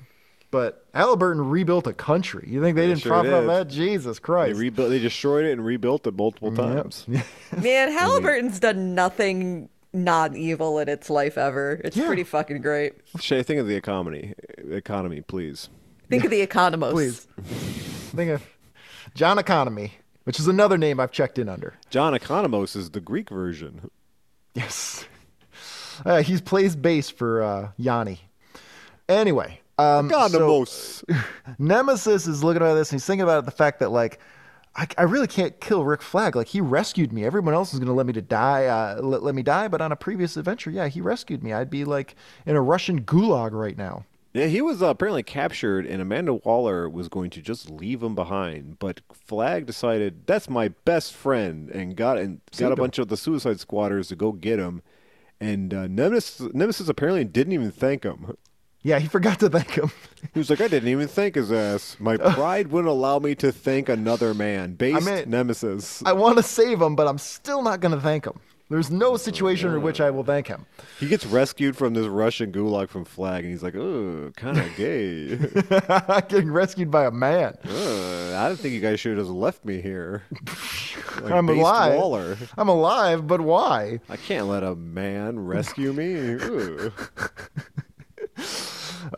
S3: But Halliburton rebuilt a country. You think they didn't
S4: sure
S3: profit off
S4: did.
S3: that? Jesus
S4: They
S3: Christ!
S4: rebuilt. They destroyed it and rebuilt it multiple times.
S3: [LAUGHS]
S5: Man, Halliburton's done nothing non evil in its life ever. It's
S3: Yeah.
S5: pretty fucking great.
S4: Shay, think of the economy. Economy, please.
S5: Think of the Economos.
S3: Please. Think of John Economy, which is another name I've checked in under.
S4: John Economos is the Greek version.
S3: Yes, uh, he plays bass for uh, Yanni. Anyway, um, so-
S4: Economos.
S3: Nemesis is looking at this and he's thinking about the fact that like I, I really can't kill Rick Flag. Like he rescued me. Everyone else is going to let me to die, uh, let, let me die. But on a previous adventure, yeah, he rescued me. I'd be like in a Russian gulag right now.
S4: yeah, he was uh, apparently captured, and Amanda Waller was going to just leave him behind. But Flag decided that's my best friend, and got and got a bunch of the Suicide Squatters to go get him. And uh, Nemesis, Nemesis apparently didn't even thank him.
S3: Yeah, he [LAUGHS] forgot to thank him.
S4: He was like, I didn't even thank his ass.
S3: [LAUGHS]
S4: My pride wouldn't allow me to thank another man. Based
S3: mean-
S4: Nemesis.
S3: I want to save him, but I'm still not going to thank him. There's
S4: Oh,
S3: no situation in which I will thank him. [LAUGHS]
S4: He gets rescued from this Russian gulag from Flag, and he's like, "Ooh, kind of gay.
S3: [LAUGHS] Getting rescued by a man.
S4: Ugh, I don't think you guys should have just left me here. Like
S3: I'm
S4: Based
S3: alive.
S4: Waller.
S3: I'm alive, but why?
S4: I can't let a man rescue me. Ooh.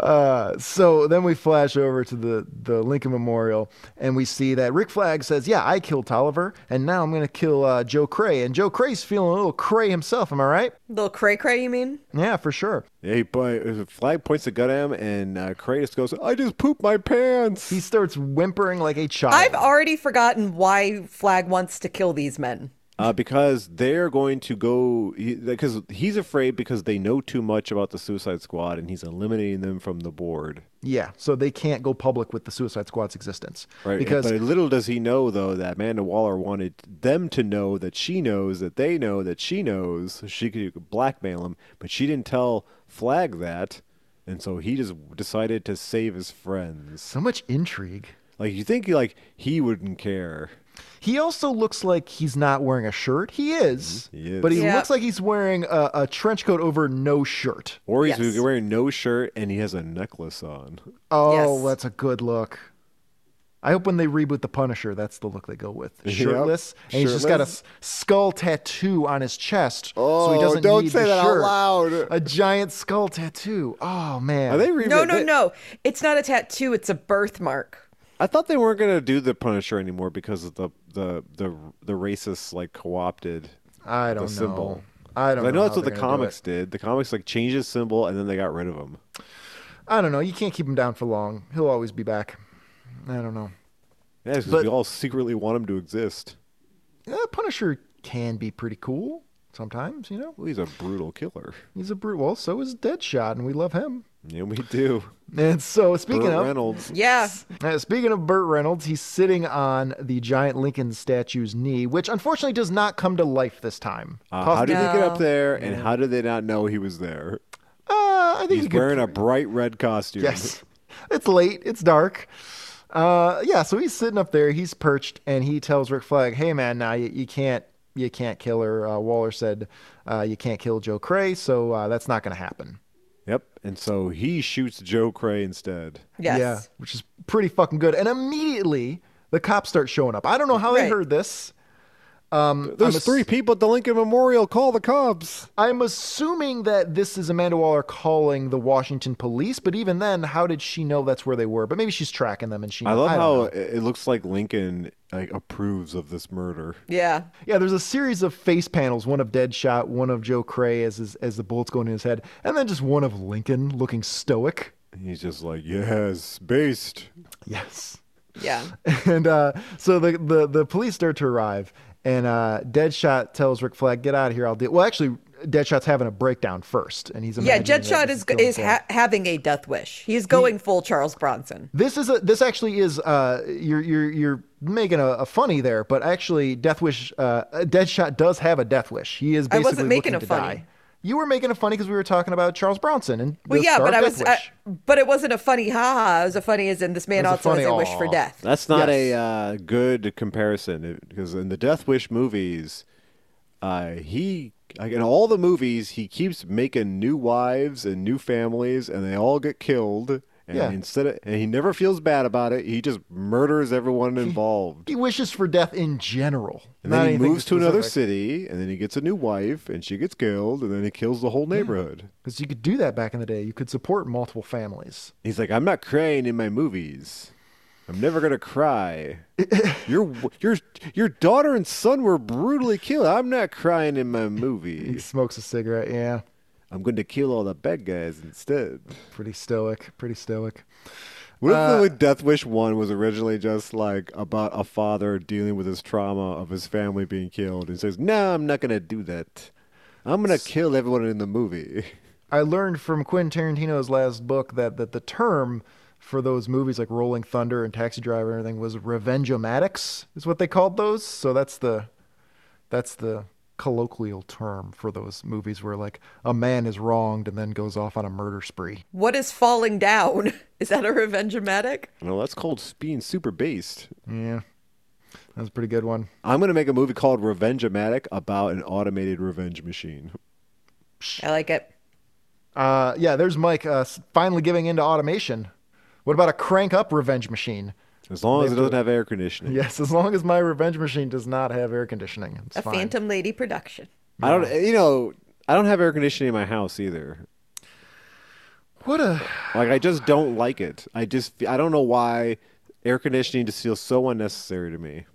S3: Uh, so then we flash over to the, the Lincoln Memorial, and we see that Rick Flag says, "Yeah, I killed Tolliver, and now I'm going to kill uh, Joe Cray." And Joe Cray's feeling a little cray himself. Am I right?
S5: Little cray cray, you mean?
S3: Yeah, for sure.
S4: Yeah, he point, Flag points the gun at him, and uh, Cray just goes, "I just pooped my pants."
S3: He starts whimpering like a child.
S5: I've already forgotten why Flag wants to kill these men.
S4: Uh, because they're going to go, because he's afraid because they know too much about the Suicide Squad, and he's eliminating them from the board.
S3: yeah, so they can't go public with the Suicide Squad's existence
S4: Right.
S3: because
S4: but little does he know though that Amanda Waller wanted them to know that she knows that they know that she knows she could blackmail him, but she didn't tell Flag that, and so he just decided to save his friends.
S3: so much intrigue.
S4: Like you think like he wouldn't care.
S3: He also looks like he's not wearing a shirt. He is,
S4: Mm-hmm. He is.
S3: but he
S5: Yeah.
S3: looks like he's wearing a, a trench coat over no shirt.
S4: Or he's
S5: Yes.
S4: wearing no shirt and he has a necklace on.
S3: Oh,
S5: Yes.
S3: that's a good look. I hope when they reboot the Punisher, that's the look they go with. Shirtless, and he's just got a
S4: Shirtless. Oh,
S3: s- skull tattoo on his chest, so he doesn't need the shirt. A giant skull tattoo. Oh man,
S4: Are they re-
S5: No, no,
S4: they-
S5: no. It's not a tattoo, it's a birthmark.
S4: I thought they weren't gonna do the Punisher anymore because of the the the the racists like co-opted.
S3: I
S4: the
S3: don't know.
S4: symbol.
S3: I don't.
S4: I know
S3: how
S4: that's what the
S3: they're gonna do it.
S4: comics did. The comics like changed his symbol and then they got rid of him.
S3: I don't know. You can't keep him down for long. He'll always be back. I don't know.
S4: Yeah, because
S3: But-
S4: we all secretly want him to exist.
S3: Yeah, Punisher can be pretty cool sometimes. You know,
S4: Well, he's a brutal killer.
S3: he's a brute. Well, so is Deadshot, and we love him.
S4: Yeah, we do.
S3: And so, speaking
S4: Burt
S3: of
S4: Reynolds.
S5: Yeah.
S3: Uh, speaking of Burt Reynolds, he's sitting on the giant Lincoln statue's knee, which unfortunately does not come to life this time.
S4: Uh,
S3: Cough-
S4: how did he get up
S5: No.
S4: there, and how did they not know he
S3: [LAUGHS]
S4: was there?
S3: Uh, I think
S4: He's
S3: he could-
S4: wearing a bright red costume.
S3: Yes, it's late. It's dark. Uh, yeah, so he's sitting up there. He's perched, and he tells Rick Flag, "Hey, man, now you, you can't, you can't kill her." Uh, Waller said, uh, "You can't kill Joe Cray, so uh, that's not going to happen."
S4: Yep. And so he shoots Joe Cray instead.
S5: Yes.
S3: Yeah, which is pretty fucking good. And immediately the cops start showing up. I don't know how they
S5: Right.
S3: heard this.
S4: There's three people at the Lincoln Memorial. Call the cops.
S3: I'm assuming that this is Amanda Waller calling the Washington police, but even then, how did she know that's where they were? But maybe she's tracking them and she.
S4: I love
S3: don't
S4: how
S3: know.
S4: it it looks like Lincoln like approves of this murder.
S5: Yeah.
S3: Yeah, there's a series of face panels. One of Deadshot, one of Joe Cray as his, as the bullets going in his head, and then just one of Lincoln looking stoic.
S4: And He's just like, yes, based.
S3: Yes.
S5: Yeah.
S3: [LAUGHS] And uh, so the, the the police start to arrive, and uh, Deadshot tells Rick Flag, "Get out of here! I'll deal." Well, actually, Deadshot's having a breakdown first, and he's
S5: Yeah,
S3: imagining that
S5: Deadshot
S3: this
S5: is
S3: going
S5: is
S3: for-
S5: ha- having a death wish. He's going full Charles Bronson.
S3: This is a this actually is uh you're you're you're making a, a funny there, but actually Death Wish uh Deadshot does have a death wish. He is
S5: I
S3: basically
S5: wasn't making
S3: looking
S5: a
S3: to
S5: funny.
S3: die. You were making it funny because we were talking about Charles Bronson and
S5: Well,
S3: the
S5: yeah,
S3: Star
S5: but I
S3: Death
S5: was, I,
S3: Wish.
S5: but it wasn't a funny ha ha. It was a funny as in this man
S3: It was a
S5: also has
S3: funny
S5: a wish for
S3: aw.
S5: death.
S4: That's not a uh, good comparison because in the Death Wish movies, uh, he like in all the movies he keeps making new wives and new families, and they all get killed. And
S3: Yeah.
S4: instead of, and he never feels bad about it. He just
S3: [LAUGHS]
S4: murders everyone involved.
S3: he wishes for death in general.
S4: And
S3: not
S4: then he
S3: anything
S4: moves to another
S3: specific.
S4: city, and then he gets a new wife, and she gets killed, and then he kills the
S3: Hmm.
S4: whole neighborhood.
S3: Because you could do that back in the day. You could support multiple families.
S4: He's like, I'm not crying in my movies. I'm never gonna [LAUGHS] cry. your your your daughter and son were brutally killed. I'm not crying in my
S3: He
S4: movie.
S3: smokes a cigarette. Yeah.
S4: I'm going to kill all the bad guys instead.
S3: Pretty stoic. Pretty stoic.
S4: What if the Death Wish one was originally just like about a father dealing with his trauma of his family being killed, and says, "No, I'm not gonna do that. I'm gonna kill everyone in the movie."
S3: I learned from Quentin Tarantino's last book that, that the term for those movies like Rolling Thunder and Taxi Driver and everything was revengeomatics is what they called those. So that's the that's the colloquial term for those movies where like a man is wronged and then goes off on a murder spree.
S5: What is falling down? [LAUGHS] Is that a revenge matic?
S4: [LAUGHS] Well, that's called being super based.
S3: Yeah. That was a pretty good one.
S4: I'm gonna make a movie called Revenge-O-Matic about an automated revenge machine.
S5: I like it.
S3: Uh, yeah, there's Mike uh, s- finally giving into automation. What about a crank up revenge machine? [LAUGHS]
S4: As long as it doesn't have air conditioning.
S3: Yes, as long as my revenge machine does not have air conditioning, it's
S5: A
S3: fine.
S5: Phantom Lady production.
S4: I don't eh, you know, I don't have air conditioning in my house either.
S3: What a
S4: Like I just don't like it. I just I don't know why air conditioning just feels so unnecessary to me.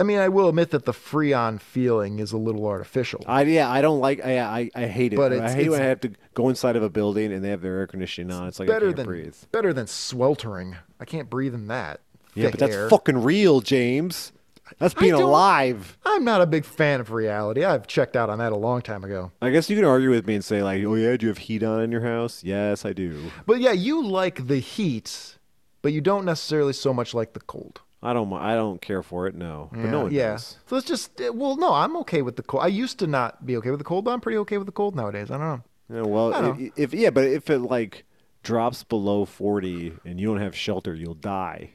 S3: I mean, I will admit that the Freon feeling is a little artificial.
S4: I yeah, I don't like I I, I hate it.
S3: But
S4: I
S3: it's-
S4: hate when
S3: it's-
S4: I have to go inside of a building and they have their air conditioning on. It's like I
S3: better
S4: can't
S3: than
S4: breathe.
S3: better than sweltering. I can't breathe in that.
S4: Yeah,
S3: thick
S4: but that's
S3: air.
S4: fucking real, James. That's being
S3: don't-
S4: alive.
S3: I'm not a big fan of reality. I've checked out on that a long time ago.
S4: I guess you can argue with me and say like, "Oh yeah, do you have heat on in your house?" Yes, I do.
S3: But yeah, you like the heat, but you don't necessarily so much like the cold.
S4: I don't. mi- I don't care for it. No, but no one
S3: yeah.
S4: does.
S3: So it's just eh, well, no, I'm okay with the cold. I used to not be okay with the cold, but I'm pretty okay with the cold nowadays. I don't know.
S4: Yeah, well,
S3: don't
S4: i- if yeah, but if it like drops below forty and you don't have shelter, you'll die.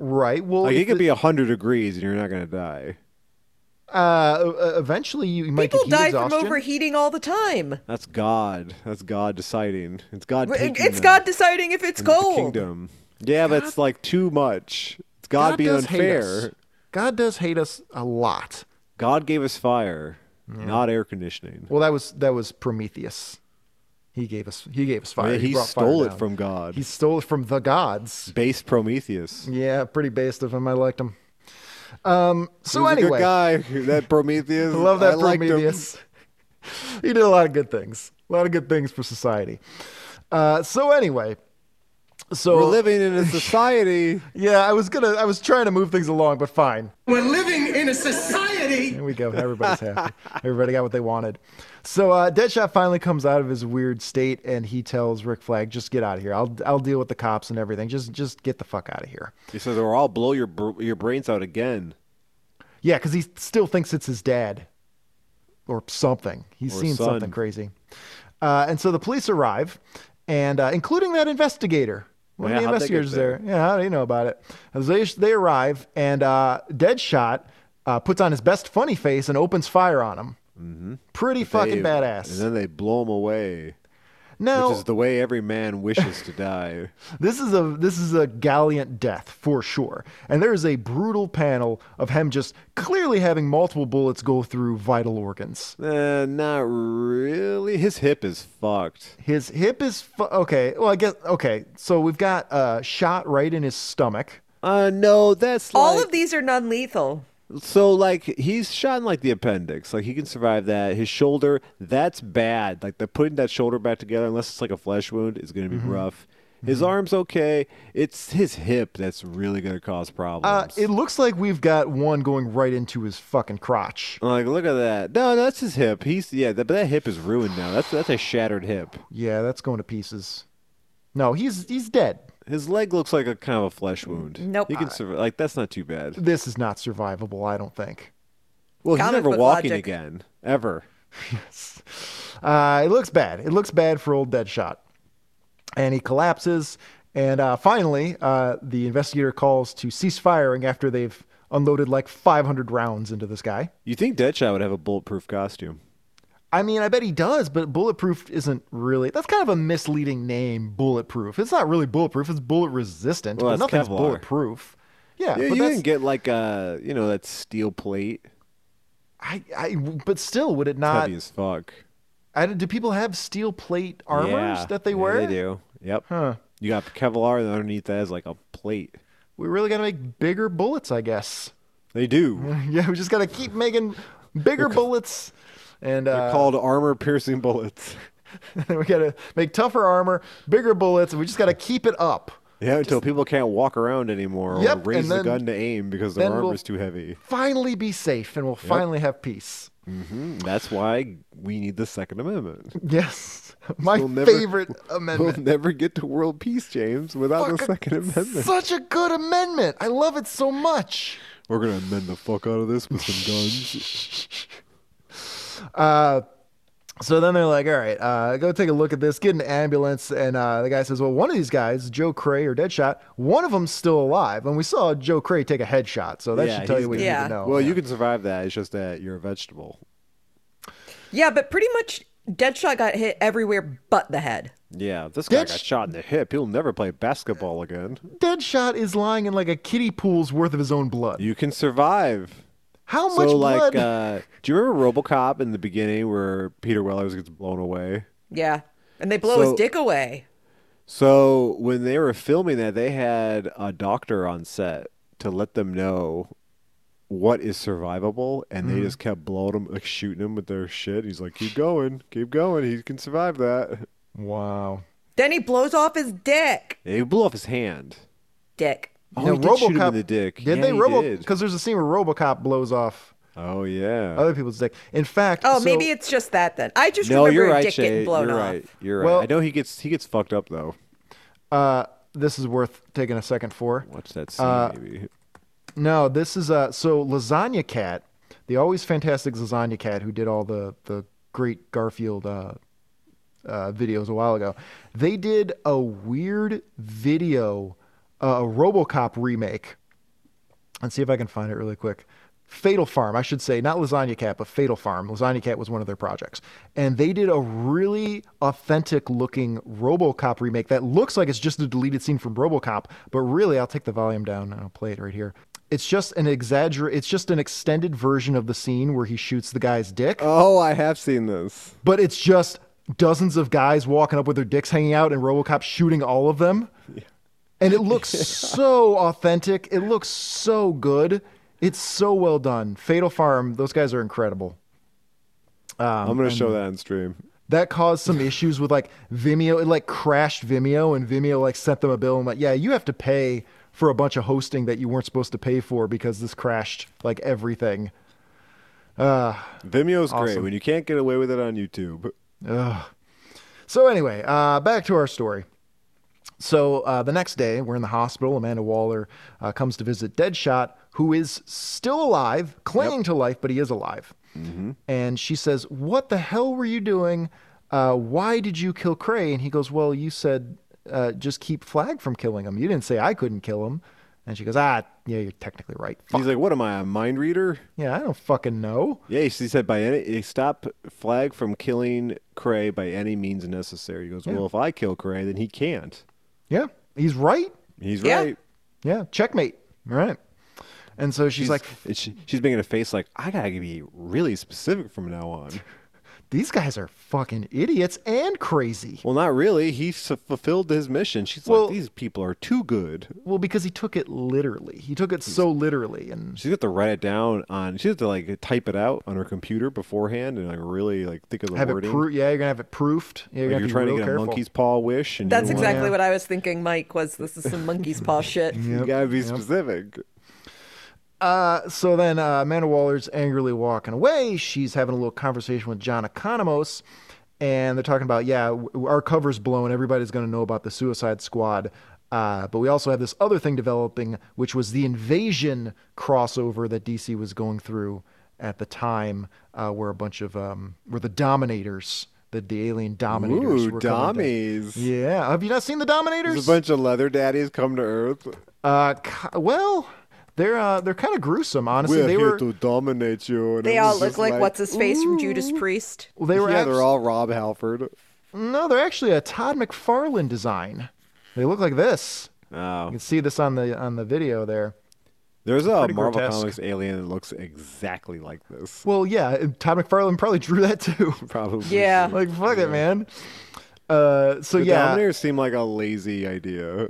S3: Right. Well,
S4: Like
S3: if
S4: it could
S3: the-
S4: be hundred degrees and you're not gonna die.
S3: uh, e- e- eventually you, you might get
S5: People
S3: heat
S5: die
S3: exhaustion.
S5: from overheating all the time.
S4: That's God. That's God deciding. It's God.
S5: It-
S4: taking
S5: It's
S4: them
S5: God deciding if it's
S4: into the
S5: cold.
S4: kingdom. Yeah, but it's like too much. It's God, being
S3: does hate
S4: unfair.
S3: us. God does hate us a lot.
S4: God gave us fire, not air conditioning.
S3: Well, that was that was Prometheus. He gave us he gave us fire.
S4: Yeah, he
S3: brought fire
S4: stole it
S3: down.
S4: from God.
S3: He stole it from the gods.
S4: Base Prometheus.
S3: Yeah, pretty based of him. I liked him. Um. So
S4: He's a
S3: anyway,
S4: good guy. That Prometheus.
S3: I [LAUGHS] love that
S4: liked him.
S3: Prometheus. [LAUGHS] he did a lot of good things. A lot of good things for society. Uh. So anyway. So
S4: We're living in a society.
S3: yeah, I was gonna I was trying to move things along, but fine.
S2: We're living in a society
S3: There we go. Everybody's happy. Everybody got what they wanted. So uh, Deadshot finally comes out of his weird state, and he tells Rick Flag, "Just get out of here. I'll I'll deal with the cops and everything. Just just get the fuck out of here."
S4: He says, "Or I'll blow your br- your brains out again."
S3: Yeah, because he still thinks it's his dad or something. He's
S4: Or
S3: seen
S4: son.
S3: something crazy. Uh, and so the police arrive, and uh, including that investigator. One
S4: Yeah,
S3: of the
S4: how'd they get
S3: investigators is there. Yeah, how do you know about it? As They, they arrive, and uh, Deadshot uh, puts on his best funny face and opens fire on him. Pretty fucking
S4: Mm-hmm. They-
S3: badass.
S4: And then they blow him away,
S3: Now,
S4: which is the way every man wishes to die.
S3: this is a this is a gallant death for sure, and there is a brutal panel of him just clearly having multiple bullets go through vital organs.
S4: Eh, not really. His hip is fucked.
S3: His hip is fu- okay. Well, I guess okay. So we've got a shot right in his stomach.
S4: Uh, no, that's
S5: All
S4: like,
S5: of these are non-lethal.
S4: So like he's shot in like the appendix. Like he can survive that. His shoulder, that's bad. Like they're putting that shoulder back together unless it's like a flesh wound, it's gonna be rough. His arm's okay. It's his hip that's really gonna cause
S3: Uh,
S4: problems.
S3: it looks like we've got one going right into his fucking crotch.
S4: like look at that. No, that's his hip. He's yeah, that, but that hip is ruined now. That's that's a shattered hip.
S3: Yeah, that's going to pieces. No, he's he's dead.
S4: His leg looks like a kind of a flesh wound.
S5: Nope.
S4: He can survive. Like that's not too bad.
S5: [LAUGHS]
S3: This is not survivable. I don't think.
S4: Well, he's
S5: Comic
S4: never
S5: book
S4: walking
S5: logic.
S4: again ever.
S3: yes. Uh, it looks bad. It looks bad for old Deadshot. And he collapses. And uh, finally, uh, the investigator calls to cease firing after they've unloaded like 500 rounds into this guy.
S4: You think Deadshot would have a bulletproof costume?
S3: I mean, I bet he does, but bulletproof isn't really. That's kind of a misleading name, bulletproof. It's not really bulletproof. It's bullet resistant.
S4: Well,
S3: but
S4: that's
S3: nothing's
S4: Kevlar.
S3: bulletproof. Yeah,
S4: Yeah,
S3: but
S4: you
S3: that's,
S4: can get like a you know that steel plate.
S3: I, I, but still, would it not?
S4: Heavy as fuck.
S3: I, do people have steel plate armors
S4: Yeah.
S3: that they
S4: Yeah,
S3: wear?
S4: They do. Yep.
S3: Huh.
S4: You got Kevlar, and underneath that is like a plate.
S3: We really got to make bigger bullets, I guess. [LAUGHS]
S4: They [LAUGHS] do.
S3: Yeah, we just got to keep making bigger bullets, and
S4: They're
S3: uh,
S4: called armor-piercing bullets.
S3: [LAUGHS]
S4: [LAUGHS]
S3: we got to make tougher armor, bigger bullets, and we just got to keep it up.
S4: Yeah, until people can't walk around anymore or
S3: Yep,
S4: raise
S3: and
S4: the
S3: then-
S4: gun to aim because their
S3: then
S4: armor's
S3: we'll-
S4: too heavy.
S3: Finally, be safe, and we'll finally have peace.
S4: Mm, That's why we need the Second Amendment.
S3: [LAUGHS] Yes, my
S4: We'll never-
S3: [LAUGHS] favorite amendment.
S4: We'll never get to world peace, James, without the
S3: Fuck,
S4: Second Amendment.
S3: Such a good amendment. I love it so much.
S4: We're gonna amend the fuck out of this with some guns.
S3: So then they're like, all right, uh, go take a look at this, get an ambulance. And uh, the guy says, well, one of these guys, Joe Cray or Deadshot, one of them's still alive. And we saw Joe Cray take a headshot. So that
S4: Yeah,
S3: should tell
S4: he's
S3: you what
S4: dead.
S3: you need
S5: Yeah.
S3: to know.
S4: well, you can survive that. It's just that you're a vegetable.
S5: Yeah, but pretty much Deadshot got hit everywhere but the head.
S4: Yeah, if this guy
S3: That's-
S4: got shot in the hip. He'll never play basketball again.
S3: Deadshot is lying in like a kiddie pool's worth of his own blood.
S4: You can survive.
S3: How much
S4: So, like,
S3: blood?
S4: uh, do you remember RoboCop in the beginning where Peter Weller gets blown away?
S5: Yeah. And they blow
S4: So-
S5: his dick away.
S4: So when they were filming that, they had a doctor on set to let them know what is survivable, and they just kept blowing him, like shooting him with their shit. He's like, "Keep going, keep going. He can survive that."
S3: wow.
S5: Then he blows off his dick.
S4: They blew off his hand.
S5: Dick.
S4: Oh,
S3: Now,
S4: he did shoot him in the dick.
S3: Did
S4: Yeah,
S3: they
S4: he
S3: Robo?
S4: did.
S3: Because there's a scene where Robocop blows off
S4: Oh yeah.
S3: other people's dick. In fact,
S5: Oh,
S3: so-
S5: maybe it's just that then. I just
S4: no,
S5: remember
S4: you're
S5: a
S4: right,
S5: dick
S4: Shay.
S5: getting blown
S4: you're
S5: off.
S4: right. You're right.
S3: Well-
S4: I know he gets he gets fucked up though.
S3: uh, this is worth taking a second for.
S4: Watch that scene,
S3: Uh,
S4: maybe.
S3: No, this is uh so Lasagna Cat, the always fantastic Lasagna Cat who did all the the great Garfield uh, uh, videos a while ago. They did a weird video, uh, a RoboCop remake. Let's see if I can find it really quick. Fatal Farm, I should say, not Lasagna Cat, but Fatal Farm. Lasagna Cat was one of their projects. And they did a really authentic looking Robocop remake that looks like it's just a deleted scene from Robocop, but really I'll take the volume down and I'll play it right here. It's just an exagger it's just an extended version of the scene where he shoots the guy's dick,
S4: Oh, I have seen this.
S3: but it's just dozens of guys walking up with their dicks hanging out and Robocop shooting all of them. And it looks so authentic. It looks so good. It's so well done. Fatal Farm, those guys are incredible.
S4: I'm gonna show that on stream.
S3: That caused some issues with like Vimeo. It like crashed Vimeo and Vimeo like sent them a bill and like, yeah, you have to pay for a bunch of hosting that you weren't supposed to pay for because this crashed like everything.
S4: Vimeo's great when you can't get away with it on YouTube.
S3: So anyway, uh, back to our story. So uh, the next day, we're in the hospital. Amanda Waller uh, comes to visit Deadshot, who is still alive, clinging to life, but he is alive. And she says, "What the hell were you doing? Uh, why did you kill Cray?" And he goes, "Well, you said uh, just keep Flag from killing him. You didn't say I couldn't kill him." And she goes, "Ah, yeah, you're technically right. Fuck.
S4: He's like, "What am I, a mind reader?"
S3: Yeah, I don't fucking know."
S4: Yeah, he said by any he stop flag from killing Cray by any means necessary. He goes, well, if I kill Cray, then he can't.
S3: Yeah, he's right.
S4: He's
S5: Yeah.
S4: right.
S3: Yeah, checkmate. All right. And so she's
S4: She's
S3: like,
S4: like, she, she's making a face like, I gotta be really specific from now on.
S3: these guys are fucking idiots and crazy.
S4: Well, not really. He s- fulfilled his mission. She's
S3: Well-
S4: like, these people are too good.
S3: Well, because he took it literally. He took it so literally, and
S4: She's got to write it down on. She has to like type it out on her computer beforehand and like really like think of the
S3: have it
S4: wording.
S3: proof. Yeah, you're gonna have it proofed. Yeah, you're
S4: Like,
S3: gonna
S4: you're
S3: have
S4: trying
S3: be
S4: to
S3: real
S4: get
S3: careful.
S4: a monkey's paw wish, and
S5: That's
S4: you,
S5: exactly
S3: Yeah.
S5: what I was thinking, Mike, was this is some monkey's
S4: [LAUGHS]
S5: paw shit.
S4: you gotta be specific.
S3: Uh, so then uh, Amanda Waller's angrily walking away. She's having a little conversation with John Economos, and they're talking about, yeah, w- our cover's blown. Everybody's going to know about the Suicide Squad. Uh, but we also have this other thing developing, which was the invasion crossover that DC was going through at the time uh, were a bunch of um, were the Dominators, the, the alien Dominators.
S4: Ooh,
S3: were coming to-
S4: dommies.
S3: Yeah, have you not seen the Dominators?
S4: There's a bunch of leather daddies come to Earth.
S3: Uh, ki- well, they're uh, they're kind of gruesome, honestly.
S4: We're
S3: they
S4: here
S3: were
S4: to dominate you. And
S5: They
S4: it was
S5: all look
S4: just
S5: like, what's his face from Judas Priest.
S3: well, they were
S4: yeah,
S3: abs-
S4: they're all Rob Halford.
S3: no, they're actually a Todd McFarlane design. They look like this. You
S4: Oh.
S3: can see this on the on the video there.
S4: There's a
S6: Pretty
S4: Marvel
S6: grotesque.
S4: Comics alien that looks exactly like this. [LAUGHS]
S3: Well, yeah, and Todd McFarlane probably [LAUGHS] drew that too.
S4: Probably.
S5: Yeah.
S3: like fuck it, man. Uh, so
S4: The
S3: yeah,
S4: Dominators seem like a lazy idea.
S3: uh,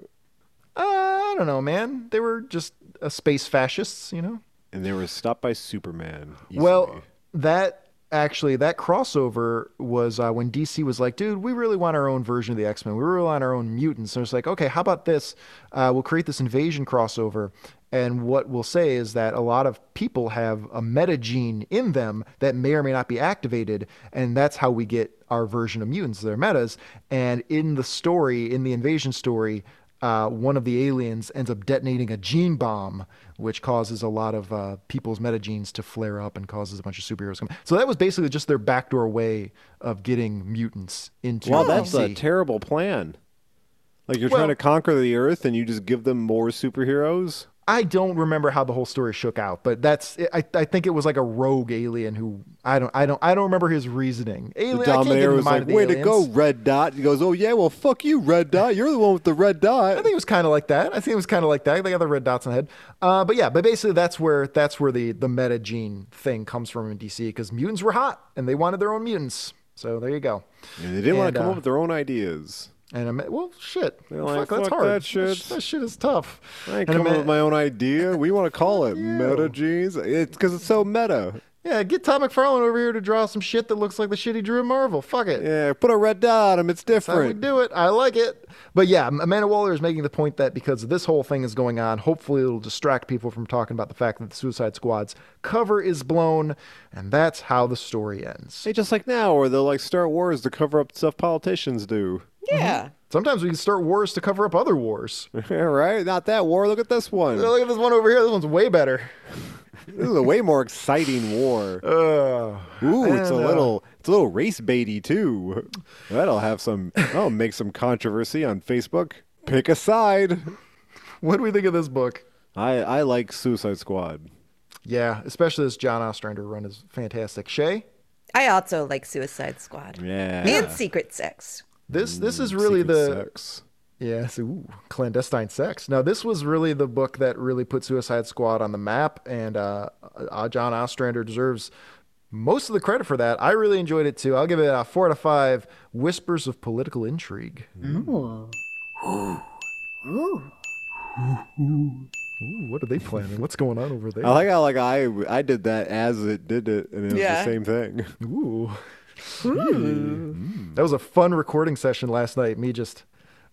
S3: I don't know, man. They were just uh, space fascists, you know.
S4: And they were stopped by Superman. Easily.
S3: Well, that actually that crossover was uh, when DC was like, dude, we really want our own version of the X Men. We really want our own mutants. And it's like, okay, how about this? Uh, we'll create this invasion crossover. And what we'll say is that a lot of people have a meta gene in them that may or may not be activated, and that's how we get our version of mutants, their metas. And in the story, in the invasion story, uh, one of the aliens ends up detonating a gene bomb, which causes a lot of uh, people's metagenes to flare up and causes a bunch of superheroes come. So that was basically just their backdoor way of getting mutants into.
S4: Well, that's a
S3: DC.
S4: terrible plan. Like you're
S3: Well-
S4: trying to conquer the Earth, and you just give them more superheroes.
S3: I don't remember how the whole story shook out, but that's I, I think it was like a rogue alien who I don't I don't I don't remember his reasoning. Alien,
S4: The
S3: I can't get in
S4: Dominator
S3: the
S4: was
S3: mind
S4: like,
S3: of the
S4: "Way to go,
S3: aliens."
S4: Red Dot." He goes, "Oh yeah, well fuck you, Red Dot. You're the one with the red
S3: I
S4: dot."
S3: think it was kind of like that. I think it was kind of like that. They got the red dots on the head. Uh, but yeah, but basically that's where that's where the the meta gene thing comes from in DC because mutants were hot and they wanted their own mutants. So there you go.
S4: And they didn't want
S3: And,
S4: to come
S3: uh,
S4: up with their own ideas.
S3: And I'm well, shit.
S4: They're
S3: fuck,
S4: like,
S3: that's
S4: "Fuck
S3: hard.
S4: that shit."
S3: sh- That shit is toff.
S4: I
S3: And
S4: ain't
S3: uh, I'm
S4: coming up
S3: at-
S4: with my
S3: [LAUGHS]
S4: own idea. We want to call it meta genes. It's because it's so meta.
S3: yeah, get Tom McFarlane over here to draw some shit that looks like the shit he drew in Marvel. Fuck it.
S4: Yeah, put a red dot on 'em. It's
S3: That's how we
S4: different.
S3: do it. I like it. But yeah, Amanda Waller is making the point that because this whole thing is going on, hopefully it'll distract people from talking about the fact that the Suicide Squad's cover is blown, and that's how the story ends.
S4: Hey, just like now, or they'll like start wars to cover up stuff politicians do. [LAUGHS]
S5: Yeah.
S3: Sometimes we can start wars to cover up other wars.
S4: right? Not that war. Look at this one.
S3: Look at this one over here. This one's way better.
S4: This is a way more exciting war.
S3: [LAUGHS] Ugh. uh,
S4: Ooh, it's a
S3: don't know.
S4: little, it's a little race baity too. That'll have some, that'll make some controversy on Facebook. Pick a side.
S3: what do we think of this book?
S4: I, I like Suicide Squad.
S3: Yeah, especially this John Ostrander run is fantastic. Shay,
S5: I also like Suicide Squad.
S4: Yeah.
S5: And Secret Sex.
S3: this this is really
S4: Mm, Secret
S3: the
S4: sex.
S3: Yeah, so, ooh, clandestine sex. Now, this was really the book that really put Suicide Squad on the map, and uh, uh, John Ostrander deserves most of the credit for that. I really enjoyed it too. I'll give it a four out of five. Whispers of political intrigue. Ooh. Ooh. What are they planning? What's going on over
S4: I
S3: there?
S4: like how like I I did that as it did it, and it was
S5: Yeah.
S4: the same thing.
S3: Ooh. That was a fun recording session last night. Me just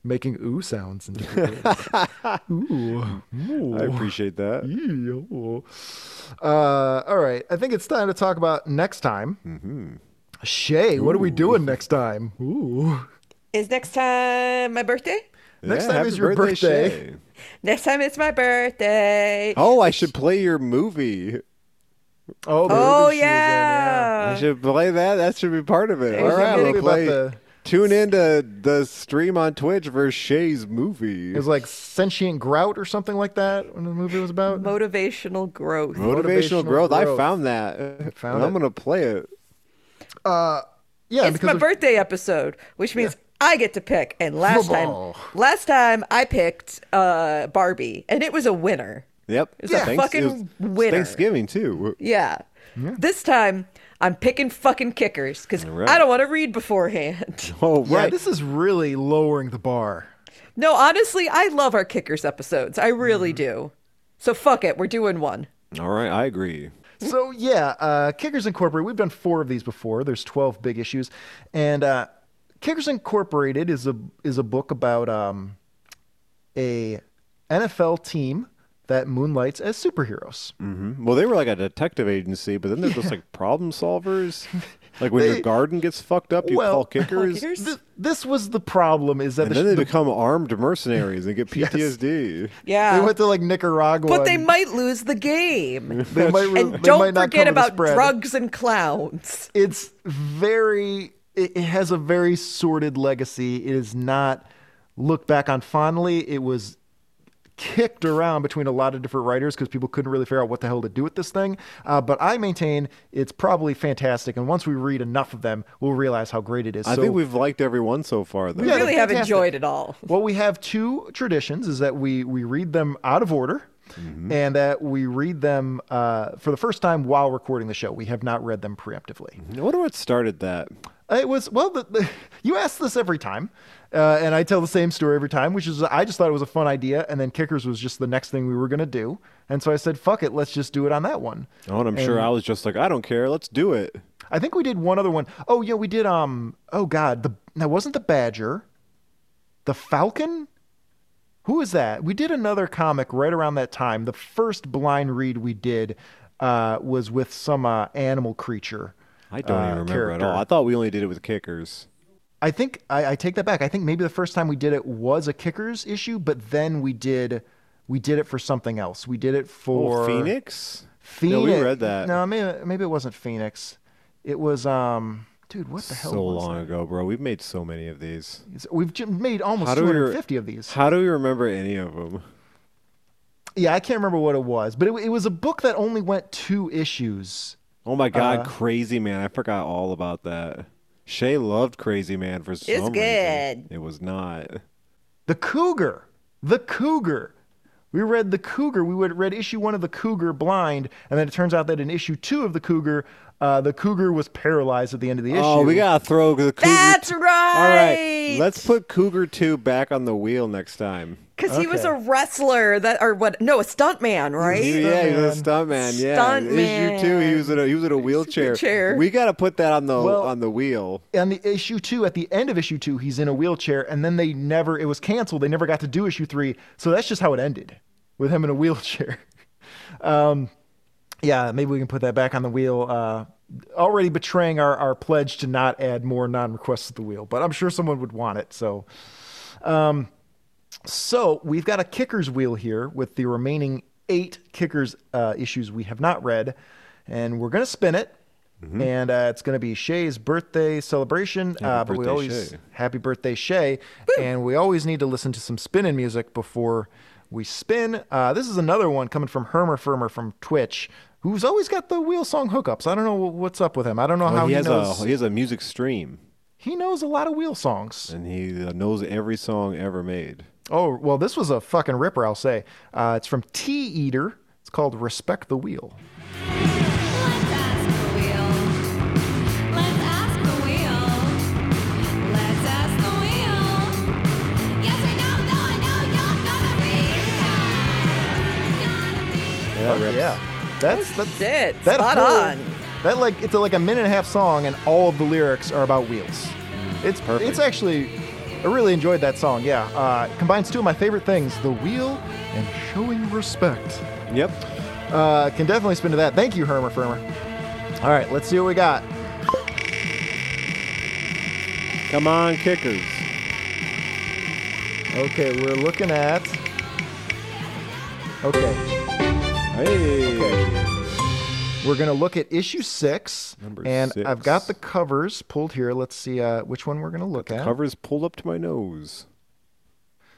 S3: making ooh sounds. And [LAUGHS] ooh. Ooh.
S4: I appreciate that.
S3: Ew. [LAUGHS] Uh, all right. I think it's time to talk about next time. Mm-hmm. Shay, what are we doing next time? Ooh.
S5: Is next time my birthday?
S3: Next
S4: Yeah,
S3: time
S4: happy
S3: is your birthday.
S4: Shay.
S5: Next time it's my birthday.
S4: Oh, I should play your movie.
S3: Oh,
S5: Oh,
S3: baby, she was in,
S4: I
S5: yeah.
S4: should play that. That should be part of it.
S3: was
S4: All
S3: a
S4: right,
S3: movie
S4: we'll
S3: Uh, about
S4: play.
S3: the-
S4: Tune in to the stream on Twitch for Shay's movie.
S3: It was like sentient grout or something like that when the movie was about.
S5: Motivational growth.
S4: motivational,
S3: motivational
S4: growth. I
S3: growth.
S4: found that.
S3: found
S4: and I'm
S3: it.
S4: gonna play it.
S3: yeah,
S5: it's
S3: because
S5: my
S3: of-
S5: birthday episode, which means I get to pick. And last
S3: Football.
S5: time, last time I picked uh, Barbie, and it was a winner.
S4: Yep.
S5: It's a
S4: Thanks-
S5: fucking
S4: it was
S5: winner.
S3: [LAUGHS]
S4: Thanksgiving too.
S5: Yeah. This time I'm picking fucking kickers because
S4: right.
S5: I don't want to read beforehand.
S4: Oh
S3: yeah,
S4: right.
S3: this is really lowering the bar.
S5: no, honestly, I love our kickers episodes. I really do. So fuck it, we're doing one.
S4: All right. I agree.
S3: So yeah, uh, Kickers Incorporated. We've done four of these before. There's twelve big issues, and uh, Kickers Incorporated is a is a book about um, a NFL team that moonlights as superheroes.
S4: Mm. Hmm?
S3: [LAUGHS]
S4: Mhm. Well, they were like a detective agency, but then they're just like problem solvers. Like when
S3: They-
S4: your garden gets fucked up, you
S3: Well-
S4: call kickers.
S5: Kickers?
S3: Th- this was the problem is that the,
S4: And then they
S3: [LAUGHS] the-
S4: become armed mercenaries and
S3: [LAUGHS]
S4: get PTSD.
S5: Yeah.
S3: they went to like Nicaragua.
S5: but they
S3: and
S5: might lose the game.
S3: [LAUGHS] they might, re- they
S5: and don't
S3: might not cover
S5: forget
S3: the
S5: about
S3: spread.
S5: drugs and clowns.
S3: It's very. It, it has a very sordid legacy. It is not looked back on fondly. It was kicked around between a lot of different writers because people couldn't really figure out what the hell to do with this thing. Uh, but I maintain it's probably fantastic, and once we read enough of them, we'll realize how great it is.
S4: I
S3: So-
S4: think we've liked every one so far, though.
S5: We
S3: Yeah,
S5: really
S3: they're
S5: have
S3: fantastic.
S5: enjoyed
S3: [LAUGHS]
S5: it all.
S3: Well, we have two traditions: is that we we read them out of order,
S4: Mm-hmm.
S3: and that we read them uh, for the first time while recording the show. We have not read them preemptively.
S4: I wonder what started that.
S3: It was well, the, the, [LAUGHS] you ask this every time, uh, and I tell the same story every time, which is I just thought it was a fun idea, and then kickers was just the next thing we were gonna do, and so I said, "Fuck it, let's just do it on that one."
S4: Oh, and I'm sure I was just like, I don't care. Let's do it.
S3: I think we did one other one. Oh yeah, we did. Um. Oh God. The now wasn't the Badger, the Falcon. Who is that? We did another comic right around that time. The first blind read we did uh, was with some uh, animal creature.
S4: I don't
S3: uh,
S4: even remember
S3: character.
S4: at all. I thought we only did it with kickers.
S3: I think I, I take that back. I think maybe the first time we did it was a kickers issue, but then we did we did it for something else. We did it for
S4: oh, Phoenix.
S3: Phoenix.
S4: No, we read that.
S3: No, maybe maybe it wasn't Phoenix. It was um, dude. What the hell?
S4: so
S3: was
S4: long
S3: that?
S4: ago, bro. We've made so many of these.
S3: Is- We've ju- made almost
S4: do we re-
S3: 250 of these.
S4: How do we remember any of them?
S3: Yeah, I can't remember what it was, but it, it was a book that only went two issues.
S4: Oh my God, Crazy Man! I forgot all about that. Shay loved Crazy Man for some reason.
S5: good.
S4: It was not.
S3: The Cougar, the Cougar. We read the Cougar. We would read issue one of the Cougar blind, and then it turns out that in issue two of the Cougar, uh, the Cougar was paralyzed at the end of the issue.
S4: Oh, we gotta throw the Cougar.
S5: That's
S4: All right,
S5: right.
S4: let's put Cougar Two back on the wheel next time.
S5: Because he was a
S3: Okay.
S5: wrestler that, or what? No, a stunt man, right?
S4: He-
S3: [LAUGHS]
S4: yeah, he was a stuntman. Yeah,
S5: Stuntman.
S4: issue two. He was in a he was in a wheelchair.
S5: Wheelchair.
S4: We gotta put that on the
S3: Well-
S4: on the wheel.
S3: and the issue two, at the end of issue two, he's in a wheelchair, and then they never. It was canceled. They never got to do issue three. So that's just how it ended, with him in a [LAUGHS] wheelchair. um, yeah, maybe we can put that back on the wheel. Uh, already betraying our our pledge to not add more non requests to the wheel, but I'm sure someone would want it. So. Um, So we've got a kicker's wheel here with the remaining eight kickers uh, issues we have not read, and we're gonna spin it.
S4: Mm-hmm.
S3: And uh, it's going to be Shay's birthday celebration, uh, but we
S4: birthday,
S3: always
S4: Shay.
S3: happy birthday Shay, and we always need to listen to some spinning music before we spin. Uh, this is another one coming from Hermer Firmer from Twitch, who's always got the wheel song hookups. I don't know what's up with him. I don't know
S4: Well,
S3: how
S4: he
S3: he,
S4: has
S3: knows.
S4: a he has a music stream,
S3: He knows a lot of wheel songs.
S4: and he uh, knows every song ever made.
S3: Oh, well, this was a fucking ripper, I'll say. Uh, it's from Tea Eater. It's called Respect the Wheel.
S6: Let's ask the wheel. Let's ask the wheel. Let's ask the wheel. Yes, I know, no, I know, y'all gotta be. Gotta be.
S3: Yeah, That's, that's
S5: That's it.
S3: That
S5: Spot
S3: whole-
S5: on.
S3: That like it's a, like a minute and a half song, and all of the lyrics are about wheels. It's
S4: Mm, Perfect.
S3: It's actually, I really enjoyed that song. Yeah, uh, it combines two of my favorite things: the wheel and showing respect.
S4: Yep.
S3: Uh, can definitely spin to that. Thank you, Hermer Firmer. All right, let's see what we got.
S4: Come on, kickers.
S3: Okay, we're looking at. Okay.
S4: Hey.
S3: We're gonna look at issue six,
S4: Number
S3: and
S4: six.
S3: I've got the covers pulled here. Let's see uh, which one we're gonna look at.
S4: Covers pulled up to my nose.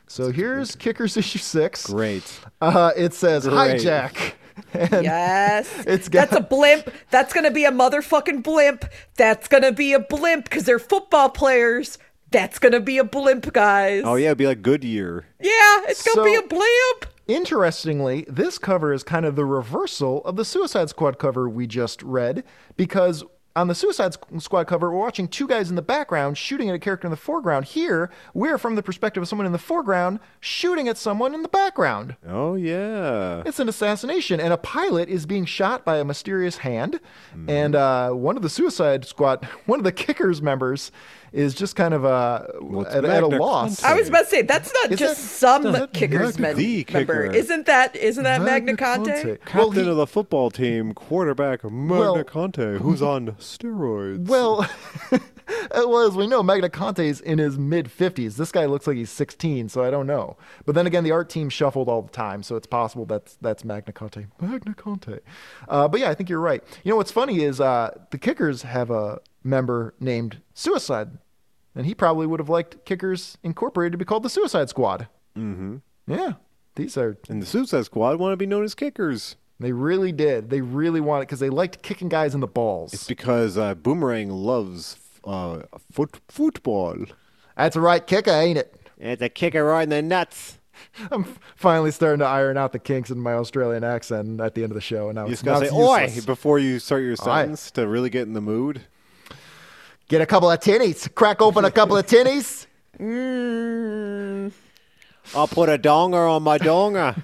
S3: So here's Kickers issue six.
S4: Great.
S3: Uh, it says
S4: Great.
S3: hijack. And
S5: Yes.
S3: It's got-
S5: That's a blimp. That's going to be a motherfucking blimp. That's going to be a blimp because they're football players. That's going to be a blimp, guys.
S4: Oh yeah, it'd be like Goodyear.
S5: Yeah, it's going to be
S3: So-
S5: a blimp.
S3: Interestingly, this cover is kind of the reversal of the Suicide Squad cover we just read, because on the Suicide Squ- Squad cover, we're watching two guys in the background shooting at a character in the foreground. Here, we're from the perspective of someone in the foreground shooting at someone in the background.
S4: Oh yeah.
S3: It's an assassination, and a pilot is being shot by a mysterious hand. And uh, one of the Suicide Squad, [LAUGHS] one of the Kickers members, is just kind of uh,
S4: it's
S3: at, at a
S4: Magna
S3: loss.
S5: I was about to say that's not
S3: Is
S5: just
S3: that-
S5: some
S3: that
S5: kickers
S4: Magna-
S5: men-
S4: the
S5: member.
S4: kicker.
S5: Isn't that isn't that Magna,
S3: Magna
S5: Conte?
S3: Conte.
S4: Captain
S3: Well, he-
S4: of the football team, quarterback Magna
S3: Well-
S4: Conte, who's on steroids.
S3: Well, [LAUGHS] well, as we know, Magna Conte's in his mid 50s. This guy looks like he's 16, so I don't know. But then again, the art team shuffled all the time, so it's possible that's that's Magna Conte. Magna Conte. Uh, but yeah, I think you're right. You know what's funny is uh, the Kickers have a member named Suicide, and he probably would have liked Kickers Incorporated to be called the Suicide Squad. Mm-hmm. Yeah, these are
S4: and the Suicide Squad want to be known as kickers.
S3: they really did. They really wanted because they liked kicking guys in the balls.
S4: It's because uh, Boomerang loves uh, foot football.
S3: that's a right kicker, ain't it?
S4: It's a kicker right in the nuts.
S3: I'm f- finally starting to iron out the kinks in my Australian accent at the end of the show, and now
S4: You
S3: it's
S4: just
S3: now
S4: gotta
S3: it's
S4: say "oi"
S3: useless.
S4: before you start your
S3: Aye.
S4: sentence to really get in the mood.
S3: Get a couple of tinnies, crack open a couple of tinnies.
S4: I'll put a donger on my donger.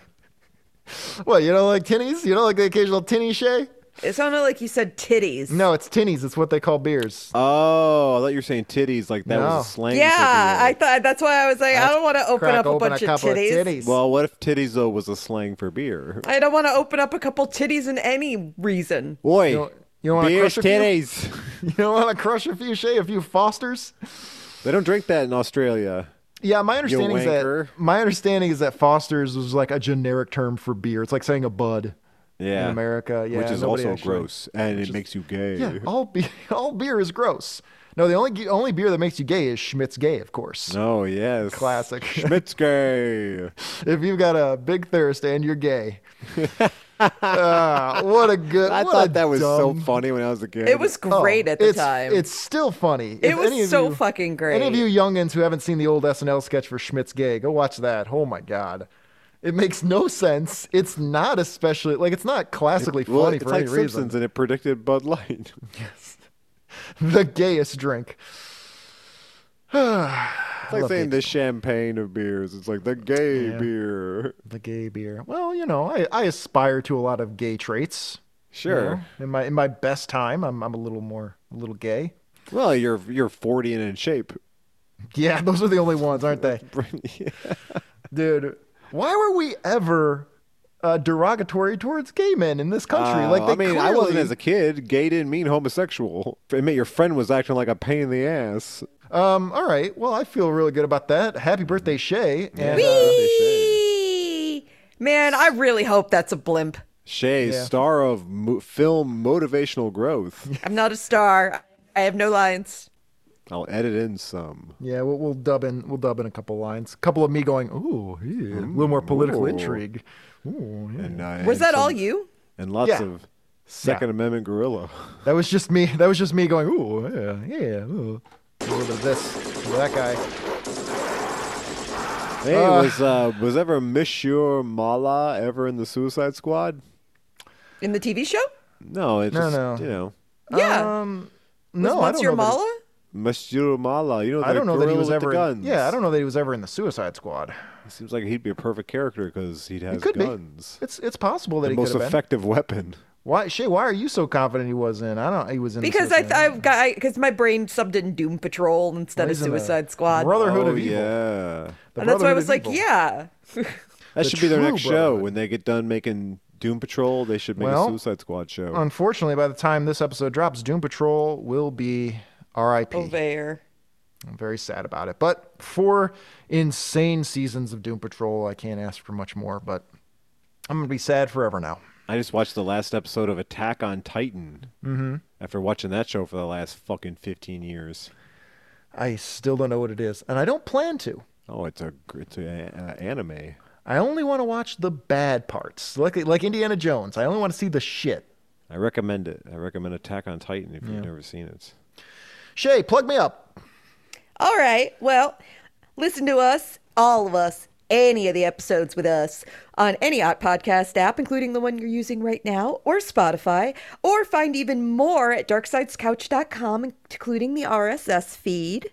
S3: [LAUGHS] What you don't like tinnies? You don't like the occasional tinny shay?
S5: It sounded like you said titties.
S3: No, it's tinnies. It's what they call beers.
S4: [LAUGHS] oh, I thought you were saying titties. Like that
S3: No.
S4: was a slang. for
S5: Yeah,
S4: beer.
S5: I thought that's why I was like, I don't want to open
S3: Crack
S5: up a
S3: open
S5: bunch
S3: a
S5: of
S3: couple
S5: titties.
S3: of tinnies.
S4: Well, what if titties though was a slang for beer?
S5: I don't want to open up a couple titties in any reason.
S4: Oi,
S3: You don't- you don't wanna
S4: beer's
S3: crush a few?
S4: titties.
S3: [LAUGHS]
S4: [LAUGHS]
S3: you don't want to crush a few shay, a few Fosters.
S4: they don't drink that in Australia.
S3: Yeah, my understanding is that
S4: wanker.
S3: my understanding is that Fosters was like a generic term for beer. It's like saying a bud.
S4: Yeah,
S3: America, yeah,
S4: which is
S3: nobody
S4: also
S3: actually-
S4: gross and it makes you gay.
S3: Yeah, all beer, [LAUGHS] all beer is gross. No, the only ge- only beer that makes you gay is Schmidt's Gay, of course.
S4: Oh yes,
S3: Classic.
S4: Schmidt's gay.
S3: [LAUGHS]
S4: [LAUGHS]
S3: if you've got a big thirst and you're gay. Ah, what a good!
S4: I
S3: what a
S4: thought that was so
S3: dumb-
S4: funny when I was a kid.
S5: It was
S3: Oh,
S5: great at the
S3: it's,
S5: time.
S3: It's still funny.
S5: it
S3: If
S5: was
S3: any of
S5: so
S3: you-
S5: fucking great.
S3: Any of you youngins who haven't seen the old SNL sketch for Schmidt's Gay, go watch that. Oh my god, it makes no sense. It's not especially like it's not classically
S4: well,
S3: funny
S4: it's
S3: for
S4: like
S3: any
S4: Simpsons, and it predicted Bud Light. [LAUGHS]
S3: reason. The gayest drink.
S4: It's like
S3: love
S4: saying the champagne of beers. It's like the gay beer.
S3: The gay beer. Well, you know, I, I aspire to a lot of gay traits. you
S4: Sure.
S3: know? In my in my best time, I'm I'm a little more a little gay. [LAUGHS]
S4: Well, you're you're 40 and in shape.
S3: Yeah, those are the only ones, aren't
S4: [LAUGHS]
S3: they? Dude, why were we ever uh, derogatory towards gay men in this country?
S4: Uh,
S3: like, they
S4: I mean,
S3: clearly,
S4: I wasn't as a kid. Gay didn't mean homosexual. It meant your friend was acting like a pain in the ass.
S3: Um, all right. Well, I feel really good about that. Happy birthday, Shay. And, uh,
S5: Whee! Man, I really hope that's a blimp.
S4: Shay,
S3: Yeah.
S4: star of mo- film Motivational
S3: [LAUGHS]
S4: Growth.
S5: I'm not a star. I have no lines.
S4: I'll edit in some.
S3: yeah, we'll, we'll dub in. We'll dub in a couple lines. A couple of me going, ooh, yeah, a little more political
S4: ooh.
S3: intrigue. Ooh, yeah.
S4: And, uh,
S5: Was
S4: and
S5: that all
S4: some-
S5: you?
S4: And lots
S3: Yeah.
S4: of Second Amendment gorilla. [LAUGHS]
S3: That was just me. [LAUGHS] That was just me going, ooh, yeah, yeah. Ooh. A little bit of this, a little of that guy.
S4: Hey, was uh, was ever Monsieur Mala ever in the Suicide Squad?
S5: In the TV show?
S4: No, it's
S3: No,
S4: just,
S3: no.
S4: you know
S5: Yeah.
S3: Um,
S5: Was
S3: no, I don't
S5: Monsieur
S3: know that he-
S5: Mala?
S4: Monsieur Mala. You know,
S3: I don't
S4: the
S3: know that he
S4: gorilla
S3: was
S4: with the
S3: ever. in-
S4: guns.
S3: yeah, I don't know that he was ever in the Suicide Squad.
S4: It seems like he'd be a perfect character because he'd have
S3: could be.
S4: guns.
S3: It's it's possible that
S4: The
S3: he
S4: most
S3: could have been.
S4: effective weapon.
S3: Why Shay? Why are you so confident he was in? I don't. He was in the
S5: Because I,
S3: Suicide
S5: I got because my brain subbed in Doom Patrol instead of
S3: He's in the
S5: Suicide Squad,
S3: Brotherhood
S4: oh
S3: of Evil.
S4: yeah,
S3: The
S5: and that's why I
S3: Brotherhood
S5: was
S3: of
S5: like,
S3: Evil.
S5: yeah.
S4: that
S3: The
S4: should be their
S3: true
S4: next show.
S3: Brotherhood.
S4: When they get done making Doom Patrol, they should make
S3: Well, uh,
S4: a Suicide Squad show.
S3: Unfortunately, by the time this episode drops, Doom Patrol will be R.I.P.
S5: Over there.
S3: I'm very sad about it. But four insane seasons of Doom Patrol, I can't ask for much more. But I'm gonna be sad forever now.
S4: I just watched the last episode of Attack on Titan. Mm-hmm. After watching that show for the last fucking fifteen years.
S3: I still don't know what it is, and I don't plan to.
S4: Oh, it's a gr- it's a, uh, anime.
S3: I only want to watch the bad parts, like like Indiana Jones. I only want to see the shit.
S4: I recommend it. I recommend Attack on Titan if you've never seen it.
S3: Shay, plug me up.
S5: All right. Well, listen to us, all of us, any of the episodes with us on any hot podcast app, including the one you're using right now, or Spotify, or find even more at darksidescouch.com, including the RSS feed.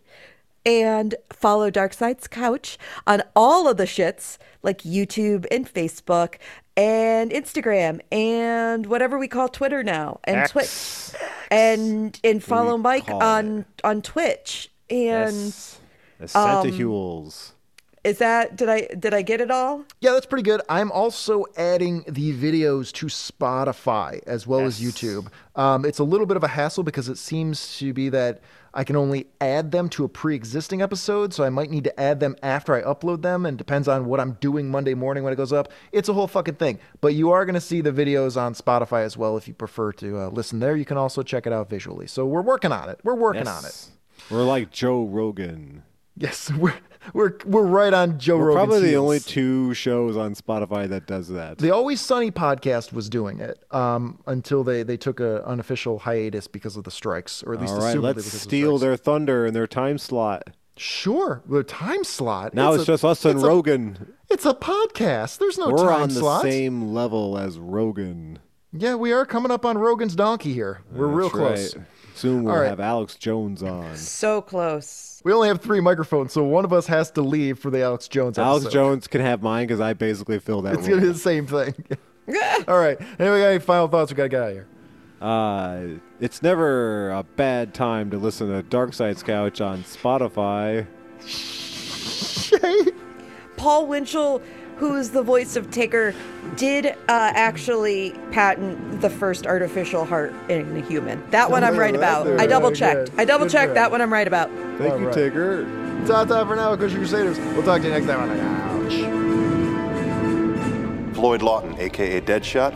S5: And follow Dark Side's Couch on all of the shits like YouTube and Facebook and Instagram and whatever we call Twitter now and Twitch and and follow Mike
S4: call
S5: on on Twitch and
S4: Yes. The Santa Hules.
S5: Is that did I did I get it all?
S3: Yeah, that's pretty good. I'm also adding the videos to Spotify as well as YouTube. Um, it's a little bit of a hassle because it seems to be that I can only add them to a pre existing episode, so I might need to add them after I upload them, and depends on what I'm doing Monday morning when it goes up. It's a whole fucking thing. But you are going to see the videos on Spotify as well if you prefer to uh, listen there. You can also check it out visually. So we're working on it. We're working on it.
S4: We're like Joe Rogan.
S3: Yes, [LAUGHS] we're, we're, we're right on Joe
S4: We're
S3: Rogan's
S4: probably the
S3: heels.
S4: only two shows on Spotify that does that.
S3: The Always Sunny podcast was doing it um, until they, they took an unofficial hiatus because of the strikes, or at least
S4: All right,
S3: assumedly
S4: let's
S3: because of
S4: steal
S3: strikes.
S4: their thunder and their time slot.
S3: sure the time slot.
S4: Now it's,
S3: a-
S4: just us and
S3: it's a-
S4: Rogan.
S3: it's a podcast. There's no
S4: We're
S3: time
S4: on the
S3: slot.
S4: same level as Rogan.
S3: Yeah, we are coming up on Rogan's donkey here. We're real
S4: That's
S3: close.
S4: right. Soon we'll
S3: All right.
S4: have Alex Jones on.
S5: So close.
S3: We only have three microphones, so one of us has to leave for the Alex Jones.
S4: Alex
S3: episode.
S4: Jones can have mine because I basically filled
S3: [LAUGHS]
S4: that.
S3: It's gonna be
S4: role.
S3: the same thing. [LAUGHS] All right. Anyway, any final thoughts? We gotta get out of here.
S4: Uh, it's never a bad time to listen to Dark Side's Couch on Spotify.
S5: Paul Winchell, who is the voice of Tigger, did uh, actually patent the first artificial heart in a human. That one I'm right about. I double checked. I double checked that one I'm right about.
S4: Thank you,
S3: All right.
S4: Tigger.
S3: Ta ta for now, Christian Crusaders. We'll talk to you next time on the couch.
S7: Floyd Lawton, aka Deadshot.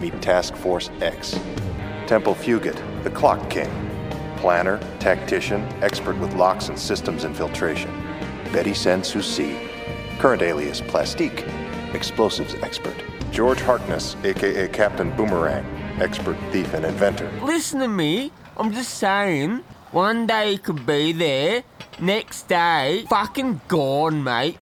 S7: Meet Task Force X. Temple Fugit, the Clock King. Planner, tactician, expert with locks and systems infiltration. Betty Sanssouci, current alias Plastique, explosives expert. George Harkness, aka Captain Boomerang, expert thief and inventor.
S8: Listen to me. I'm just saying. One day you could be there. Next day, fucking gone, mate.